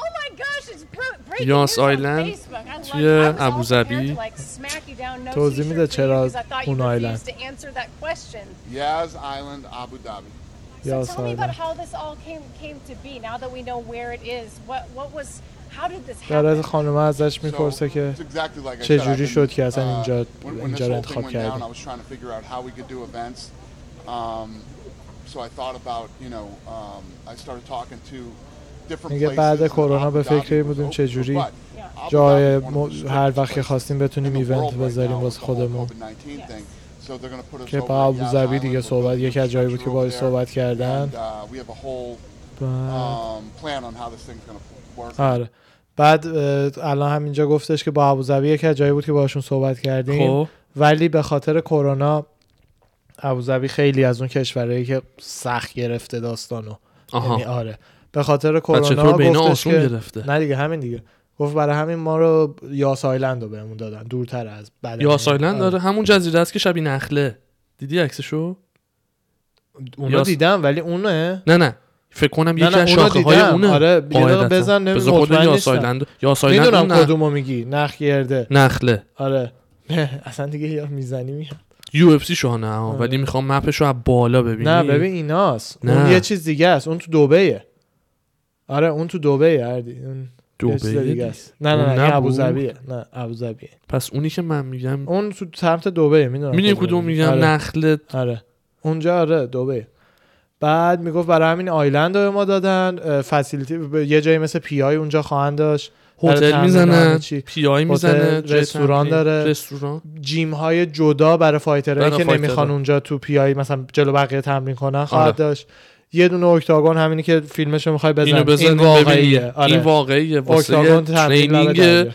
Speaker 3: Oh my gosh, it's br- breaking
Speaker 2: Yas
Speaker 3: news on
Speaker 2: Island
Speaker 3: Facebook. I love
Speaker 2: توی
Speaker 3: it. I was all
Speaker 2: ابوظبی.
Speaker 3: prepared to, like, smack you down, no
Speaker 1: توضیح
Speaker 3: t-shirt
Speaker 1: میده
Speaker 3: for you
Speaker 1: چرا
Speaker 3: 'cause I thought you
Speaker 1: اون آیلند.
Speaker 3: refused to answer that question.
Speaker 4: Yaz Island, Abu Dhabi.
Speaker 2: بله.
Speaker 3: So
Speaker 1: یاس
Speaker 3: tell me about
Speaker 1: آیلند.
Speaker 3: how this all came came to be. Now that we know where it is, what what was, how did this
Speaker 1: در از
Speaker 3: happen?
Speaker 1: خانمه ازش
Speaker 4: So,
Speaker 1: میپرسه که
Speaker 4: it's exactly like I
Speaker 1: چه
Speaker 4: said. I've
Speaker 1: جوری
Speaker 4: been,
Speaker 1: شد که اصلا
Speaker 4: uh,
Speaker 1: اینجا-
Speaker 4: when- when
Speaker 1: اینجا رو
Speaker 4: this whole thing
Speaker 1: انتخاب
Speaker 4: went down,
Speaker 1: کردی؟
Speaker 4: I was trying to figure out how we could do events. Um, so I thought about, you know, um, I started talking to different
Speaker 1: میگه
Speaker 4: places.
Speaker 1: بعد
Speaker 4: and
Speaker 1: کرونا به
Speaker 4: Abu Dhabi
Speaker 1: فکر این
Speaker 4: was
Speaker 1: بودیم
Speaker 4: open,
Speaker 1: چه جوری
Speaker 4: but Abu
Speaker 1: جای
Speaker 4: Dhabi is one of
Speaker 1: ما-
Speaker 4: the
Speaker 1: هر
Speaker 4: strictest
Speaker 1: وقت که
Speaker 4: places
Speaker 1: خواستیم بتونیم
Speaker 4: in the
Speaker 1: ایونت
Speaker 4: world right
Speaker 1: بذاریم
Speaker 4: now
Speaker 1: واسه
Speaker 4: with the whole
Speaker 1: خودمون
Speaker 4: COVID-19 thing. So they're gonna put us
Speaker 1: که
Speaker 4: over
Speaker 1: با
Speaker 4: at
Speaker 1: ابوظبی
Speaker 4: Yas
Speaker 1: دیگه
Speaker 4: Island.
Speaker 1: صحبت یکی از جایی بود که
Speaker 4: We're
Speaker 1: باهاش
Speaker 4: over
Speaker 1: صحبت
Speaker 4: there.
Speaker 1: کردن
Speaker 4: And, uh, we have a whole,
Speaker 1: بعد-
Speaker 4: um, plan on how this thing's gonna work.
Speaker 1: آره بعد اه، الان همینجا گفتش که با ابوظبی یکی از جایی بود که باشون صحبت کردیم
Speaker 2: خب
Speaker 1: ولی به خاطر کرونا ابوظبی خیلی از اون کشورهایی که سخت گرفته داستانو یعنی
Speaker 2: آها
Speaker 1: آره به خاطر
Speaker 2: و
Speaker 1: کرونا
Speaker 2: چطور به اینا
Speaker 1: گفتش
Speaker 2: آسون
Speaker 1: که
Speaker 2: گرفته
Speaker 1: نه دیگه همین دیگه گفت برای همین ما رو یاس آیلند رو بهمون دادن دورتر از بعد
Speaker 2: یا
Speaker 1: آره.
Speaker 2: سایلند داره همون جزیره است که شبیه نخله دیدی عکسشو
Speaker 1: اونو
Speaker 2: یاس-
Speaker 1: دیدم ولی اونه
Speaker 2: نه نه فکر کنم
Speaker 1: نه،
Speaker 2: یکی از
Speaker 1: اونو
Speaker 2: شاخه های
Speaker 1: دیدم.
Speaker 2: اونه
Speaker 1: آره، یه دقیقه
Speaker 2: قاعدتاً.
Speaker 1: بزن، نمی-
Speaker 2: بذار خود
Speaker 1: مطمئن
Speaker 2: یا
Speaker 1: نیستم.
Speaker 2: سایلند یا سایلند
Speaker 1: میدونم
Speaker 2: اون نه.
Speaker 1: کدومو میگی نخ گرده
Speaker 2: نخله
Speaker 1: آره نه اصلا دیگه یا میزنی میاد
Speaker 2: یو اف سی شو نه ولی میخوام مپش رو از بالا ببینی
Speaker 1: آره. نه ببین ایناست اون
Speaker 2: نه.
Speaker 1: یه چیز دیگه است اون تو دبیه آره اون تو دبی اردی اون یه چیز
Speaker 2: دبی
Speaker 1: دیگه است نه
Speaker 2: اون
Speaker 1: نه نه
Speaker 2: نبود.
Speaker 1: این ابوظبیه نه ابوظبیه
Speaker 2: پس اونی که من میگم
Speaker 1: اون تو سمت دبی میدونم
Speaker 2: میدونی کدوم میگم
Speaker 1: آره.
Speaker 2: نخله
Speaker 1: آره اونجا آره دبی بعد میگفت برای همین آیلند رو به ما دادن اه، فسیلیتی به یه جایی مثل پی آی اونجا خواهند داشت برای
Speaker 2: هتل
Speaker 1: تمرین
Speaker 2: میزنه
Speaker 1: همه چی.
Speaker 2: پی آی
Speaker 1: هتل،
Speaker 2: میزنه
Speaker 1: رستوران داره.
Speaker 2: رستوران
Speaker 1: جیم های جدا برای فایترهایی
Speaker 2: برای
Speaker 1: که
Speaker 2: فایترها.
Speaker 1: نمیخوان اونجا تو پی آی مثلا جلو بقیه تمرین کنن خواهد
Speaker 2: آره.
Speaker 1: داشت یه دونه اکتاگون همینی که فیلمش رو میخوای بزن
Speaker 2: اینو بزنیم
Speaker 1: این
Speaker 2: ببینی
Speaker 1: واقعیه
Speaker 2: این
Speaker 1: آره.
Speaker 2: واقعیه واسه
Speaker 1: اکتاگون تمرین لبه
Speaker 2: ترینینگ
Speaker 1: دریا.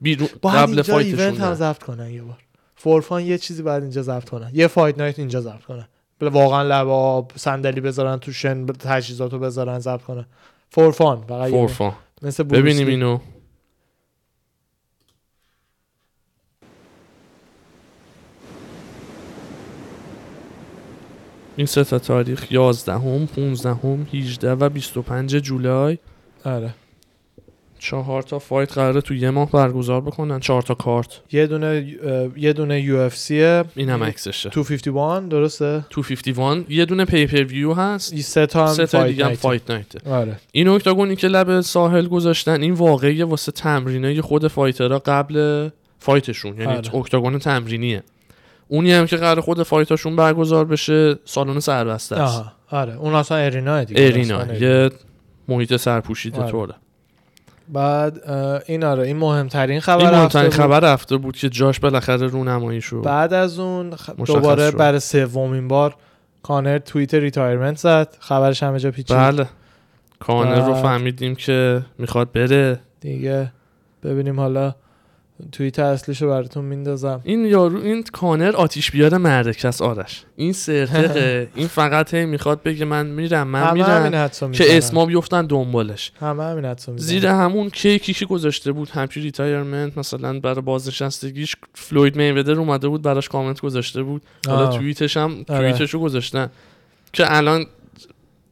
Speaker 2: بیرون
Speaker 1: باید
Speaker 2: قبل
Speaker 1: اینجا ایونت هم
Speaker 2: فایتشون
Speaker 1: ضبط کنن یه بار فورفان یه چیزی باید اینجا ضبط کنن یه فایت نایت اینجا ضبط کنن بل- واقعا لب آب صندلی بذارن تو شن ب- تجهیزاتو بذارن ضبط کنن فورفان فقط یه بار.
Speaker 2: فورفان
Speaker 1: مثل بروس
Speaker 2: ببینیم
Speaker 1: لی.
Speaker 2: اینو این سه تا تاریخ 11 هم 15 هم 18 و 25 جولای
Speaker 1: آره
Speaker 2: چهار تا فایت قراره تو یه ماه برگزار بکنن چهار تا کارت
Speaker 1: یه دونه اه، یه دونه یو اف سی
Speaker 2: این هم عکسشه
Speaker 1: 251 درسته
Speaker 2: 251 یه دونه پیپر ویو هست
Speaker 1: این سه تا هم
Speaker 2: سه تا
Speaker 1: فایت
Speaker 2: دیگه هم
Speaker 1: نایته.
Speaker 2: فایت نایته
Speaker 1: آره
Speaker 2: این اکتاگونی که لب ساحل گذاشتن این واقعی واسه تمرینه خود فایترها قبل فایتشون یعنی
Speaker 1: آره.
Speaker 2: اکتاگون تمرینیه اونی هم که قرار خود فایتاشون برگزار بشه سالن سربسته است
Speaker 1: آها. آره اون اصلا ارینا دیگه
Speaker 2: ارینا
Speaker 1: اصلا
Speaker 2: یه محیط سرپوشیده
Speaker 1: آره.
Speaker 2: طوره
Speaker 1: بعد اه، این آره این مهمترین خبر
Speaker 2: این
Speaker 1: هفته
Speaker 2: مهمترین
Speaker 1: بود.
Speaker 2: خبر رفته بود که جاش بالاخره رونمایی شد
Speaker 1: بعد از اون خ-
Speaker 2: مشخص
Speaker 1: دوباره
Speaker 2: شد.
Speaker 1: برای سومین بار کانر توییت ریتایرمنت زد خبرش همه جا پیچید
Speaker 2: بله کانر رو
Speaker 1: بعد-
Speaker 2: فهمیدیم که میخواد بره
Speaker 1: دیگه ببینیم حالا توییت اصلیش رو براتون میندازم
Speaker 2: این یارو این کانر آتیش بیار مرکز آرش این سرتقه این فقط هی میخواد بگه من میرم من
Speaker 1: همه
Speaker 2: میرم
Speaker 1: همین حدسو میزنن بله.
Speaker 2: که اسما بیفتن دنبالش
Speaker 1: همه همین حدسو آره. میزنن
Speaker 2: زیر همون کیکی که گذاشته بود همچی ریتایرمنت مثلا برای بازنشستگیش فلوید میودر اومده بود براش کامنت گذاشته بود حالا
Speaker 1: آه.
Speaker 2: توییتش هم
Speaker 1: آره.
Speaker 2: توییتشو گذاشتن که الان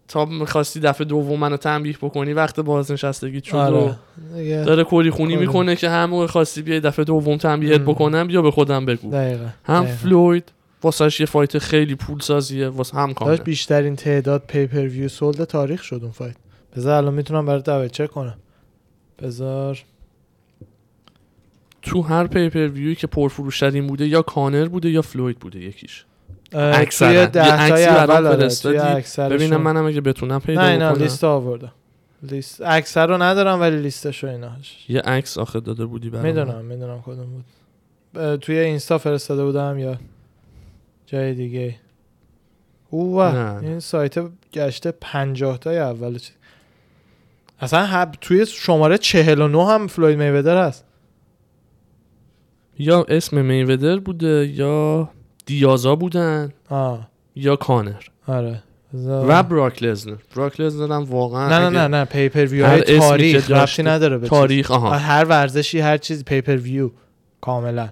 Speaker 2: تا میخواستی دفعه دوم منو تنبیه بکنی وقت بازنشستگی شد و
Speaker 1: آره. دیگه
Speaker 2: داره کلی خونی
Speaker 1: کلی.
Speaker 2: میکنه که هم موقع خواستی بیای دفعه دوم تنبیهت
Speaker 1: مم.
Speaker 2: بکنم بیا به خودم بگو
Speaker 1: دقیقا
Speaker 2: هم
Speaker 1: دقیقا.
Speaker 2: فلوید واسهش یه فایت خیلی پول سازیه واسه هم کانر
Speaker 1: داشت بیشترین تعداد پیپر ویو سولد تاریخ شد اون فایت بذار الان میتونم برات دبل چک کنم بذار
Speaker 2: تو هر پیپر ویوی که پرفروشترین بوده یا کانر بوده یا فلوید بوده یکیش
Speaker 1: اه،
Speaker 2: اکثرا.
Speaker 1: توی
Speaker 2: یه
Speaker 1: دهتای
Speaker 2: عکسی برام
Speaker 1: اول آره
Speaker 2: فرستادی.
Speaker 1: توی اکثرشون.
Speaker 2: ببینم منم اگه بتونم پیدا
Speaker 1: نه اینا
Speaker 2: بکنم
Speaker 1: لیست آوردم لیست اکثر رو ندارم ولی لیستش رو ایناش
Speaker 2: یه عکس آخه داده بودی برام
Speaker 1: میدونم میدونم کدوم بود اه، توی اینستا فرستاده بودم یا جای دیگه
Speaker 2: نه،
Speaker 1: اوه
Speaker 2: نه.
Speaker 1: این سایت گشته پنجاه تای اول چیز. اصلا هب توی شماره 49 هم فلوید میودر هست
Speaker 2: یا اسم میودر بوده یا دیازا بودن
Speaker 1: آه
Speaker 2: یا کانر
Speaker 1: آره بذار-
Speaker 2: و براک لزنر براک لزنر هم واقعا
Speaker 1: نه نه
Speaker 2: اگه
Speaker 1: نه نه پیپر ویو
Speaker 2: هر
Speaker 1: های
Speaker 2: اسمی که
Speaker 1: تاریخ
Speaker 2: داشته.
Speaker 1: ربطی نداره به چیز.
Speaker 2: تاریخ آها
Speaker 1: هر ورزشی هر چیز پیپر ویو کاملا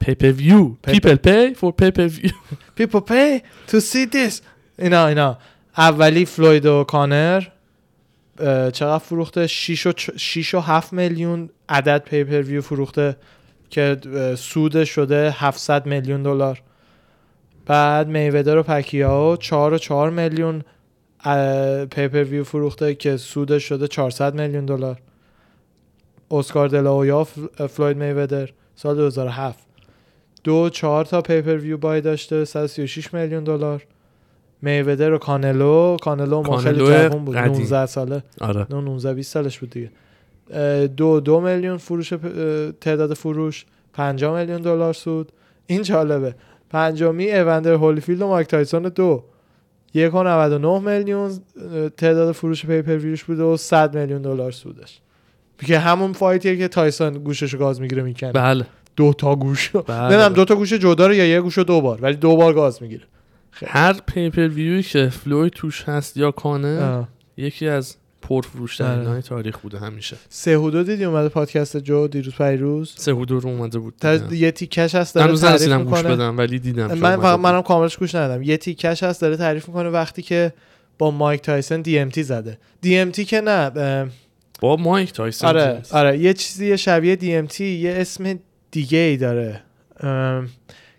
Speaker 2: پیپر ویو پیپل پی فور پیپر ویو
Speaker 1: people pay to see this اینا اینا اولی فلوید و کانر اه، چقدر فروخته 6 و, 6 و 7 میلیون عدد پیپر ویو فروخته که اه، سود شده 700 میلیون دلار بعد میودر و پکیاو 4 و 4 میلیون اه، پیپر ویو فروخته که سود شده 400 میلیون دلار اسکار دلاویا فل- فلوید میودر سال 2007 دو چهار تا پیپر ویو بای داشته 136 میلیون دلار میودر و کانلو کانلو ما خیلی
Speaker 2: کانلو
Speaker 1: جوان بود
Speaker 2: قدیم.
Speaker 1: 19 ساله
Speaker 2: آره
Speaker 1: نه 19 20 سالش بود دیگه اه، دو دو میلیون فروش پ- اه، تعداد فروش 5 میلیون دلار سود این جالبه پنجمی اوندر هولیفیلد و مایک تایسون دو یک و 99 میلیون اه، تعداد فروش پیپر ویوش بوده و 100 میلیون دلار سودش که همون فایتیه که تایسون گوشش گاز میگیره میکنه
Speaker 2: بله
Speaker 1: دو تا گوش
Speaker 2: بله.
Speaker 1: نمیدونم دو تا گوش جدا رو یا یه گوش رو دو بار ولی دو بار گاز میگیره
Speaker 2: هر پیپر ویوی که فلوید توش هست یا کانر یکی از پرفروش‌ترین
Speaker 1: آره.
Speaker 2: های تاریخ بوده همیشه
Speaker 1: سهودو دیدی اومده پادکست جو دیروز پیروز
Speaker 2: سهودو رو اومده بود
Speaker 1: تا
Speaker 2: دیدم.
Speaker 1: یه تیکش هست داره
Speaker 2: هنوز
Speaker 1: تعریف
Speaker 2: نرسیدم گوش
Speaker 1: میکنه
Speaker 2: بدم ولی دیدم شاید
Speaker 1: من
Speaker 2: اومده
Speaker 1: فقط
Speaker 2: بود.
Speaker 1: منم کاملش گوش ندادم یه تیکش هست داره تعریف میکنه وقتی که با مایک تایسن دی زده دی که نه اه،
Speaker 2: با مایک تایسون
Speaker 1: آره
Speaker 2: بود.
Speaker 1: آره یه چیزی شبیه دی یه اسم دیگه ای داره ام،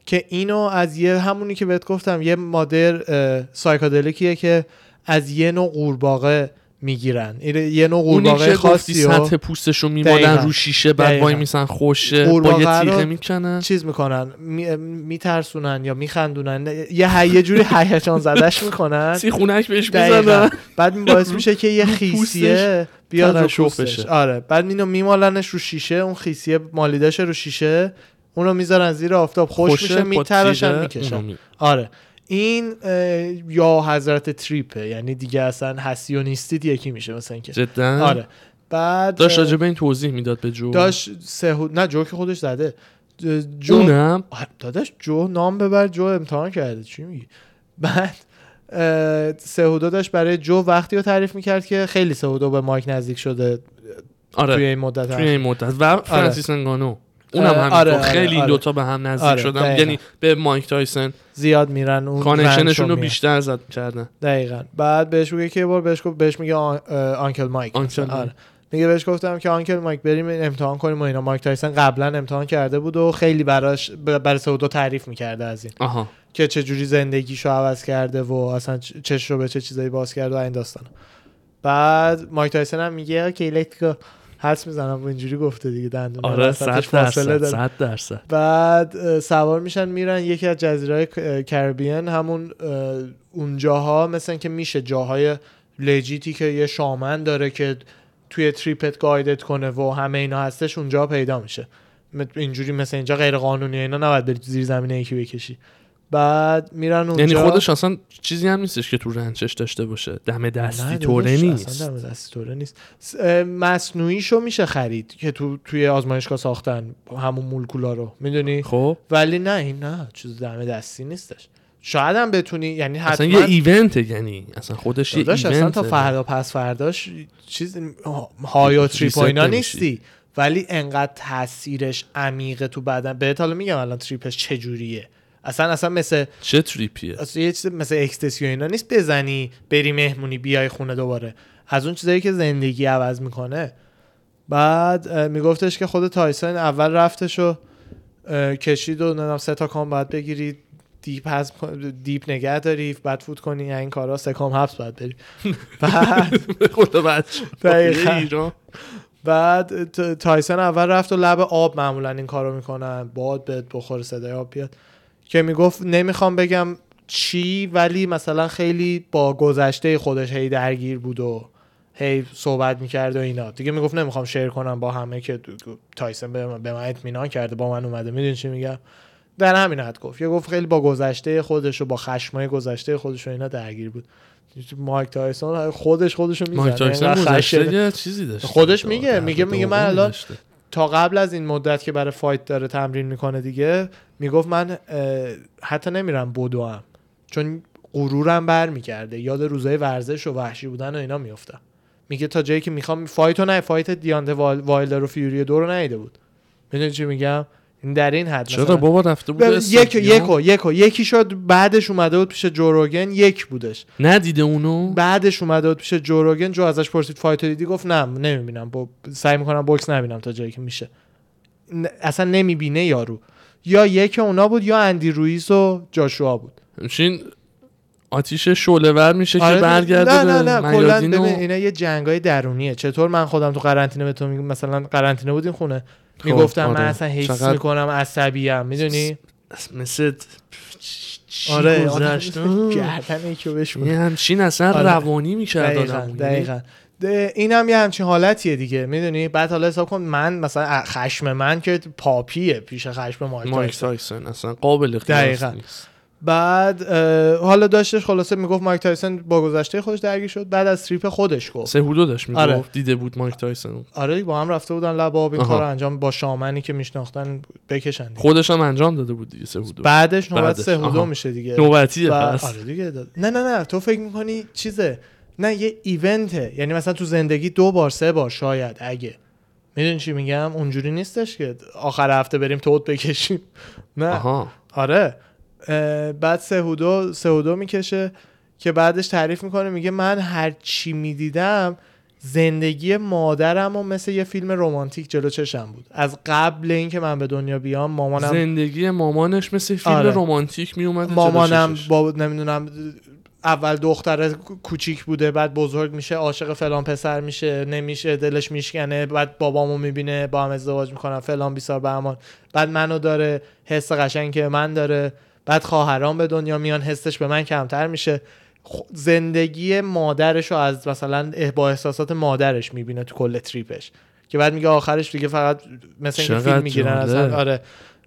Speaker 1: که اینو از یه همونی که بهت گفتم یه مادر اه، سایکادلیکیه که از یه نوع قورباغه میگیرن یه نوع
Speaker 2: اونی
Speaker 1: قورباغه
Speaker 2: که گفتی
Speaker 1: خاصی و
Speaker 2: سطح پوستشو میمالن
Speaker 1: دقیقاً.
Speaker 2: رو شیشه بعد
Speaker 1: دقیقاً.
Speaker 2: وای میسن خوشه با
Speaker 1: قورباغه
Speaker 2: یه تیغه
Speaker 1: رو-
Speaker 2: میکنن
Speaker 1: چیز میکنن میترسونن یا میخندونن یه ه- یه جوری هیجان زدش میکنن
Speaker 2: سی خونک بهش
Speaker 1: دقیقا
Speaker 2: میزنن
Speaker 1: بعد این باعث میشه که یه خیسیه بیاد رو
Speaker 2: ترشح
Speaker 1: پوستش
Speaker 2: بشه.
Speaker 1: آره بعد اینو میمالنش رو شیشه اون خیسیه مالیدش رو شیشه اونو میذارن زیر آفتاب خوش میشه میتراشن میکشن آره این اه، یا حضرت تریپه یعنی دیگه اصلا هستی و نیستید یکی میشه مثلا که
Speaker 2: جدا
Speaker 1: آره بعد
Speaker 2: داشت
Speaker 1: اه،
Speaker 2: راجع به این توضیح میداد به جو
Speaker 1: داشت سهود نه جو که خودش زده جو
Speaker 2: اونم
Speaker 1: آه، داداش جو نام ببر جو امتحان کرده چی میگی بعد اه، سهودا داشت برای جو وقتی رو تعریف میکرد که خیلی سهودا به مایک نزدیک شده
Speaker 2: آره
Speaker 1: توی
Speaker 2: توی,
Speaker 1: این مدت هم.
Speaker 2: این مدت و فرانسیس انگانو اونم
Speaker 1: آره،
Speaker 2: همینطور
Speaker 1: آره، آره،
Speaker 2: خیلی این
Speaker 1: آره.
Speaker 2: دوتا به هم نزدیک
Speaker 1: آره،
Speaker 2: شدن
Speaker 1: دقیقاً.
Speaker 2: یعنی به مایک تایسن
Speaker 1: زیاد میرن اون
Speaker 2: کانکشنشون
Speaker 1: رنجشون
Speaker 2: رو
Speaker 1: میاد.
Speaker 2: بیشتر زد کردن
Speaker 1: دقیقا بعد بهش میگه که یه بار بهش گفت بهش میگه آن- اه، آنکل مایک
Speaker 2: آنکل
Speaker 1: مثلا.
Speaker 2: مایک.
Speaker 1: آره. میگه بهش گفتم که آنکل مایک بریم امتحان کنیم و اینا مایک تایسن قبلا امتحان کرده بود و خیلی براش ب- برای سهودا تعریف میکرده از این
Speaker 2: آها
Speaker 1: که چه جوری زندگیشو عوض کرده و اصلا چ- چش رو به چه چیزایی باز کرده و این داستان بعد مایک تایسن هم میگه اوکی لیت گو حس میزنم اینجوری گفته دیگه دندون
Speaker 2: آره صد درصد صد درصد
Speaker 1: بعد اه، سوار میشن میرن یکی از جزیره کربین همون اه، اونجاها مثلا که میشه جاهای لجیتی که یه شامن داره که توی تریپت گایدت کنه و همه اینا هستش اونجا پیدا میشه م- اینجوری مثلا اینجا غیر قانونی اینا نباید بری تو زیر زمینه یکی بکشی بعد میرن اونجا
Speaker 2: یعنی خودش اصلا چیزی هم نیستش که تو رنچش داشته باشه دم دستی
Speaker 1: نه،
Speaker 2: توره
Speaker 1: داداش،
Speaker 2: نیست
Speaker 1: اصلا دم دستی توره نیست س- اه، مصنوعیشو میشه خرید که تو توی آزمایشگاه ساختن همون مولکولا رو میدونی
Speaker 2: خب
Speaker 1: ولی نه این نه چیز دم دستی نیستش شاید هم بتونی یعنی حتما
Speaker 2: اصلا یه ایونت یعنی اصلا خودش یه
Speaker 1: داداش، اصلا
Speaker 2: ایونت
Speaker 1: تا فردا پس فرداش چیز های و تریپ و
Speaker 2: ریست
Speaker 1: اینا
Speaker 2: نمیشی.
Speaker 1: نیستی ولی انقدر تاثیرش عمیقه تو بدن بهت حالا میگم الان تریپش چجوریه اصلا اصلا مثل
Speaker 2: چه تریپیه
Speaker 1: اصلا یه چیز مثل اکستسی و اینا نیست بزنی بری مهمونی بیای خونه دوباره از اون چیزایی که زندگی عوض میکنه بعد اه، میگفتش که خود تایسون اول رفتش و اه، کشید و نمیدونم سه تا کام باید بگیری دیپ حذف کن- دیپ نگه داری بعد فوت کنی این کارا سه کام حبس باید بری بعد
Speaker 2: به خدا بچه
Speaker 1: دقیقاً.
Speaker 2: یه ایران
Speaker 1: بعد ت- تایسون اول رفت و لب آب معمولا این کارو میکنن باد بهت بخور صدای آب بیاد که میگفت نمیخوام بگم چی ولی مثلا خیلی با گذشته خودش هی درگیر بود و هی صحبت میکرد و اینا دیگه میگفت نمیخوام شیر کنم با همه که دو- دو- تایسون به من, به من اطمینان کرده با من اومده میدونی چی میگم در همین حد گفت یه گفت خیلی با گذشته خودش و با خشمای گذشته خودش و اینا درگیر بود مایک تایسون خودش خودشو میزنه
Speaker 2: مایک تایسون
Speaker 1: اینقدر خشنه.
Speaker 2: گذشته یه چیزی داشته
Speaker 1: خودش
Speaker 2: دو-
Speaker 1: میگه،
Speaker 2: دو-
Speaker 1: میگه-
Speaker 2: دو-
Speaker 1: میگه
Speaker 2: دو-
Speaker 1: من
Speaker 2: دو-
Speaker 1: الان-
Speaker 2: داشته.
Speaker 1: تا قبل از این مدت که برای فایت داره تمرین میکنه دیگه میگفت من اه، حتی نمیرم بدو هم چون غرورم برمیگرده یاد روزای ورزش و وحشی بودن و اینا میفتم میگه تا جایی که میخوام فایت رو نه فایت دیانته وایل- وایلدر و فیوری دو رو نیده بود میدونی چی میگم این در این حد
Speaker 2: چرا
Speaker 1: مثلا.
Speaker 2: بابا رفته بود
Speaker 1: ببین، یک
Speaker 2: استادیوم؟
Speaker 1: یکو یکو یکی شد بعدش اومده بود پیش جوروگن یک بودش
Speaker 2: ندیده اونو
Speaker 1: بعدش اومده بود پیش جوروگن جو ازش پرسید فایت رو دیدی گفت نه نمیبینم با سعی میکنم بوکس نبینم تا جایی که میشه ن- اصلا نمیبینه یارو یا یک اونا بود یا اندی رویز و جاشوا بود
Speaker 2: میشین آتیش شعله ور میشه که
Speaker 1: آره،
Speaker 2: برگرده
Speaker 1: نه نه
Speaker 2: به
Speaker 1: نه کلا
Speaker 2: میادین
Speaker 1: ببین
Speaker 2: و-
Speaker 1: اینا یه جنگای درونیه چطور من خودم تو قرنطینه به تو میگم مثلا قرنطینه بودین خونه میگفتم
Speaker 2: آره.
Speaker 1: من اصلا حس
Speaker 2: چقدر-
Speaker 1: میکنم عصبیم میدونی
Speaker 2: مثل چ- چی
Speaker 1: آره
Speaker 2: گذشت؟
Speaker 1: آدم گردن یکی رو بشمون.
Speaker 2: یه همچین اصلا
Speaker 1: آره.
Speaker 2: روانی میکرد
Speaker 1: دقیقا
Speaker 2: آدم یعنی
Speaker 1: دقیقا ده- این هم یه همچین حالتیه دیگه میدونی بعد حالا حساب کن من مثلا خشم من که پاپیه پیش خشم مایک
Speaker 2: مایک
Speaker 1: تایسون.
Speaker 2: تایسون اصلا قابل قیاس
Speaker 1: دقیقاً.
Speaker 2: نیست
Speaker 1: بعد اه، حالا داشتش خلاصه میگفت مایک تایسون با گذشته خودش درگیر شد بعد از تریپ خودش گفت
Speaker 2: سهودو داشت میگفت
Speaker 1: آره.
Speaker 2: دیده بود مایک تایسون
Speaker 1: آره دیگه، با هم رفته بودن لب آب این
Speaker 2: آها.
Speaker 1: کار رو انجام با شامنی که میشناختن بکشن دیگه.
Speaker 2: خودش هم انجام داده بود دیگه سهودو
Speaker 1: بعدش نوبت
Speaker 2: بعدش،
Speaker 1: سهودو
Speaker 2: آها.
Speaker 1: میشه دیگه
Speaker 2: نوبتیه
Speaker 1: بعد-
Speaker 2: پس
Speaker 1: آره دیگه داد. نه نه نه تو فکر میکنی چیزه نه یه ایونته یعنی مثلا تو زندگی دو بار سه بار شاید اگه میدونی چی میگم اونجوری نیستش که آخر هفته بریم توت بکشیم نه
Speaker 2: آها
Speaker 1: آره اه، بعد سهودو سهودو میکشه که بعدش تعریف میکنه میگه من هر چی میدیدم زندگی مادرم و مثل یه فیلم رمانتیک جلو چشم بود از قبل اینکه من به دنیا بیام مامانم
Speaker 2: زندگی مامانش مثل فیلم
Speaker 1: آره.
Speaker 2: رمانتیک می اومد
Speaker 1: مامانم با نمیدونم اول دختر کو- کوچیک بوده بعد بزرگ میشه عاشق فلان پسر میشه نمیشه دلش میشکنه بعد بابامو میبینه با هم ازدواج میکنن فلان بیسار بهمان بعد منو داره حس قشنگ که من داره بعد خواهرام به دنیا میان حسش به من کمتر میشه خ- زندگی مادرش رو از مثلا اه- با احساسات مادرش میبینه تو کل تریپش که بعد میگه آخرش دیگه فقط مثل اینکه
Speaker 2: چقدر
Speaker 1: فیلم میگیرن
Speaker 2: جالب.
Speaker 1: اصلا آره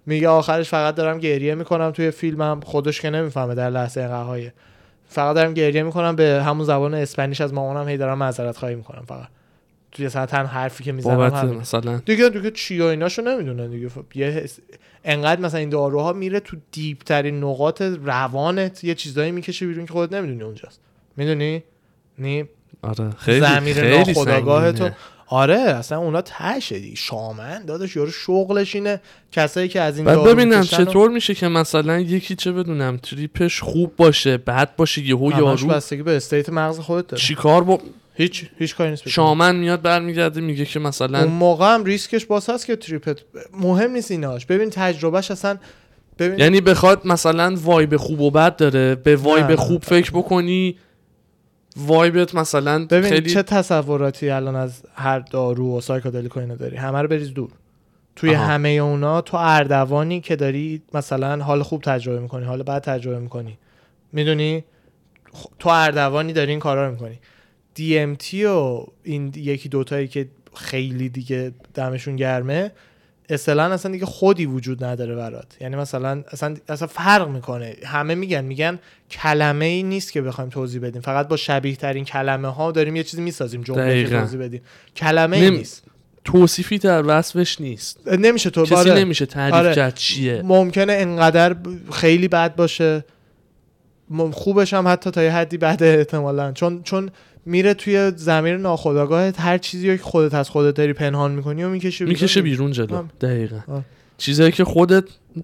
Speaker 1: میگه آخرش فقط دارم گریه میکنم توی فیلمم خودش که نمیفهمه در لحظه قهایه فقط دارم گریه میکنم به همون زبان اسپانیش از مامانم هی دارم معذرت خواهی میکنم فقط توی مثلا تن حرفی که میزنم
Speaker 2: بابت
Speaker 1: همین
Speaker 2: مثلا
Speaker 1: دیگه دیگه چی و ایناشو نمیدونه دیگه ف- یه حس- انقدر مثلا این داروها میره تو دیپ ترین نقاط روانت یه چیزایی میکشه بیرون که خودت نمیدونی اونجاست میدونی نی
Speaker 2: آره خیلی
Speaker 1: زمیر
Speaker 2: خیلی
Speaker 1: ناخودآگاه تو
Speaker 2: سنگینه.
Speaker 1: آره اصلا اونا تشه دیگه شامن داداش یارو شغلش اینه کسایی که از این
Speaker 2: بعد
Speaker 1: دارو
Speaker 2: ببینم
Speaker 1: میکشن و
Speaker 2: چطور میشه که مثلا یکی چه بدونم تریپش خوب باشه بد باشه یهو
Speaker 1: همش
Speaker 2: یارو
Speaker 1: بستگی به استیت مغز خودت داره
Speaker 2: چیکار با
Speaker 1: هیچ هیچ کاری نیست بکنی.
Speaker 2: شامن میاد برمیگرده میگه که
Speaker 1: اون
Speaker 2: مثلا
Speaker 1: موقع هم ریسکش باز هست که تریپت مهم نیست ایناش ببین تجربهش اصلا ببین
Speaker 2: یعنی بخواد مثلا وایب خوب و بد داره به
Speaker 1: نه.
Speaker 2: وایب خوب فکر بکنی وایبت مثلا
Speaker 1: ببین
Speaker 2: خیلی
Speaker 1: چه تصوراتی الان از هر دارو و سایکودلیک و اینا داری همه رو بریز دور توی
Speaker 2: آها.
Speaker 1: همه اونا تو اردوانی که داری مثلا حال خوب تجربه میکنی حال بد تجربه میکنی میدونی خ- تو اردوانی داری این کارا رو میکنی DMT و این یکی دوتایی که خیلی دیگه دمشون گرمه اصلا اصلا دیگه خودی وجود نداره برات یعنی مثلا اصلا اصلا فرق میکنه همه میگن میگن کلمه ای نیست که بخوایم توضیح بدیم فقط با شبیه ترین کلمه ها داریم یه چیزی میسازیم جمله که
Speaker 2: دقیقاً.
Speaker 1: توضیح بدیم کلمه ای
Speaker 2: نمی-
Speaker 1: نیست
Speaker 2: توصیفی در وصفش نیست
Speaker 1: نمیشه تو
Speaker 2: کسی
Speaker 1: آره.
Speaker 2: نمیشه تعریف
Speaker 1: آره.
Speaker 2: کرد چیه
Speaker 1: ممکنه انقدر ب- خیلی بد باشه مم- خوبش هم حتی تا یه حدی بده احتمالا چون چون میره توی زمیر ناخودآگاهت هر چیزی رو که خودت از خودت داری پنهان میکنی و میکشه بیرون
Speaker 2: میکشه بیرون جلو
Speaker 1: آم.
Speaker 2: دقیقا
Speaker 1: آم.
Speaker 2: چیزایی که خودت
Speaker 1: آره.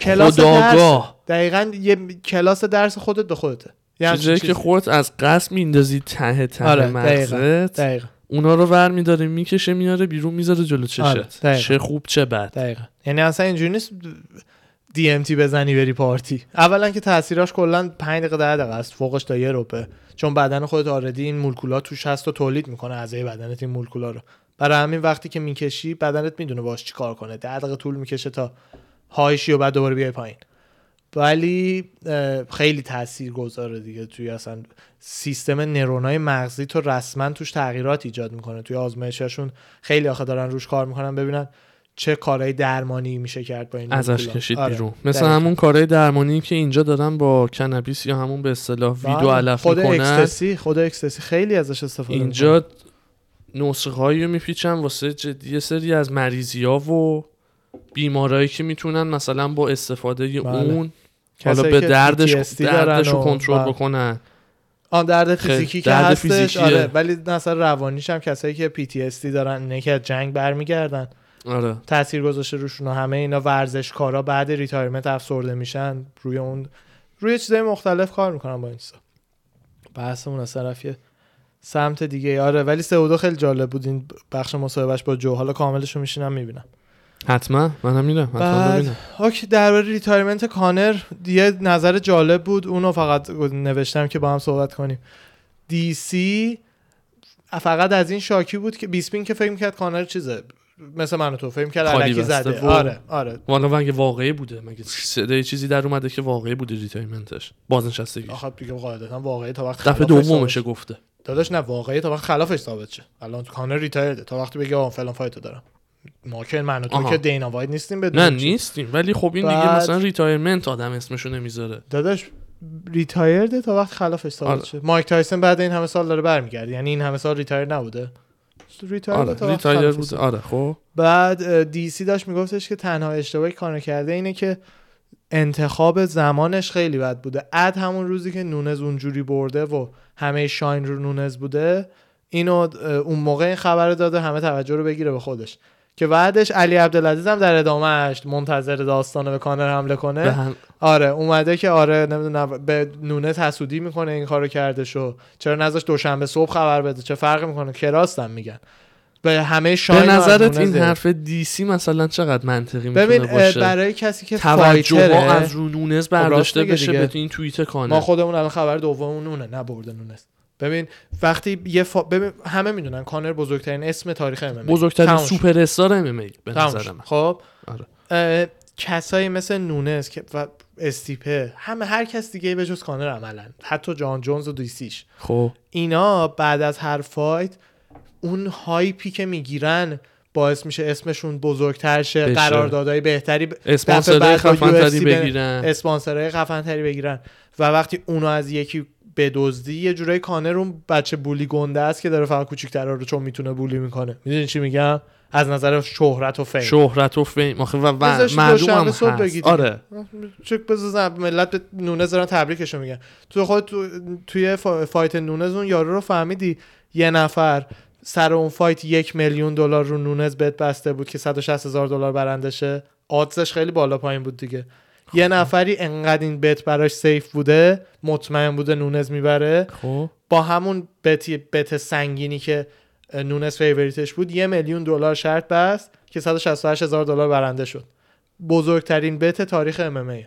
Speaker 1: کلاس درس
Speaker 2: خودآگاه.
Speaker 1: دقیقا یه کلاس درس خودت به خودته یه همچین
Speaker 2: چیزایی که
Speaker 1: چیزی.
Speaker 2: خودت از قصد میندازی ته ته
Speaker 1: آره، دقیقاً.
Speaker 2: مغزت
Speaker 1: دقیقا
Speaker 2: اونا رو ور میداره میکشه میاره بیرون میذاره جلو چشت
Speaker 1: آره، دقیقاً.
Speaker 2: چه خوب چه بد
Speaker 1: دقیقا یعنی اصلا اینجوری نیست DMT بزنی بری پارتی اولا که تاثیراش کلا 5 دقیقه 10 دقیقه است فوقش تا یه روپه چون بدن خودت آردی این مولکولا توش هست و تولید میکنه اعضای بدنت این مولکولا رو برای همین وقتی که میکشی بدنت میدونه باش چیکار کنه 10 دقیقه طول میکشه تا هایشی و بعد دوباره بیای پایین ولی اه، خیلی تاثیر گذاره دیگه توی اصلا سیستم نورونای مغزی تو رسما توش تغییرات ایجاد میکنه توی آزمایششون خیلی آخه دارن روش کار میکنن ببینن چه کارهای درمانی میشه کرد با این
Speaker 2: ازش
Speaker 1: مولکولا.
Speaker 2: کشید
Speaker 1: آره،
Speaker 2: بیرون مثل
Speaker 1: دقیقاً.
Speaker 2: همون کارهای درمانی که اینجا دارن با کنبیس یا همون به اصطلاح ویدو
Speaker 1: بله.
Speaker 2: علف
Speaker 1: خود
Speaker 2: میکنن
Speaker 1: اکستسی خود اکستسی خیلی ازش استفاده
Speaker 2: اینجا نسخه هایی رو میپیچن واسه جدی یه سری از مریضی ها و بیمارایی که میتونن مثلا با استفاده
Speaker 1: بله.
Speaker 2: اون حالا
Speaker 1: کسایی
Speaker 2: به
Speaker 1: که
Speaker 2: دردش
Speaker 1: PTSD دارن
Speaker 2: دردش رو
Speaker 1: و-
Speaker 2: کنترل
Speaker 1: بله.
Speaker 2: بکنن
Speaker 1: آن درد
Speaker 2: خیلی.
Speaker 1: فیزیکی که
Speaker 2: درد
Speaker 1: هستش
Speaker 2: فیزیکیه.
Speaker 1: آره ولی نظر روانیش هم کسایی که PTSD دارن اینه که از جنگ برمیگردن
Speaker 2: آره
Speaker 1: تاثیر گذاشته روشون و همه اینا ورزشکارا بعد ریتایرمنت افسرده میشن روی اون روی چیزای مختلف کار میکنن با این چیزا بحثمون از طرف یه سمت دیگه آره ولی سعودو خیلی جالب بود این بخش مصاحبهش با جو حالا کاملش رو میشینم میبینم
Speaker 2: حتما منم میرم حتما
Speaker 1: بعد
Speaker 2: ببینم
Speaker 1: اوکی درباره ریتایرمنت کانر یه نظر جالب بود اونو فقط نوشتم که با هم صحبت کنیم دی سی فقط از این شاکی بود که بیسپین که فکر میکرد کانر چیزه مثل من و تو فکر کرد
Speaker 2: خالی
Speaker 1: علکی
Speaker 2: بسته
Speaker 1: زده
Speaker 2: و-
Speaker 1: آره آره
Speaker 2: والا مگه واقعی بوده مگه صدای چیزی در اومده که واقعی بوده ریتایمنتش بازنشستگی
Speaker 1: آخه دیگه قاعدتا واقعی تا وقت
Speaker 2: دفعه
Speaker 1: خلافش
Speaker 2: دومشه
Speaker 1: ثابت-
Speaker 2: گفته
Speaker 1: داداش نه واقعی تا وقت خلافش ثابت شه الان کانر ریتایرده تا وقتی بگه آه فلان فایتو دارم ما که من و تو
Speaker 2: آها.
Speaker 1: که دینا واید نیستیم بدون
Speaker 2: نه
Speaker 1: چی.
Speaker 2: نیستیم ولی خب این دیگه
Speaker 1: بعد-
Speaker 2: مثلا ریتایمنت آدم اسمشو نمیذاره
Speaker 1: داداش ریتایرده تا وقت خلافش ثابت
Speaker 2: آره.
Speaker 1: شه مایک تایسون بعد این همه سال داره برمیگرده یعنی این همه سال ریتایر نبوده ریتایرده
Speaker 2: آره
Speaker 1: تا وقت
Speaker 2: ریتایر
Speaker 1: خلافش
Speaker 2: بوده
Speaker 1: ثابت.
Speaker 2: آره خب
Speaker 1: بعد دی سی داشت میگفتش که تنها اشتباهی کانر کرده اینه که انتخاب زمانش خیلی بد بوده اد همون روزی که نونز اونجوری برده و همه شاین رو نونز بوده اینو اه، اون موقع این خبر رو داده همه توجه رو بگیره به خودش که بعدش علی عبدالعزیز هم در ادامهش منتظر داستانه به کانر حمله
Speaker 2: به
Speaker 1: کنه
Speaker 2: هم-
Speaker 1: آره اومده که آره نمیدونم به نونه حسودی میکنه این کارو کرده شو چرا نذاش دوشنبه صبح خبر بده چه فرقی میکنه که راستم میگن به همه شاین
Speaker 2: به
Speaker 1: و از
Speaker 2: نظرت
Speaker 1: نونه
Speaker 2: این
Speaker 1: زیاد.
Speaker 2: حرف دیسی مثلا چقدر منطقی میتونه
Speaker 1: ببین اه،
Speaker 2: باشه
Speaker 1: برای کسی که
Speaker 2: توجه
Speaker 1: فایتره، خب،
Speaker 2: ها از رو نونز برداشته
Speaker 1: میگه
Speaker 2: بشه
Speaker 1: دیگه.
Speaker 2: به تو این توییت کانر
Speaker 1: ما خب خودمون الان خبر دوم نونه نه برده نونست ببین وقتی یه فا... ببین همه میدونن کانر بزرگترین اسم تاریخ MMA
Speaker 2: بزرگترین
Speaker 1: تموم شد.
Speaker 2: سوپر استار ام به
Speaker 1: تموم
Speaker 2: نظر
Speaker 1: شد.
Speaker 2: من
Speaker 1: خب
Speaker 2: آره.
Speaker 1: اه، کسایی مثل نونز که و استیپه همه هر کس دیگه به جز کانر عملا حتی جان جونز و دیسیش
Speaker 2: خب
Speaker 1: اینا بعد از هر فایت اون هایپی که میگیرن باعث میشه اسمشون بزرگتر شه
Speaker 2: بشه.
Speaker 1: قراردادهای بهتری ب-
Speaker 2: اسپانسرهای
Speaker 1: دفعه بعد با
Speaker 2: خفن‌تری
Speaker 1: UFC
Speaker 2: بگیرن.
Speaker 1: اسپانسرهای خفنتری بگیرن و وقتی اونو از یکی بدزدی یه جورایی کانر اون بچه بولی گنده است که داره فقط کوچیک‌ترا رو چون میتونه بولی میکنه میدونی چی میگم از نظر شهرت و فیم
Speaker 2: شهرت و فیم آخه و, و
Speaker 1: بذارش
Speaker 2: معلوم هم
Speaker 1: دوشنبه صبح
Speaker 2: هست
Speaker 1: بگید.
Speaker 2: آره
Speaker 1: چک بزن ملت به نونز دارن تبریکشو میگن تو خود تو توی فا- فایت نونز اون یارو رو فهمیدی یه نفر سر اون فایت یک میلیون دلار رو نونز بهت بسته بود که 160 هزار دلار برنده شه آدزش خیلی بالا پایین بود دیگه یه نفری انقدر این بت براش سیف بوده مطمئن بوده نونز میبره
Speaker 2: خب
Speaker 1: با همون بتی بت سنگینی که اه، نونس فیوریتش بود یه میلیون دلار شرط بست که 168 هزار دلار برنده شد بزرگترین بت تاریخ ام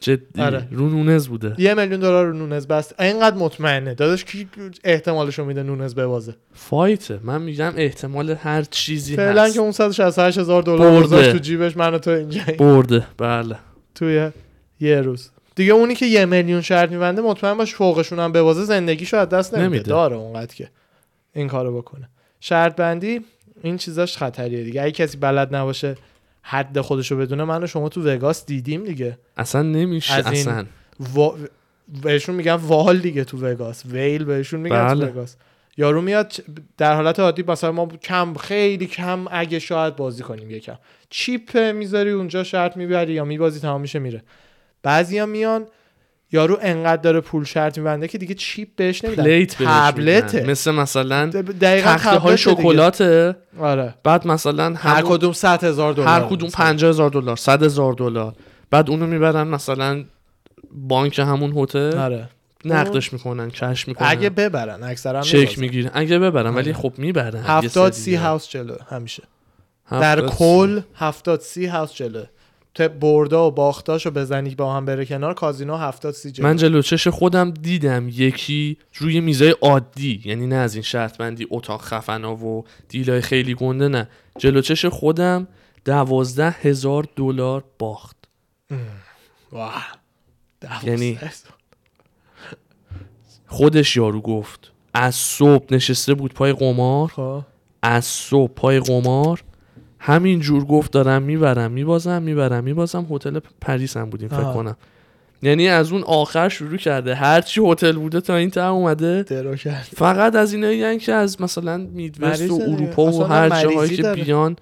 Speaker 2: جدی
Speaker 1: آره.
Speaker 2: رو نونز بوده
Speaker 1: یه میلیون دلار رو نونز بست اینقدر مطمئنه داداش کی احتمالشو میده نونز ببازه
Speaker 2: فایته من میگم احتمال هر چیزی
Speaker 1: فعلا
Speaker 2: هست
Speaker 1: که اون 168 هزار دلار
Speaker 2: برده.
Speaker 1: گذاشت تو جیبش من و تو اینجا
Speaker 2: برده بله
Speaker 1: توی یه روز دیگه اونی که یه میلیون شرط میبنده مطمئن باش فوقشون هم ببازه زندگیشو از دست نمیده,
Speaker 2: نمیده.
Speaker 1: داره اونقدر که این کارو بکنه شرط بندی این چیزاش خطریه دیگه اگه کسی بلد نباشه حد خودشو بدونه من و شما تو وگاس دیدیم دیگه
Speaker 2: اصلا نمیشه
Speaker 1: از این
Speaker 2: اصلا
Speaker 1: وا... بهشون میگن وال دیگه تو وگاس ویل بهشون میگن
Speaker 2: بله.
Speaker 1: تو وگاس یارو میاد چ- در حالت عادی مثلا ما کم خیلی کم اگه شاید بازی کنیم یکم چیپ میذاری اونجا شرط میبری یا میبازی تمام میشه میره بعضیا میان یارو انقدر داره پول شرط میبنده که دیگه چیپ بهش نمیدن
Speaker 2: پلیت بهش
Speaker 1: تبلته
Speaker 2: میگن. مثل مثلا
Speaker 1: د- دقیقاً
Speaker 2: تخته های
Speaker 1: تبلته دیگه.
Speaker 2: شکلاته
Speaker 1: آره
Speaker 2: بعد مثلا
Speaker 1: هر
Speaker 2: همون-
Speaker 1: کدوم 100 هزار دلار
Speaker 2: هر کدوم 50 هزار دلار 100 هزار دلار بعد اونو میبرن مثلا بانک همون هتل
Speaker 1: آره
Speaker 2: نقدش میکنن کش میکنن
Speaker 1: اگه ببرن اکثرا
Speaker 2: چک میگیرن اگه ببرن ولی خب میبرن یه
Speaker 1: هفتاد
Speaker 2: سری
Speaker 1: سی
Speaker 2: دیگه.
Speaker 1: هاوس جلو همیشه
Speaker 2: هفتاد
Speaker 1: در
Speaker 2: سی.
Speaker 1: کل 70 سی هاوس جلو تو بردا و باختاشو بزنی با هم بره کنار کازینو 70 سی جلو
Speaker 2: من جلو چش خودم دیدم یکی روی میزای عادی یعنی نه از این شرط بندی اتاق خفنا و دیلای خیلی گنده نه جلو چش خودم دوازده هزار دلار باخت
Speaker 1: واه. دوازده
Speaker 2: یعنی-
Speaker 1: هزار.
Speaker 2: خودش یارو گفت از صبح نشسته بود پای قمار
Speaker 1: خب
Speaker 2: از صبح پای قمار همین جور گفت دارم میبرم میبازم میبرم میبازم هتل پریس هم بودیم فکر
Speaker 1: آها.
Speaker 2: کنم یعنی از اون آخر شروع کرده هرچی هتل بوده تا این تا اومده
Speaker 1: درو کرد
Speaker 2: فقط از اینایی هن که از مثلا میدوست و
Speaker 1: مریضه دیگه.
Speaker 2: اروپا و
Speaker 1: اصلا
Speaker 2: هر
Speaker 1: مریضی
Speaker 2: جاهایی که
Speaker 1: داره.
Speaker 2: بیان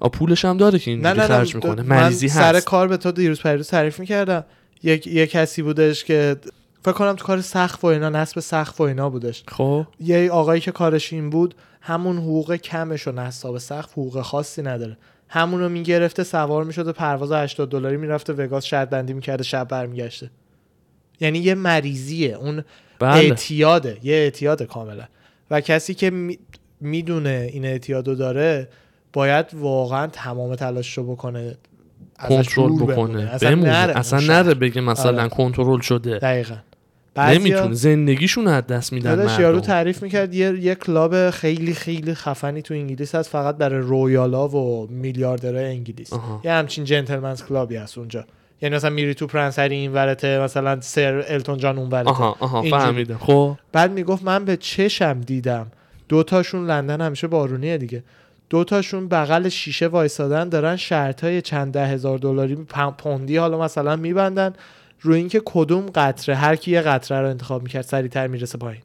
Speaker 2: آ پولش هم داره که
Speaker 1: نه
Speaker 2: اینجوری
Speaker 1: نه نه
Speaker 2: خرج میکنه
Speaker 1: من
Speaker 2: مریضی
Speaker 1: سر
Speaker 2: هست
Speaker 1: کار به تو دیروز پریروز تعریف میکردم یک یه کسی بودش که فکر کنم تو کار سقف و اینا نصب سقف و اینا بودش
Speaker 2: خب
Speaker 1: یه آقایی که کارش این بود همون حقوق کمش و نصاب سقف حقوق خاصی نداره همون رو میگرفته سوار میشده پرواز 80 دلاری میرفته وگاس شرط بندی میکرده شب برمیگشته یعنی یه مریضیه اون
Speaker 2: بله.
Speaker 1: اعتیاده یه اعتیاد کاملا و کسی که می- میدونه این اعتیاد رو داره باید واقعا تمام تلاشش رو بکنه ازش
Speaker 2: کنترل
Speaker 1: دور
Speaker 2: بکنه
Speaker 1: اصلا
Speaker 2: بمونه.
Speaker 1: نره
Speaker 2: اصلا
Speaker 1: اون
Speaker 2: نره
Speaker 1: شهر.
Speaker 2: بگه مثلا
Speaker 1: آره.
Speaker 2: کنترل شده
Speaker 1: دقیقا بعضیا-
Speaker 2: نمیتونه زندگیشون رو از دست میدن
Speaker 1: داداش یارو
Speaker 2: مردم
Speaker 1: تعریف میکرد یه, یه کلاب خیلی خیلی خفنی تو انگلیس هست فقط برای رویالا و میلیاردرهای انگلیس
Speaker 2: آها.
Speaker 1: یه همچین جنتلمنز کلابی هست اونجا یعنی مثلا میری تو پرنس هری این ورته مثلا سر التون جان اون ورته
Speaker 2: آها آها
Speaker 1: اینجوری.
Speaker 2: فهمیدم خب
Speaker 1: بعد میگفت من به چشم دیدم دوتاشون لندن همیشه بارونیه دیگه دوتاشون بغل شیشه وایسادن دارن شرط های چند ده هزار دلاری پ- پوندی حالا مثلا میبندن روی اینکه کدوم قطره هر کی یه قطره رو انتخاب میکرد سریعتر میرسه پایین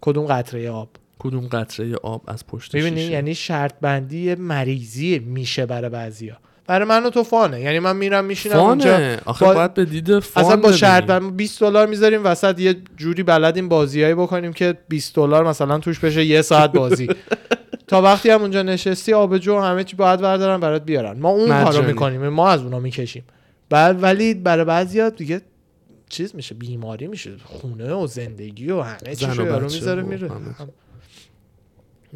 Speaker 1: کدوم قطره آب
Speaker 2: کدوم قطره آب از پشت
Speaker 1: میبینی
Speaker 2: شیشه.
Speaker 1: یعنی شرط بندی مریضی میشه برای بعضیا برای من و تو فانه یعنی من میرم میشینم اونجا
Speaker 2: فانه آخه
Speaker 1: با-
Speaker 2: باید به دید فان
Speaker 1: اصلا با
Speaker 2: ببینی.
Speaker 1: شرط بندی 20 دلار میذاریم وسط یه جوری بلدیم بازیایی بکنیم که 20 دلار مثلا توش بشه یه ساعت بازی تا وقتی هم اونجا نشستی آبجو و همه چی باید بردارن برات بیارن ما اون کارو
Speaker 2: مجانی.
Speaker 1: میکنیم ما از اونا میکشیم بعد ولی برای بعضیا دیگه چیز میشه بیماری میشه خونه و زندگی و همه
Speaker 2: زن و
Speaker 1: چیشو یارو
Speaker 2: بچه
Speaker 1: میذاره
Speaker 2: و
Speaker 1: میره
Speaker 2: همه چی.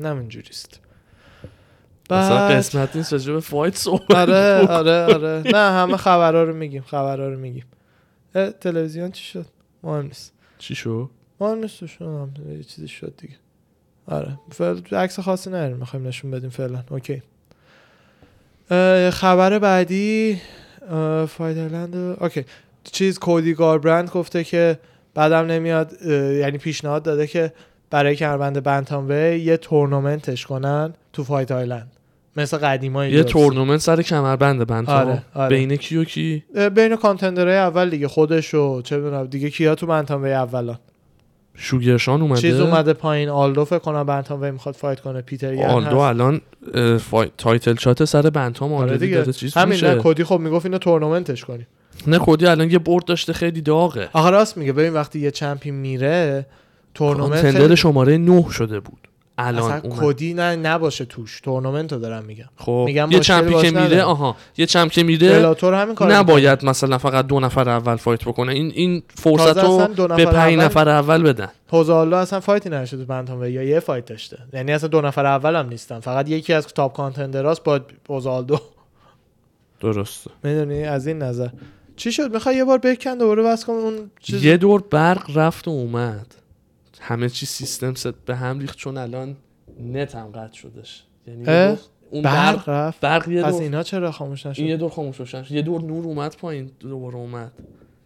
Speaker 1: نه اینجوریست
Speaker 2: اصلا
Speaker 1: بعد-
Speaker 2: قسمت نیست راجع به فایت صحبت
Speaker 1: آره آره آره نه همه خبرها رو میگیم خبرها رو میگیم اه، تلویزیون چی شد مهم نیست
Speaker 2: چی شو
Speaker 1: مهم نیست و شما هم یه چیزی شد دیگه آره فعلا عکس خاصی نداریم میخوایم نشون بدیم فعلا اوکی اه، خبر بعدی اه، فایدرلند و- اوکی چیز کودی گاربرند گفته که بعدم نمیاد اه، یعنی پیشنهاد داده که برای کمربند بنتام وی یه تورنمنتش کنن تو فایت آیلند مثل قدیمای
Speaker 2: یه
Speaker 1: UFC.
Speaker 2: تورنمنت سر کمربند بند
Speaker 1: آره، آره.
Speaker 2: بین کی و کی
Speaker 1: اه، بین کانتندرهای اول دیگه خودش و چه میدونم دیگه کیا تو بنتام وی اولان
Speaker 2: شوگرشان اومده
Speaker 1: چیز اومده پایین آلدو فکر کنم بنتام وی میخواد فایت کنه پیتر یان
Speaker 2: آلدو
Speaker 1: هست.
Speaker 2: الان اه، فای- تایتل شات سر بنتام
Speaker 1: آره
Speaker 2: آلردی
Speaker 1: دیگه
Speaker 2: داده چیز
Speaker 1: همین نه
Speaker 2: میشه
Speaker 1: کدی خب میگفت اینو تورنمنتش کنیم
Speaker 2: نه کودی الان یه برد داشته خیلی داغه
Speaker 1: آخه راست میگه ببین وقتی یه چمپی میره تورنمنت
Speaker 2: کانتندر
Speaker 1: خیلی-
Speaker 2: شماره 9 شده بود الان
Speaker 1: اصلا
Speaker 2: اومد.
Speaker 1: کدی نه نباشه توش تورنمنت رو دارم میگم
Speaker 2: خب
Speaker 1: میگم
Speaker 2: یه
Speaker 1: مشکلی
Speaker 2: چمپی
Speaker 1: باش
Speaker 2: که میره
Speaker 1: نداره.
Speaker 2: آها یه چمپ که میره
Speaker 1: بلاتور همین کار
Speaker 2: نباید مثلا فقط دو نفر اول فایت بکنه این این فرصت
Speaker 1: تازه اصلا
Speaker 2: رو
Speaker 1: دو
Speaker 2: به
Speaker 1: نفر
Speaker 2: پنج
Speaker 1: اول-
Speaker 2: نفر اول بدن
Speaker 1: پوزالو اصلا فایتی نشده تو بنتام وی یا یه فایت داشته یعنی اصلا دو نفر اول هم نیستن فقط یکی از تاپ کانتندراست با پوزالدو
Speaker 2: درسته
Speaker 1: میدونی از این نظر چی شد میخوای یه بار بکن دوباره بس کن اون چیز
Speaker 2: یه دور برق رفت و اومد همه چی سیستم ست به هم ریخت چون الان نت هم قطع شدش یعنی یه
Speaker 1: اه؟
Speaker 2: دور اون
Speaker 1: برق
Speaker 2: برق
Speaker 1: رفت
Speaker 2: برق یه
Speaker 1: پس
Speaker 2: دور
Speaker 1: اینا چرا خاموش
Speaker 2: این یه
Speaker 1: نشد
Speaker 2: دور خاموش روشن شد. یه دور نور اومد پایین دوباره اومد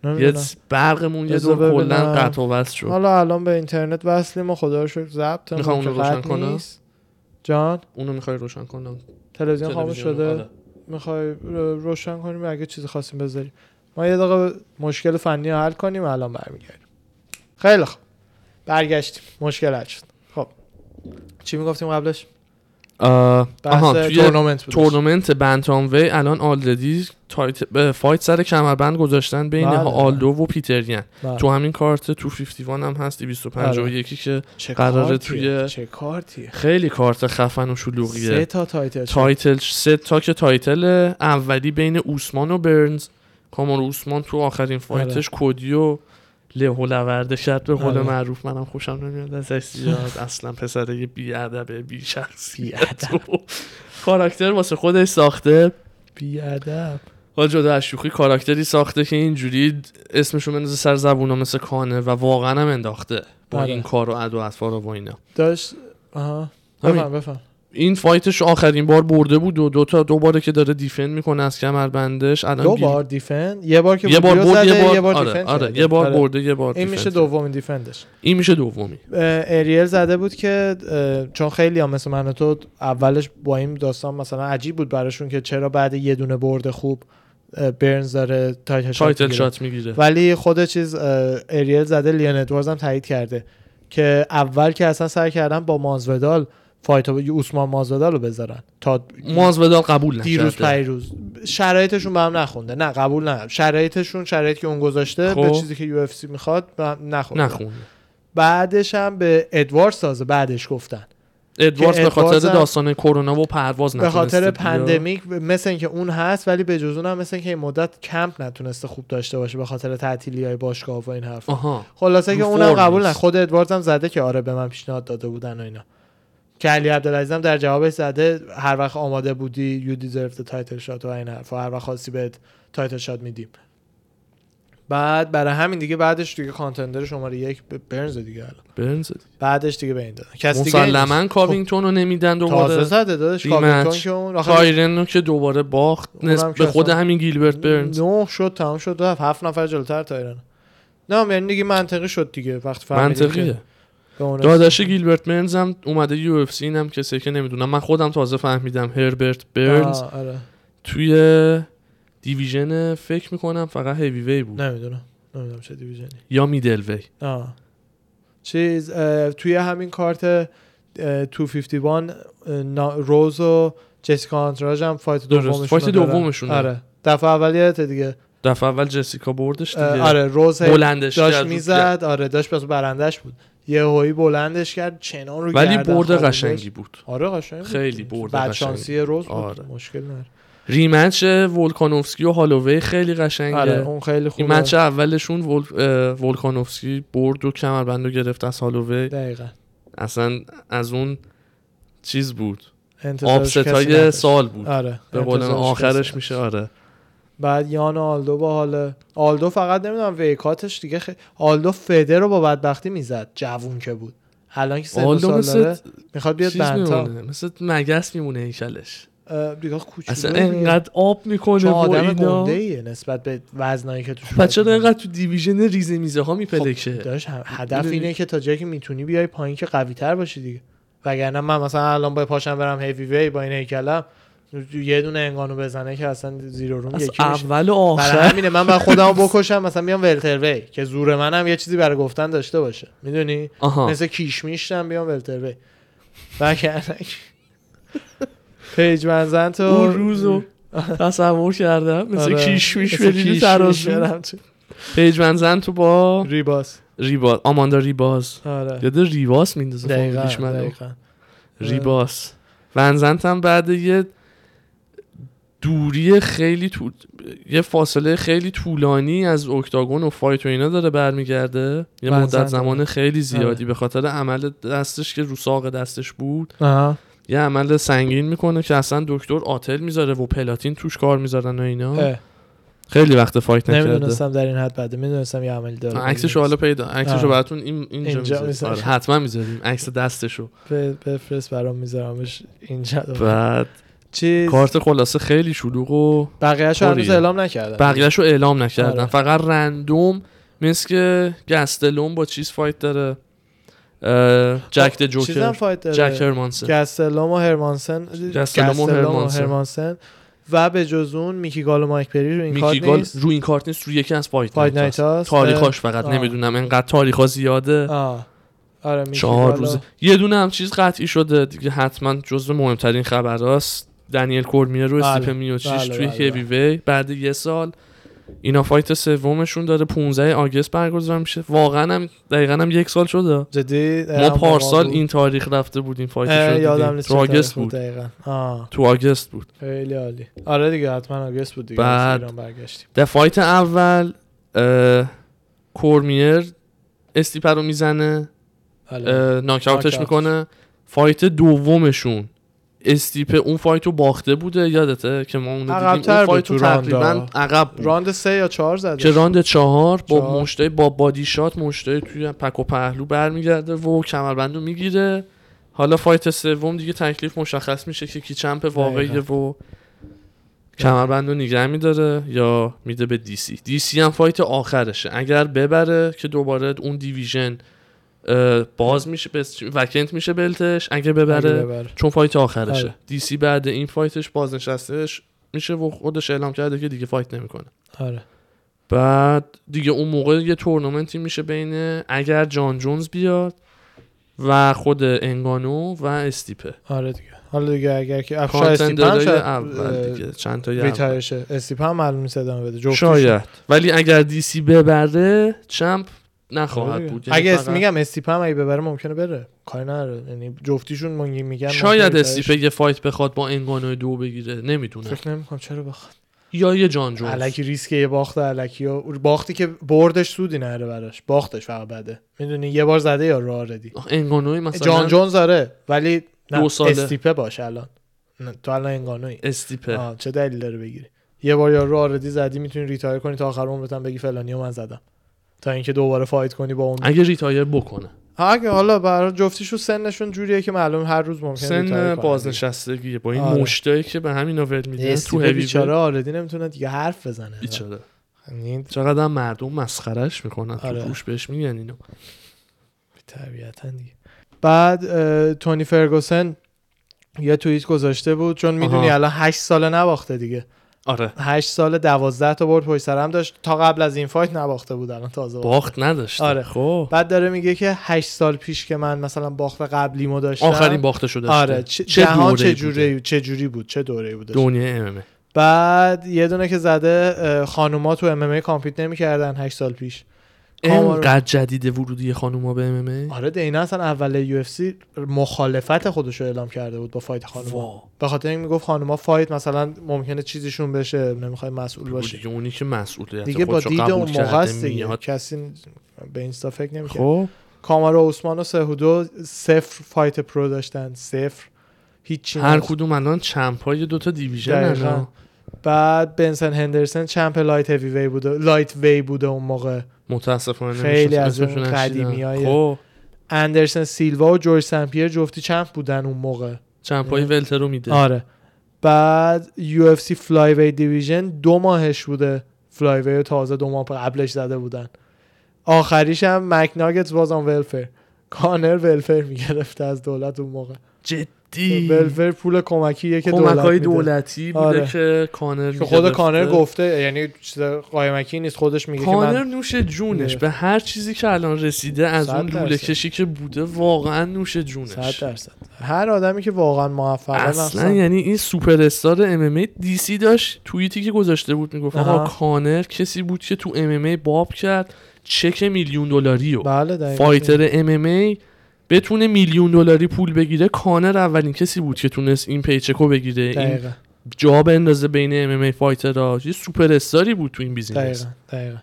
Speaker 2: یه
Speaker 1: نمیدونم
Speaker 2: س- برقمون یه
Speaker 1: بذار
Speaker 2: دور کلا
Speaker 1: ببینم.
Speaker 2: قطع و وصل شد
Speaker 1: حالا الان به اینترنت وصلیم و خدا رو شکر ضبط
Speaker 2: میخوام اونو روشن کنم؟
Speaker 1: جان
Speaker 2: اونو میخوای روشن کنم
Speaker 1: تلویزیون خاموش
Speaker 2: تلویزیون،
Speaker 1: شده
Speaker 2: آره.
Speaker 1: میخوای روشن کنیم اگه چیزی خواستیم بذاریم ما یه دقیقه مشکل فنی رو حل کنیم و الان برمیگردیم خیلی خوب برگشتیم مشکل حل شد خب چی میگفتیم قبلش
Speaker 2: آه،
Speaker 1: بحث
Speaker 2: آها توی
Speaker 1: تورنمنت بود
Speaker 2: تورنمنت بنتام وی الان آلردی تایت... به فایت سر کمربند گذاشتن بین
Speaker 1: بله،
Speaker 2: آلدو و پیتریان
Speaker 1: بله.
Speaker 2: تو همین کارت 251 هم هست 251 که
Speaker 1: چه
Speaker 2: قراره
Speaker 1: کارتیه؟
Speaker 2: توی-
Speaker 1: چه کارتیه
Speaker 2: خیلی کارت خفن و
Speaker 1: سه
Speaker 2: شلوغیه
Speaker 1: تا تایتل شد.
Speaker 2: تایتل سه تا که تایتل اولی بین اوسمان و برنز کامار اوسمان تو آخرین فایتش کودی و له و لورده شد به قول
Speaker 1: آره.
Speaker 2: معروف منم خوشم نمیاد ازش زیاد اصلا پسر یه بیادبه بی شخصیت
Speaker 1: بی‌ادب.
Speaker 2: و کاراکتر واسه خودش ساخته
Speaker 1: بیادب
Speaker 2: حالا جدا از شوخی کاراکتری ساخته که اینجوری اسمشو بندازه سر زبونا مثل کانه و واقعا هم انداخته با
Speaker 1: آره.
Speaker 2: این کار و ادا و اطفار و اینا
Speaker 1: داشت آها
Speaker 2: همین.
Speaker 1: بفهم بفهم
Speaker 2: این فایتش آخرین بار برده بود و دو تا دو باره که داره دیفند میکنه از کمربندش الان
Speaker 1: دو
Speaker 2: بیل-
Speaker 1: بار دیفند یه بار که
Speaker 2: یه بار
Speaker 1: ویدیو
Speaker 2: برد
Speaker 1: زده،
Speaker 2: یه بار, آره,
Speaker 1: دیفند
Speaker 2: آره
Speaker 1: کرده.
Speaker 2: یه بار
Speaker 1: آره.
Speaker 2: برده یه بار
Speaker 1: این
Speaker 2: دیفند.
Speaker 1: میشه دومین دیفندش
Speaker 2: این میشه دومی
Speaker 1: اه، اریل زده بود که اه، چون خیلی هم مثل من و تو اولش با این داستان مثلا عجیب بود براشون که چرا بعد یه دونه برد خوب اه، برنز داره تایتل شات
Speaker 2: تایتل
Speaker 1: می‌گیره.
Speaker 2: شات میگیره
Speaker 1: ولی خود چیز اه، اریل زده لیان ادواردز هم تایید کرده که اول که اصلا سعی کردن با مازودال فایت اوسمان مازودال رو بذارن تا
Speaker 2: مازودال قبول نکرده
Speaker 1: دیروز پیروز شرایطشون به هم نخونده نه قبول نه شرایطشون شرایط که اون گذاشته
Speaker 2: خب.
Speaker 1: به چیزی که یو اف سی میخواد به هم نخونده
Speaker 2: نخونده
Speaker 1: بعدش هم به ادوارد سازه بعدش گفتن
Speaker 2: ادواردز
Speaker 1: که
Speaker 2: به خاطر
Speaker 1: ادواردز هم-
Speaker 2: داستان کرونا و پرواز
Speaker 1: به
Speaker 2: نتونسته
Speaker 1: خاطر
Speaker 2: بیاد.
Speaker 1: پندمیک مثل اینکه اون هست ولی به جز اون هم مثل اینکه این مدت کمپ نتونسته خوب داشته باشه به خاطر تعطیلی های باشگاه و این حرف
Speaker 2: آها
Speaker 1: خلاصه که
Speaker 2: رو
Speaker 1: اونم
Speaker 2: فرم
Speaker 1: قبول نه
Speaker 2: نیست.
Speaker 1: خود ادواردز هم زده که آره به من پیشنهاد داده بودن و اینا که علی عبدالعزیز هم در جوابش زده هر وقت آماده بودی یو دیزرو the تایتل شات و این حرفا هر وقت خواستی بهت تایتل شات میدیم بعد برای همین دیگه بعدش دیگه کانتندر شماره یک به برنز دیگه الان
Speaker 2: برنز دیگه.
Speaker 1: بعدش دیگه به این دادن کس دیگه این
Speaker 2: مسلما
Speaker 1: نیست.
Speaker 2: کاوینگتون رو نمیدن
Speaker 1: خب، تازه
Speaker 2: دوباره
Speaker 1: زده دادش
Speaker 2: ریمچ.
Speaker 1: کاوینگتون که اون آخر
Speaker 2: تایرن رو که دوباره باخت
Speaker 1: اونم
Speaker 2: نسبت
Speaker 1: که
Speaker 2: به خود
Speaker 1: اصلا-
Speaker 2: همین گیلبرت برنز
Speaker 1: نه شد تمام شد هفت هفت نفر جلوتر تایرن نه یعنی دیگه منطقی شد دیگه وقتی فهمیدیم که
Speaker 2: منطقیه
Speaker 1: به اون رسید.
Speaker 2: داداش گیلبرت برنز هم اومده یو اف سی هم کسی که نمیدونم من خودم تازه فهمیدم هربرت برنز
Speaker 1: آه، آره
Speaker 2: توی دیویژن فکر میکنم فقط هیوی وی بود
Speaker 1: نمیدونم نمیدونم چه دیویژنی
Speaker 2: یا میدل وی
Speaker 1: آه. چیز اه، توی همین کارت اه، 251 اه، نا- روز و جسیکا آنتراژ هم فایت
Speaker 2: درست.
Speaker 1: دومشون
Speaker 2: فایت
Speaker 1: رو دارن.
Speaker 2: دومشونه.
Speaker 1: آره دفعه اول یادته دیگه
Speaker 2: دفعه اول جسیکا بردش دیگه
Speaker 1: اه، آره روز هی
Speaker 2: بلندش
Speaker 1: داشت
Speaker 2: کرد.
Speaker 1: میزد آره داشت پس برندش بود یه هوی بلندش کرد چنان رو
Speaker 2: ولی
Speaker 1: گردن
Speaker 2: برد
Speaker 1: خوابوندش.
Speaker 2: قشنگی بود
Speaker 1: آره قشنگ بود.
Speaker 2: خیلی برد
Speaker 1: بعد
Speaker 2: قشنگی.
Speaker 1: شانسی روز بود
Speaker 2: آره.
Speaker 1: مشکل نداره
Speaker 2: ریمچ ولکانوفسکی و هالووی خیلی قشنگه
Speaker 1: آره اون خیلی
Speaker 2: این
Speaker 1: خوبه
Speaker 2: مچ اولشون ول... اه، ولکانوفسکی برد و کمربند رو گرفت از هالووی
Speaker 1: دقیقا
Speaker 2: اصلا از اون چیز بود آب
Speaker 1: انتظارش کسی
Speaker 2: ستای
Speaker 1: نداشت.
Speaker 2: سال بود
Speaker 1: آره
Speaker 2: به قول من
Speaker 1: انتظارش
Speaker 2: آخرش
Speaker 1: کسی
Speaker 2: میشه
Speaker 1: نداشت.
Speaker 2: آره
Speaker 1: بعد یان آلدو با حال آلدو فقط نمیدونم ویکاتش دیگه خی... آلدو فده رو با بدبختی میزد جوون که بود الان که سن و
Speaker 2: آلدو
Speaker 1: سال
Speaker 2: مثل
Speaker 1: داره میخواد بیاد
Speaker 2: چیز
Speaker 1: بنتا
Speaker 2: میمونه مثل مگس میمونه هیکلش
Speaker 1: اه، دیگه کوچولو
Speaker 2: اصلا انقدر آب میکنه
Speaker 1: چون
Speaker 2: و
Speaker 1: آدم
Speaker 2: اینا
Speaker 1: گنده ایه نسبت به وزنایی که توش
Speaker 2: خب پس چرا انقدر تو دیویژن ریزه میزه ها میپلکه
Speaker 1: داشت هدف
Speaker 2: می‌دونی؟
Speaker 1: اینه که تا جایی که میتونی بیای پایین که قوی تر باشی دیگه وگرنه من مثلا الان با پاشم برم هیوی وی با این هیکلم یه دونه انگانو بزنه که اصلا زیرو روم
Speaker 2: از
Speaker 1: یکی میشه
Speaker 2: اول و
Speaker 1: برای
Speaker 2: آخر
Speaker 1: همینه من باید خودمو بکشم مثلا بیام ولتروی که زور منم یه چیزی برای گفتن داشته باشه میدونی
Speaker 2: آها
Speaker 1: مثل کیش میشتم بیام ولتروی وگرنه پیج منزن تو
Speaker 2: اون روزو تصور کردم مثل
Speaker 1: آره،
Speaker 2: کیشمیش
Speaker 1: مثل
Speaker 2: بریدی
Speaker 1: کیشمیش
Speaker 2: ترازو
Speaker 1: برم تو-
Speaker 2: پیجمن زن تو با
Speaker 1: ریباس
Speaker 2: ریباز آماندا ریباز
Speaker 1: آره
Speaker 2: یاد ریباس میندازه
Speaker 1: دقیقاً،
Speaker 2: فامیلیش منو.
Speaker 1: دقیقاً.
Speaker 2: ریباس ونزنت هم بعد یه دوری خیلی طول... یه فاصله خیلی طولانی از اکتاگون و فایت و اینا داره برمیگرده یه
Speaker 1: ونزنت.
Speaker 2: مدت زمان خیلی زیادی
Speaker 1: آره.
Speaker 2: به خاطر عمل دستش که رو ساق دستش بود
Speaker 1: آها.
Speaker 2: یه عمل سنگین میکنه که اصلا دکتر آتل میذاره و پلاتین توش کار میذارن و اینا
Speaker 1: اه.
Speaker 2: خیلی وقت فایت نکرده
Speaker 1: نمیدونستم در این حد بده میدونستم یه عملی داره
Speaker 2: عکسشو حالا پیدا عکسشو
Speaker 1: آه.
Speaker 2: براتون این
Speaker 1: آره.
Speaker 2: اینجا,
Speaker 1: اینجا
Speaker 2: اینجا
Speaker 1: می‌ذاریم.
Speaker 2: آره حتما میذاریم عکس دستشو
Speaker 1: ب- بفرست برام میذارمش اینجا
Speaker 2: بعد
Speaker 1: چیز
Speaker 2: کارت خلاصه خیلی شلوغ و
Speaker 1: بقیه‌شو هنوز
Speaker 2: خوریه.
Speaker 1: اعلام نکردم
Speaker 2: بقیهش رو اعلام نکردن
Speaker 1: آره.
Speaker 2: فقط رندوم مثل که گستلون با چیز فایت داره اه، جک د
Speaker 1: چیزم
Speaker 2: جوکر
Speaker 1: فایت داره.
Speaker 2: جک هرمانسن
Speaker 1: گستلام و هرمانسن
Speaker 2: گستلام و هرمانسن.
Speaker 1: هرمانسن و به جز اون میکی گال و مایک پری رو این کارت
Speaker 2: میکی گال
Speaker 1: نیست
Speaker 2: رو این کارت نیست رو یکی از فایت,
Speaker 1: فایت
Speaker 2: نایت هست.
Speaker 1: نایت هاست.
Speaker 2: تاریخاش فقط
Speaker 1: آه.
Speaker 2: نمیدونم انقدر تاریخا زیاده
Speaker 1: آه. آره میکی
Speaker 2: چهار
Speaker 1: گال و-
Speaker 2: روزه یه دونه هم چیز قطعی شده دیگه حتما جزو مهمترین خبراست دنیل کورمیه رو
Speaker 1: بله،
Speaker 2: استیپ میوچیش
Speaker 1: بله،
Speaker 2: توی
Speaker 1: بله،
Speaker 2: هیوی وی بعد یه سال اینا فایت سومشون داره 15 آگست برگزار میشه واقعا هم دقیقا هم یک سال شده
Speaker 1: جدی
Speaker 2: ما پارسال این تاریخ رفته بودیم فایتش رو
Speaker 1: آره، یادم
Speaker 2: دیدیم
Speaker 1: نیست
Speaker 2: تو
Speaker 1: چه
Speaker 2: آگست
Speaker 1: تاریخ
Speaker 2: بود
Speaker 1: دقیقاً آه
Speaker 2: تو آگست بود
Speaker 1: خیلی عالی آره دیگه حتما آگست بود دیگه
Speaker 2: بعد-
Speaker 1: از ایران برگشتیم
Speaker 2: در فایت اول اه، کورمیر استیپر رو میزنه
Speaker 1: بله.
Speaker 2: اه، ناکاوتش
Speaker 1: ناکاوت.
Speaker 2: میکنه فایت دومشون استیپ اون فایت رو باخته بوده یادته که ما اونو دیدیم
Speaker 1: عقب‌تر
Speaker 2: اون
Speaker 1: بود
Speaker 2: فایت رو
Speaker 1: تو راندا.
Speaker 2: تقریبا عقب بود
Speaker 1: راند سه یا چهار زده
Speaker 2: که راند چهار با
Speaker 1: چهار.
Speaker 2: مشته با بادی شات مشته توی پک و پهلو برمیگرده و کمربند رو میگیره حالا فایت سوم دیگه تکلیف مشخص میشه که کی چمپ واقعیه و کمربند رو نگه میداره یا میده به دی سی دی سی هم فایت آخرشه اگر ببره که دوباره اون دیویژن اه، باز میشه بس- وکنت میشه بلتش اگه
Speaker 1: اگه
Speaker 2: ببره
Speaker 1: ببره.
Speaker 2: چون فایت آخرشه
Speaker 1: آره.
Speaker 2: دی سی بعد این فایتش بازنشستهش میشه و خودش اعلام کرده که دیگه فایت نمیکنه
Speaker 1: آره
Speaker 2: بعد دیگه اون موقع یه تورنمنتی میشه بین اگر جان جونز بیاد و خود انگانو و استیپه
Speaker 1: آره دیگه حالا دیگه اگر که افشار استیپم
Speaker 2: کانتندرهای
Speaker 1: خب شاید
Speaker 2: اول
Speaker 1: اول
Speaker 2: دیگه چند تا
Speaker 1: ریتایرش استیپم معلوم نیست ادامه بده جفتشون.
Speaker 2: شاید ولی اگر دیسی ببره چمپ نخواهد
Speaker 1: آره دیگه.
Speaker 2: بود یعنی
Speaker 1: اگه اس
Speaker 2: فقط-
Speaker 1: میگم استیپم اگه ببره ممکنه بره کاری نداره یعنی جفتیشون من میگم
Speaker 2: شاید
Speaker 1: یعنی ممکنه
Speaker 2: استیپه یه فایت بخواد با انگانو دو بگیره نمیدونه
Speaker 1: فکر نمیکنم چرا بخواد
Speaker 2: یا یه جان جونز
Speaker 1: الکی ریسک یه باخت الکی و باختی که بردش سودی نره براش باختش فقط بده میدونی یه بار زده یا رو آردی
Speaker 2: آخه انگانوی مثلا
Speaker 1: جان جونز آره ولی نه
Speaker 2: دو ساله.
Speaker 1: استیپه باش الان نه، تو الان انگانوی
Speaker 2: استیپه
Speaker 1: آه، چه دلیل داره بگیری یه بار یارو آردی زدی میتونی ریتایر کنی تا آخر عمرت هم بگی فلانی رو من زدم تا اینکه دوباره فایت کنی با اون
Speaker 2: اگه ریتایر بکنه
Speaker 1: ها، اگه حالا برای جفتیشون سنشون جوریه که معلوم هر روز ممکنه
Speaker 2: سن
Speaker 1: ریتایر کنن.
Speaker 2: بازنشستگیه با این
Speaker 1: آره.
Speaker 2: مشتایی که به همین ول میده تو
Speaker 1: استیو
Speaker 2: هیوی
Speaker 1: بیچاره آردی نمیتونه دیگه حرف بزنه
Speaker 2: بیچاره
Speaker 1: یعنی
Speaker 2: چقدر هم مردم مسخرش میکنن
Speaker 1: آره.
Speaker 2: تو گوش بهش میگن اینو
Speaker 1: طبیعتا دیگه بعد اه، تونی فرگوسن یه توییت گذاشته بود چون میدونی
Speaker 2: آها.
Speaker 1: الان 8 ساله نباخته دیگه
Speaker 2: آره
Speaker 1: 8 سال 12 تا برد پشت سر هم داشت تا قبل از این فایت نباخته بود الان تازه باخت.
Speaker 2: باخت نداشت
Speaker 1: آره.
Speaker 2: خب
Speaker 1: بعد داره میگه که 8 سال پیش که من مثلا باخت قبلیمو داشتم
Speaker 2: آخرین باخته شده
Speaker 1: آره چه, جهان چه جوری چه جوری بود چه دوره‌ای بود
Speaker 2: دنیا اممه
Speaker 1: بعد یه دونه که زده اه، خانوما تو ام ام ای کامپیت نمیکردن 8 سال پیش کامارو-
Speaker 2: اینقدر جدید ورودی خانوما به MMA
Speaker 1: آره دینا اصلا اول یو اف سی مخالفت خودش رو اعلام کرده بود با فایت
Speaker 2: واو.
Speaker 1: خانوما به خاطر این میگفت خانوما فایت مثلا ممکنه چیزیشون بشه نمیخوای مسئول
Speaker 2: بود
Speaker 1: باشی
Speaker 2: دیگه اونی که مسئولیت
Speaker 1: دیگه با
Speaker 2: خودشو
Speaker 1: دید
Speaker 2: قبول
Speaker 1: اون موقع
Speaker 2: کرده
Speaker 1: است دیگه
Speaker 2: میاد.
Speaker 1: کسی به اینستا فکر نمیکرد
Speaker 2: خب
Speaker 1: کامارو عثمان و سهودو صفر فایت پرو داشتن صفر هیچی
Speaker 2: هر
Speaker 1: نداشت.
Speaker 2: کدوم الان چمپای دو تا
Speaker 1: دقیقاً.
Speaker 2: دیویژن
Speaker 1: بعد بنسن هندرسن چمپ لایت هیوی وی بوده لایت وی بوده اون موقع
Speaker 2: متاسفانه
Speaker 1: خیلی
Speaker 2: نمی‌شناسم،
Speaker 1: از اون
Speaker 2: اسمشون نشنیدم.
Speaker 1: قدیمی‌های-
Speaker 2: خب
Speaker 1: اندرسن سیلوا و جورج سمپیر جفتی چمپ بودن اون موقع
Speaker 2: چمپای ولتر رو میده
Speaker 1: آره بعد یو اف سی فلای وی دیویژن دو ماهش بوده فلای وی رو تازه دو ماه قبلش زده بودن آخریش هم مک ناگتس باز آن ولفر کانر ولفر میگرفته از دولت اون موقع
Speaker 2: جدی
Speaker 1: ولفر پول کمکیه که
Speaker 2: کمک
Speaker 1: دولت
Speaker 2: های
Speaker 1: میده
Speaker 2: دولتی بوده
Speaker 1: آره.
Speaker 2: که کانر
Speaker 1: که خود
Speaker 2: می‌گرفته.
Speaker 1: کانر گفته یعنی چیز قایمکی نیست خودش میگه که
Speaker 2: کانر
Speaker 1: من
Speaker 2: نوش جونش
Speaker 1: می‌گرفته.
Speaker 2: به هر چیزی که الان رسیده از
Speaker 1: صد
Speaker 2: اون لوله
Speaker 1: درصد.
Speaker 2: کشی که بوده واقعا نوش
Speaker 1: صد
Speaker 2: جونش
Speaker 1: درصد هر آدمی که واقعا موفقه
Speaker 2: اصلا
Speaker 1: مخصوصاً-
Speaker 2: یعنی این سوپر استار ام ام ای دی سی داشت توییتی که گذاشته بود میگفت آقا
Speaker 1: آها.
Speaker 2: کانر کسی بود که تو ام ام ای باب کرد چک میلیون دلاری رو
Speaker 1: بله دقیقاً.
Speaker 2: فایتر ام ام ای بتونه میلیون دلاری پول بگیره کانر اولین کسی بود که تونست این پیچکو بگیره این
Speaker 1: دقیقاً.
Speaker 2: جا بندازه بین ام ام ای فایترها یه سوپر استاری بود تو این بیزینس
Speaker 1: دقیقاً. دقیقاً.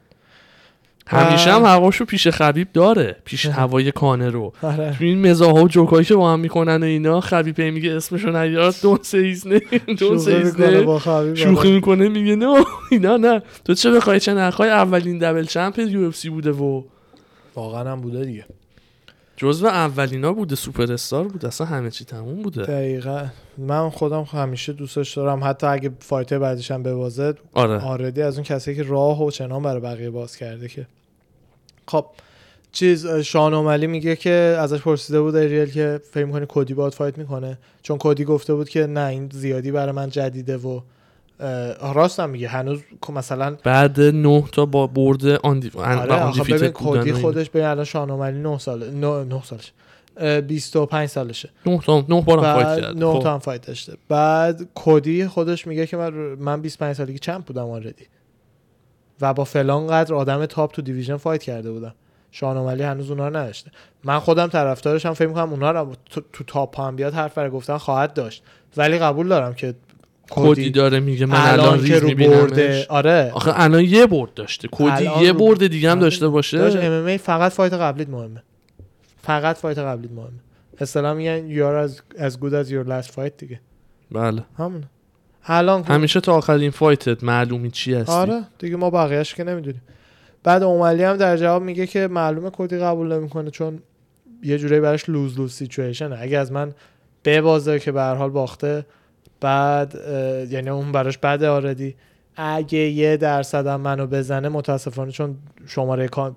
Speaker 2: همیشه هم هواشو پیش خبیب داره پیش هوای کانه رو
Speaker 1: آره.
Speaker 2: تو این مزاها و جوکایی که با هم میکنن و اینا خبیب هی میگه اسمشو نیار دون سیزنه دون
Speaker 1: شوخی می‌کنه
Speaker 2: سیزنه
Speaker 1: با آره. خبیب.
Speaker 2: شوخی میکنه میگه نه اینا نه تو چه بخوای چه نخوای اولین دبل چمپ یو اف سی بوده و
Speaker 1: واقعا هم بوده دیگه
Speaker 2: جزو اولینا بوده سوپر استار بود اصلا همه چی تموم بوده
Speaker 1: دقیقا من خودم همیشه دوستش دارم حتی اگه فایت بعدش هم ببازه
Speaker 2: آره
Speaker 1: آردی از اون کسی که راه و چنان برای بقیه باز کرده که خب چیز اه، شان اوملی میگه که ازش پرسیده بود ریل که فکر میکنی کدی باید فایت میکنه چون کدی گفته بود که نه این زیادی برای من جدیده و اه، راست هم میگه هنوز که مثلا
Speaker 2: بعد نه تا با برد آن دی... ان- و
Speaker 1: آره آخه
Speaker 2: undefeated
Speaker 1: ببین
Speaker 2: بودن و
Speaker 1: کدی
Speaker 2: اینا.
Speaker 1: خودش به الان شان اوملی 9 سال 9 سالش اه، 25 سالشه
Speaker 2: نه تا نه بارم فایت
Speaker 1: بعد
Speaker 2: کرد
Speaker 1: نه
Speaker 2: خب.
Speaker 1: تا هم فایت داشته بعد کودی خودش میگه که من من 25 سالگی چمپ بودم آردی و با فلان قدر آدم تاپ تو دیویژن فایت کرده بودم شان اوملی هنوز اونا رو نداشته من خودم طرفدارشم فکر میکنم اونا رو تو, تو تاپ هم بیاد حرف برای گفتن خواهد داشت ولی قبول دارم که
Speaker 2: خب، کدی
Speaker 1: کودی
Speaker 2: داره میگه من الان,
Speaker 1: الان که
Speaker 2: ریز
Speaker 1: رو
Speaker 2: میبینمش
Speaker 1: برده آره
Speaker 2: آخه الان یه برد داشته کدی
Speaker 1: الان
Speaker 2: یه
Speaker 1: رو-
Speaker 2: برد دیگه هم
Speaker 1: آره.
Speaker 2: داشته
Speaker 1: داش
Speaker 2: باشه
Speaker 1: ام فقط فایت قبلیت مهمه فقط فایت قبلیت مهمه اصطلاح میگن you are as, as good as your last fight دیگه
Speaker 2: بله
Speaker 1: همون الان
Speaker 2: همیشه تا آخرین فایتت معلومی چی هستی
Speaker 1: آره دیگه ما بقیهش که نمیدونیم بعد اوملی هم در جواب میگه که معلومه کدی قبول نمیکنه چون یه جورایی براش لوز لوز سیچویشنه اگه از من ببازه که به هر حال باخته بعد اه، یعنی اون براش بده آردی اگه یه درصد هم منو بزنه متاسفانه چون شماره کان-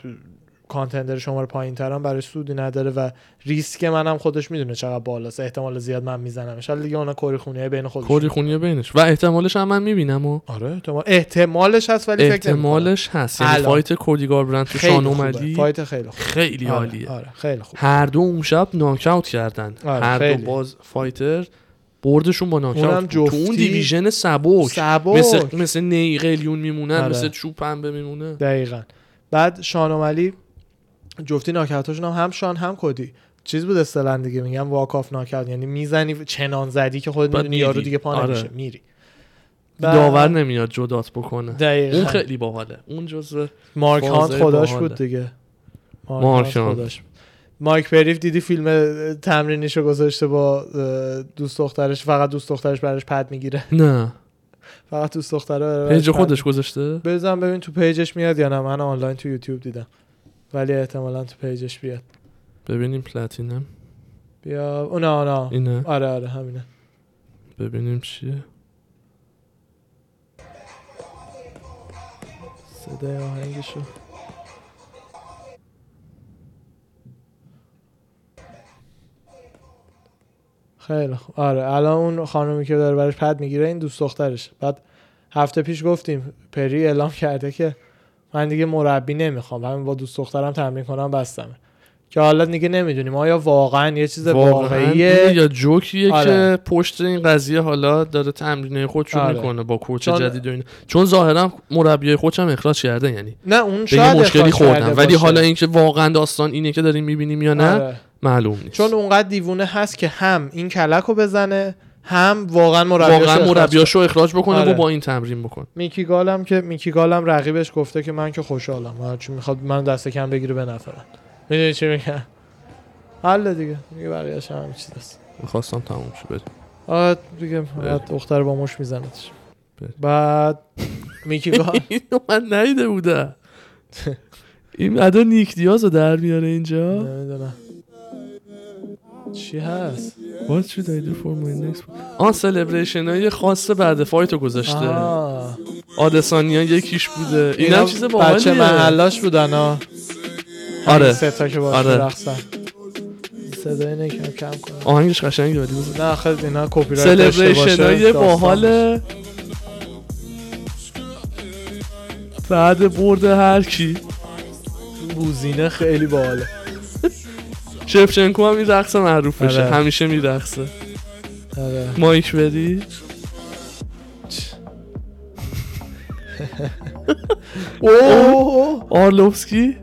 Speaker 1: کانتندر شماره پایین ترم برای سودی نداره و ریسک منم خودش میدونه چقدر بالاست احتمال زیاد من میزنمش حالا دیگه اونا کوری خونی بین خودشون
Speaker 2: کلی خونیه بینش و احتمالش هم من میبینم و
Speaker 1: آره احتمال احتمالش هست ولی فکر نمی‌کنم.
Speaker 2: احتمالش هست یعنی
Speaker 1: الان.
Speaker 2: فایت کودی گاربرند تو
Speaker 1: خیلی
Speaker 2: شان
Speaker 1: خوبه
Speaker 2: اومدی
Speaker 1: فایت خیلی خوب
Speaker 2: خیلی
Speaker 1: آره،
Speaker 2: عالیه
Speaker 1: آره خیلی خوب
Speaker 2: هر دو اون شب ناکاوت کردن
Speaker 1: آره،
Speaker 2: هر
Speaker 1: خیلی.
Speaker 2: دو باز فایتر بردشون با
Speaker 1: اونم
Speaker 2: ناکاوت بود. تو اون
Speaker 1: جفتی.
Speaker 2: دیویژن سبک
Speaker 1: سبک.
Speaker 2: مثل مثل نیقلیون میمونن
Speaker 1: آره.
Speaker 2: مثل چوب پنبه میمونه
Speaker 1: دقیقا بعد شان و علی جفتی ناکاتاشون هم هم شان هم کدی چیز بود اصطلاحاً دیگه میگم واک آف ناکات یعنی میزنی چنان زدی که خودت
Speaker 2: بعد
Speaker 1: میدونی یارو
Speaker 2: میری.
Speaker 1: دیگه پا
Speaker 2: آره.
Speaker 1: نمیشه میری بعد-
Speaker 2: داور نمیاد جدات بکنه
Speaker 1: بله. دقیقاً.
Speaker 2: اون خیلی باحاله اون جزء
Speaker 1: مارک
Speaker 2: فازای
Speaker 1: هانت خداش
Speaker 2: باحاله.
Speaker 1: بود دیگه
Speaker 2: مارک
Speaker 1: هانت
Speaker 2: هانت.
Speaker 1: خداش بود. مایک پریف دیدی فیلم اه، تمرینیشو گذاشته با اه، دوست دخترش فقط دوست دخترش براش پد میگیره
Speaker 2: نه
Speaker 1: فقط دوست دختره براش
Speaker 2: پیج
Speaker 1: پد
Speaker 2: خودش گذاشته
Speaker 1: بزن ببین تو پیجش میاد یا نه من آنلاین تو یوتیوب دیدم ولی احتمالا تو پیجش بیاد
Speaker 2: ببینیم پلاتینم
Speaker 1: بیا اونا اونا
Speaker 2: اینه
Speaker 1: آره آره همینه
Speaker 2: ببینیم چیه
Speaker 1: صدای آهنگشو خیلی خوب آره الان اون خانومی که داره براش پد میگیره این دوست دخترش بعد هفته پیش گفتیم پری اعلام کرده که من دیگه مربی نمیخوام همین با دوست دخترم تمرین کنم بستمه که حالا دیگه نمیدونیم آیا واقعا یه چیز
Speaker 2: واقعا
Speaker 1: واقعیه
Speaker 2: اینه یا جوکیه
Speaker 1: آره.
Speaker 2: که پشت این قضیه حالا داره تمرین خودش رو
Speaker 1: آره.
Speaker 2: میکنه با کوچ
Speaker 1: چون-
Speaker 2: جدید و اینا چون ظاهرا مربی خودش هم اخراج کرده یعنی
Speaker 1: نه اون
Speaker 2: به یه
Speaker 1: شاید
Speaker 2: مشکلی
Speaker 1: اخراج کرده
Speaker 2: خوردن ولی
Speaker 1: باشه.
Speaker 2: حالا اینکه واقعا داستان اینه که داریم میبینیم یا نه
Speaker 1: آره.
Speaker 2: معلوم نیست
Speaker 1: چون اونقدر دیوونه هست که هم این کلک رو بزنه هم واقعا مربیاشو
Speaker 2: واقعا
Speaker 1: اخراج کنه.
Speaker 2: مربیاشو اخراج بکنه
Speaker 1: آره.
Speaker 2: و با این تمرین بکنه
Speaker 1: میکی گالم که میکی گالم رقیبش گفته که من که خوشحالم هر چی میخواد من دست کم بگیره به نفرم میدونی چی میگم حل دیگه دیگه بقیه‌اش هم همین چیز است
Speaker 2: میخواستم تموم شه بریم.
Speaker 1: آه دیگه
Speaker 2: بله.
Speaker 1: بعد دختر با مش میزنتش
Speaker 2: بله.
Speaker 1: بعد میکی گال
Speaker 2: اینو من ندیده بودم این ادا نیک دیاز رو در میاره اینجا
Speaker 1: نمیدونم چی هست
Speaker 2: What should I do for my next آن سلبریشن های خاص بعد فایت رو گذاشته
Speaker 1: آه.
Speaker 2: آدسانیان یکیش بوده این هم چیز
Speaker 1: بچه
Speaker 2: باحالیه
Speaker 1: محلاش بودن ها
Speaker 2: آره
Speaker 1: سه تا که باش
Speaker 2: آره.
Speaker 1: رقصن صدای نکم کم کن
Speaker 2: آهنگش قشنگه ولی بذار.
Speaker 1: نه خیلی اینا کپی رایت داشته باشه
Speaker 2: سلبریشن های
Speaker 1: داستان.
Speaker 2: باحال بعد برد هر کی
Speaker 1: بوزینه خیلی باحاله
Speaker 2: شفچنکو هم این رقص معروفشه
Speaker 1: آره.
Speaker 2: همیشه میرقصه
Speaker 1: آره
Speaker 2: مایک بری
Speaker 1: اوه
Speaker 2: آرلوفسکی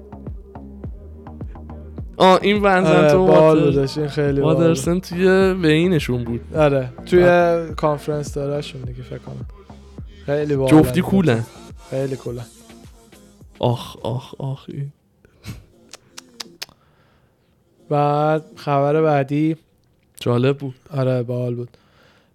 Speaker 2: آه این
Speaker 1: آره
Speaker 2: ونزن
Speaker 1: باحال
Speaker 2: تو
Speaker 1: بودش این خیلی باحال بود.
Speaker 2: مادرسن توی وینشون بود
Speaker 1: آره توی کانفرنس دارشون دیگه فکر کنم خیلی باحال
Speaker 2: جفتی کولن
Speaker 1: خیلی کوله
Speaker 2: آخ آخ آخ این.
Speaker 1: بعد خبر بعدی
Speaker 2: جالب بود
Speaker 1: آره باحال بود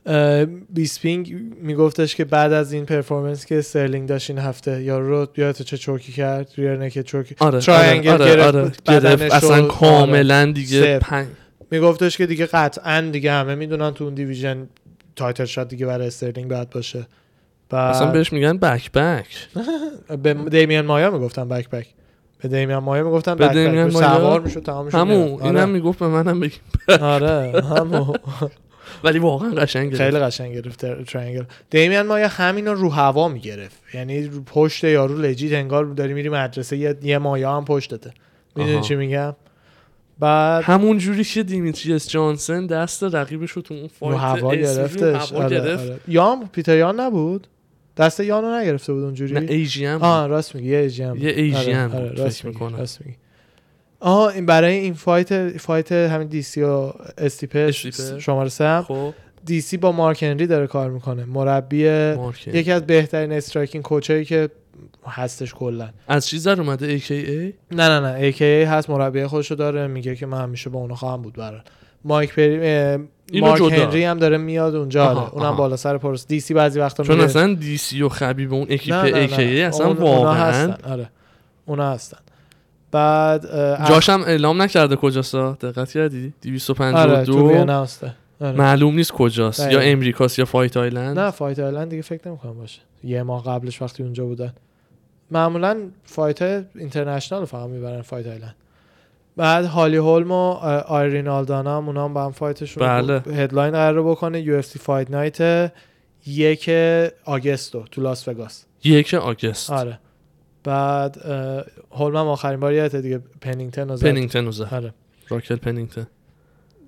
Speaker 1: اه، بیسپینگ میگفتش که بعد از این پرفورمنس که سرلینگ داشت این هفته یا رو یادت چه چوکی کرد ریر نکه چوکی
Speaker 2: آره
Speaker 1: تراینگل
Speaker 2: آره آره,
Speaker 1: گرفت،
Speaker 2: آره.
Speaker 1: بدنش
Speaker 2: گرفت اصلا
Speaker 1: رو- آره،
Speaker 2: کاملا دیگه
Speaker 1: صفر.
Speaker 2: پنج
Speaker 1: میگفتش که دیگه قطعا دیگه همه میدونن تو اون دیویژن تایتل شات دیگه برای استرلینگ باید باشه بعد
Speaker 2: اصلا بهش میگن بک بک
Speaker 1: به دیمین مایا میگفتن بک بک به دیمین مایا میگفتن
Speaker 2: به
Speaker 1: بک بک
Speaker 2: دیمین
Speaker 1: رو
Speaker 2: مایا؟
Speaker 1: سوار میشد تمامش
Speaker 2: همون اینم میگفت به منم بگیم
Speaker 1: آره همون
Speaker 2: ولی واقعا قشنگه
Speaker 1: خیلی قشنگ گرفت تر- ترنگل دیمین مایا همین رو رو هوا میگرفت یعنی رو پشت یارو لجیت انگار داری میری مدرسه یه, یه مایا هم پشتته میدونی
Speaker 2: آها.
Speaker 1: چی میگم بعد
Speaker 2: همون جوری که دیمیتریس جانسن دست رقیبش رو تو اون
Speaker 1: رو
Speaker 2: فایت
Speaker 1: هوا
Speaker 2: اسمی رو
Speaker 1: گرفتش
Speaker 2: هوا
Speaker 1: آره،
Speaker 2: گرفت
Speaker 1: آره. یام پیتر یان نبود دست یانو نگرفته بود اونجوری
Speaker 2: نه ایجیم
Speaker 1: آه راست میگی یه ایجیم
Speaker 2: یه ایجیم بود،
Speaker 1: آره، راست
Speaker 2: فکر
Speaker 1: میگی
Speaker 2: می‌کنم.
Speaker 1: راست میگی آها این برای این فایت فایت همین دی سی و استیپش
Speaker 2: استیپه.
Speaker 1: شماره سه هم
Speaker 2: خب
Speaker 1: دی سی با مارک هنری داره کار میکنه مربی
Speaker 2: مارک هنری.
Speaker 1: یکی از بهترین استرایکینگ کوچایی که هستش کلا
Speaker 2: از چیز در اومده ای ای
Speaker 1: نه نه نه AKA هست مربی خودشو داره میگه که من همیشه با اونو خواهم بود برای مایک پری اه،
Speaker 2: اینو
Speaker 1: مارک
Speaker 2: جدا.
Speaker 1: هنری هم داره میاد اونجا
Speaker 2: آها،
Speaker 1: آره. اونم
Speaker 2: آها.
Speaker 1: بالا سر پرس دی سی بعضی وقتا
Speaker 2: چون
Speaker 1: میره.
Speaker 2: اصلا دی سی و خبی به اون اکیپ
Speaker 1: خب، بله. نه، نه،
Speaker 2: ای
Speaker 1: نه.
Speaker 2: اصلا
Speaker 1: اون- اونا
Speaker 2: واقعا
Speaker 1: هستن آره اونا هستن بعد اه،
Speaker 2: جاشم اعلام نکرده کجاست دقت کردی
Speaker 1: آره تو
Speaker 2: 252
Speaker 1: وینا هسته. آره.
Speaker 2: معلوم نیست کجاست
Speaker 1: دقیقاً.
Speaker 2: یا امریکاست یا فایت
Speaker 1: نه
Speaker 2: آیلند
Speaker 1: فایت آیلند دیگه فکر نمیکنم باشه یه ماه قبلش وقتی اونجا بودن معمولا فایت های اینترنشنال رو فقط میبرن فایت آیلند بعد هالی هولم و اه، آیرین آلدانا هم اونا هم با هم فایتشون
Speaker 2: بله.
Speaker 1: هدلاین قرار بکنه یو اف سی فایت نایت یک آگستو تو لاس وگاس
Speaker 2: یک آگست
Speaker 1: آره بعد اه، هولم هم آخرین بار یادته دیگه پنینگتن رو زد
Speaker 2: پنینگتن رو زد.
Speaker 1: آره
Speaker 2: راکل پنینگتن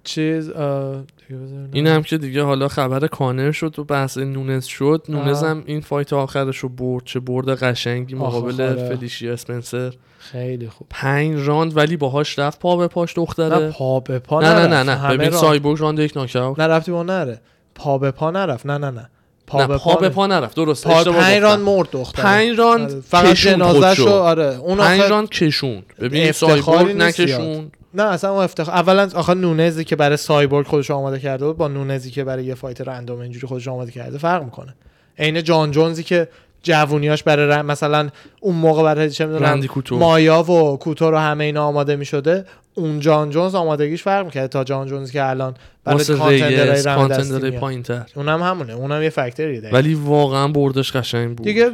Speaker 1: چیز اه، دیگه بذاریم
Speaker 2: این هم که دیگه حالا خبر کانر شد و بحث نونز شد نونز
Speaker 1: آه.
Speaker 2: هم این فایت آخرش رو برد چه برد قشنگی
Speaker 1: آخ،
Speaker 2: مقابل
Speaker 1: آره.
Speaker 2: فلیشیا اسپنسر
Speaker 1: خیلی خوب
Speaker 2: پنج راند ولی باهاش رفت پا به پاش
Speaker 1: نه
Speaker 2: دختره
Speaker 1: پا به پا
Speaker 2: آره. نه نه نه
Speaker 1: نرفت.
Speaker 2: نه,
Speaker 1: همه
Speaker 2: ببین
Speaker 1: را-
Speaker 2: سایبورگ راند یک ناکاوت
Speaker 1: نه رفتی با اون نره پا به پا نرفت نه نه نه
Speaker 2: نه پا به پا نرفت درست
Speaker 1: پا
Speaker 2: اشتباه
Speaker 1: پنج ران
Speaker 2: گفتم
Speaker 1: مرد دختر
Speaker 2: پنج راند
Speaker 1: فقط
Speaker 2: کشوند
Speaker 1: جنازه
Speaker 2: خودشو.
Speaker 1: شو آره اون
Speaker 2: پنج
Speaker 1: آخه-
Speaker 2: راند کشوند ببین
Speaker 1: افتخاری
Speaker 2: سایبورگ
Speaker 1: نیست زیاد.
Speaker 2: نکشون
Speaker 1: نه اصلا اون افتخ... اولا آخه نونزی که برای سایبورگ خودش آماده کرده بود با نونزی که برای یه فایت رندوم اینجوری خودش آماده کرده فرق میکنه عین جان جونزی که جوونیاش برای رن- مثلا اون موقع برای چه میدونم
Speaker 2: رندی کوتو.
Speaker 1: مایا و کوتو رو همه اینا آماده میشده اون جان جونز آمادگیش فرق میکرده تا جان جونزی که الان برای
Speaker 2: واسه
Speaker 1: کانتندرای
Speaker 2: ریس
Speaker 1: رم دستی
Speaker 2: کانتندر
Speaker 1: میاد.
Speaker 2: پایینتر
Speaker 1: اونم همونه اونم یه فکتوریه دقیقاً.
Speaker 2: ولی واقعا بردش قشنگ بود
Speaker 1: دیگه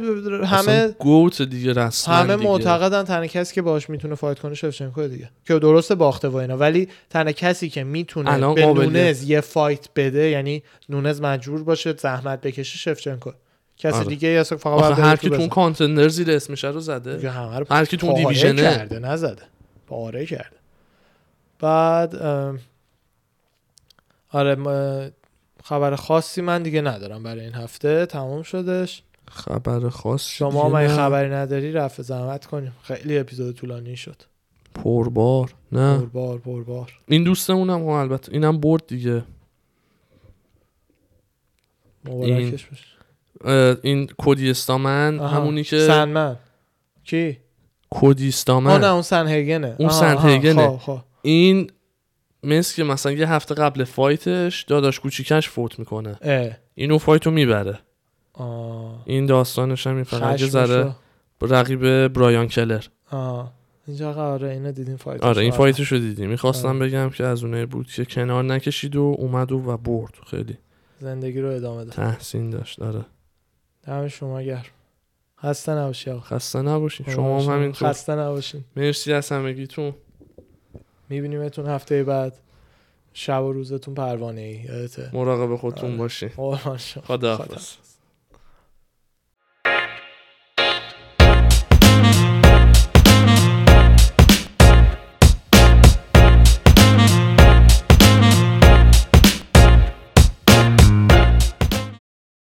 Speaker 2: اصلا
Speaker 1: همه
Speaker 2: گوت دیگه رسما
Speaker 1: همه
Speaker 2: دیگه.
Speaker 1: معتقدن تنها کسی که باهاش میتونه فایت کنه شفچنکو دیگه که درسته باخته و اینا ولی تنها کسی که میتونه
Speaker 2: الان
Speaker 1: به
Speaker 2: قابلیت.
Speaker 1: نونز یه فایت بده یعنی نونز مجبور باشه زحمت بکشه شفچنکو کسی
Speaker 2: آره.
Speaker 1: دیگه یا فقط باید
Speaker 2: آخه
Speaker 1: بره
Speaker 2: هر
Speaker 1: تو
Speaker 2: کی تو اون
Speaker 1: بزنه.
Speaker 2: کانتینر زیر اسمشه رو
Speaker 1: دیگه
Speaker 2: زده
Speaker 1: همه رو
Speaker 2: هر کی تو اون
Speaker 1: پاره
Speaker 2: دیویژنه.
Speaker 1: کرده نزده پاره کرده بعد ام، آره م- خبر خاصی من دیگه ندارم برای این هفته تمام شدش
Speaker 2: خبر خاص
Speaker 1: شما
Speaker 2: دیگه
Speaker 1: من
Speaker 2: نه.
Speaker 1: خبری نداری رفع زحمت کنیم خیلی اپیزود طولانی شد
Speaker 2: پربار نه
Speaker 1: پر بار پر بار
Speaker 2: این دوستمونم هم البته اینم برد دیگه
Speaker 1: مبارکش باشه
Speaker 2: اه، این کدیستامن
Speaker 1: آها.
Speaker 2: همونی که
Speaker 1: سنمن کی آه نه
Speaker 2: کدیستامن
Speaker 1: اون سن هیگنه
Speaker 2: اون
Speaker 1: آها،
Speaker 2: سن
Speaker 1: آها،
Speaker 2: هیگنه.
Speaker 1: خب، خب.
Speaker 2: این مثل که مثلا یه هفته قبل فایتش داداش کوچیکش فوت میکنه
Speaker 1: اه،
Speaker 2: این اون فایت رو میبره
Speaker 1: آه.
Speaker 2: این داستانش هم این فقط یه
Speaker 1: خشمش
Speaker 2: ذره
Speaker 1: رو-
Speaker 2: رقیب برایان کلر
Speaker 1: آه. اینجا آره اینو دیدین فایت
Speaker 2: آره این فایتش رو دیدی
Speaker 1: آره.
Speaker 2: میخواستم بگم که از اونه بود که کنار نکشید و اومد و, و برد خیلی
Speaker 1: زندگی رو ادامه ده
Speaker 2: تحسین داشت آره
Speaker 1: دم شما گرم خسته نباشی آقا
Speaker 2: خسته نباشین شما هم همینطور
Speaker 1: خسته نباشین
Speaker 2: مرسی از همگیتون
Speaker 1: میبینیمتون هفته بعد شب و روزتون پروانه ای یادته
Speaker 2: مراقب خودتون باشین
Speaker 1: قربان شما.
Speaker 2: خداحافظ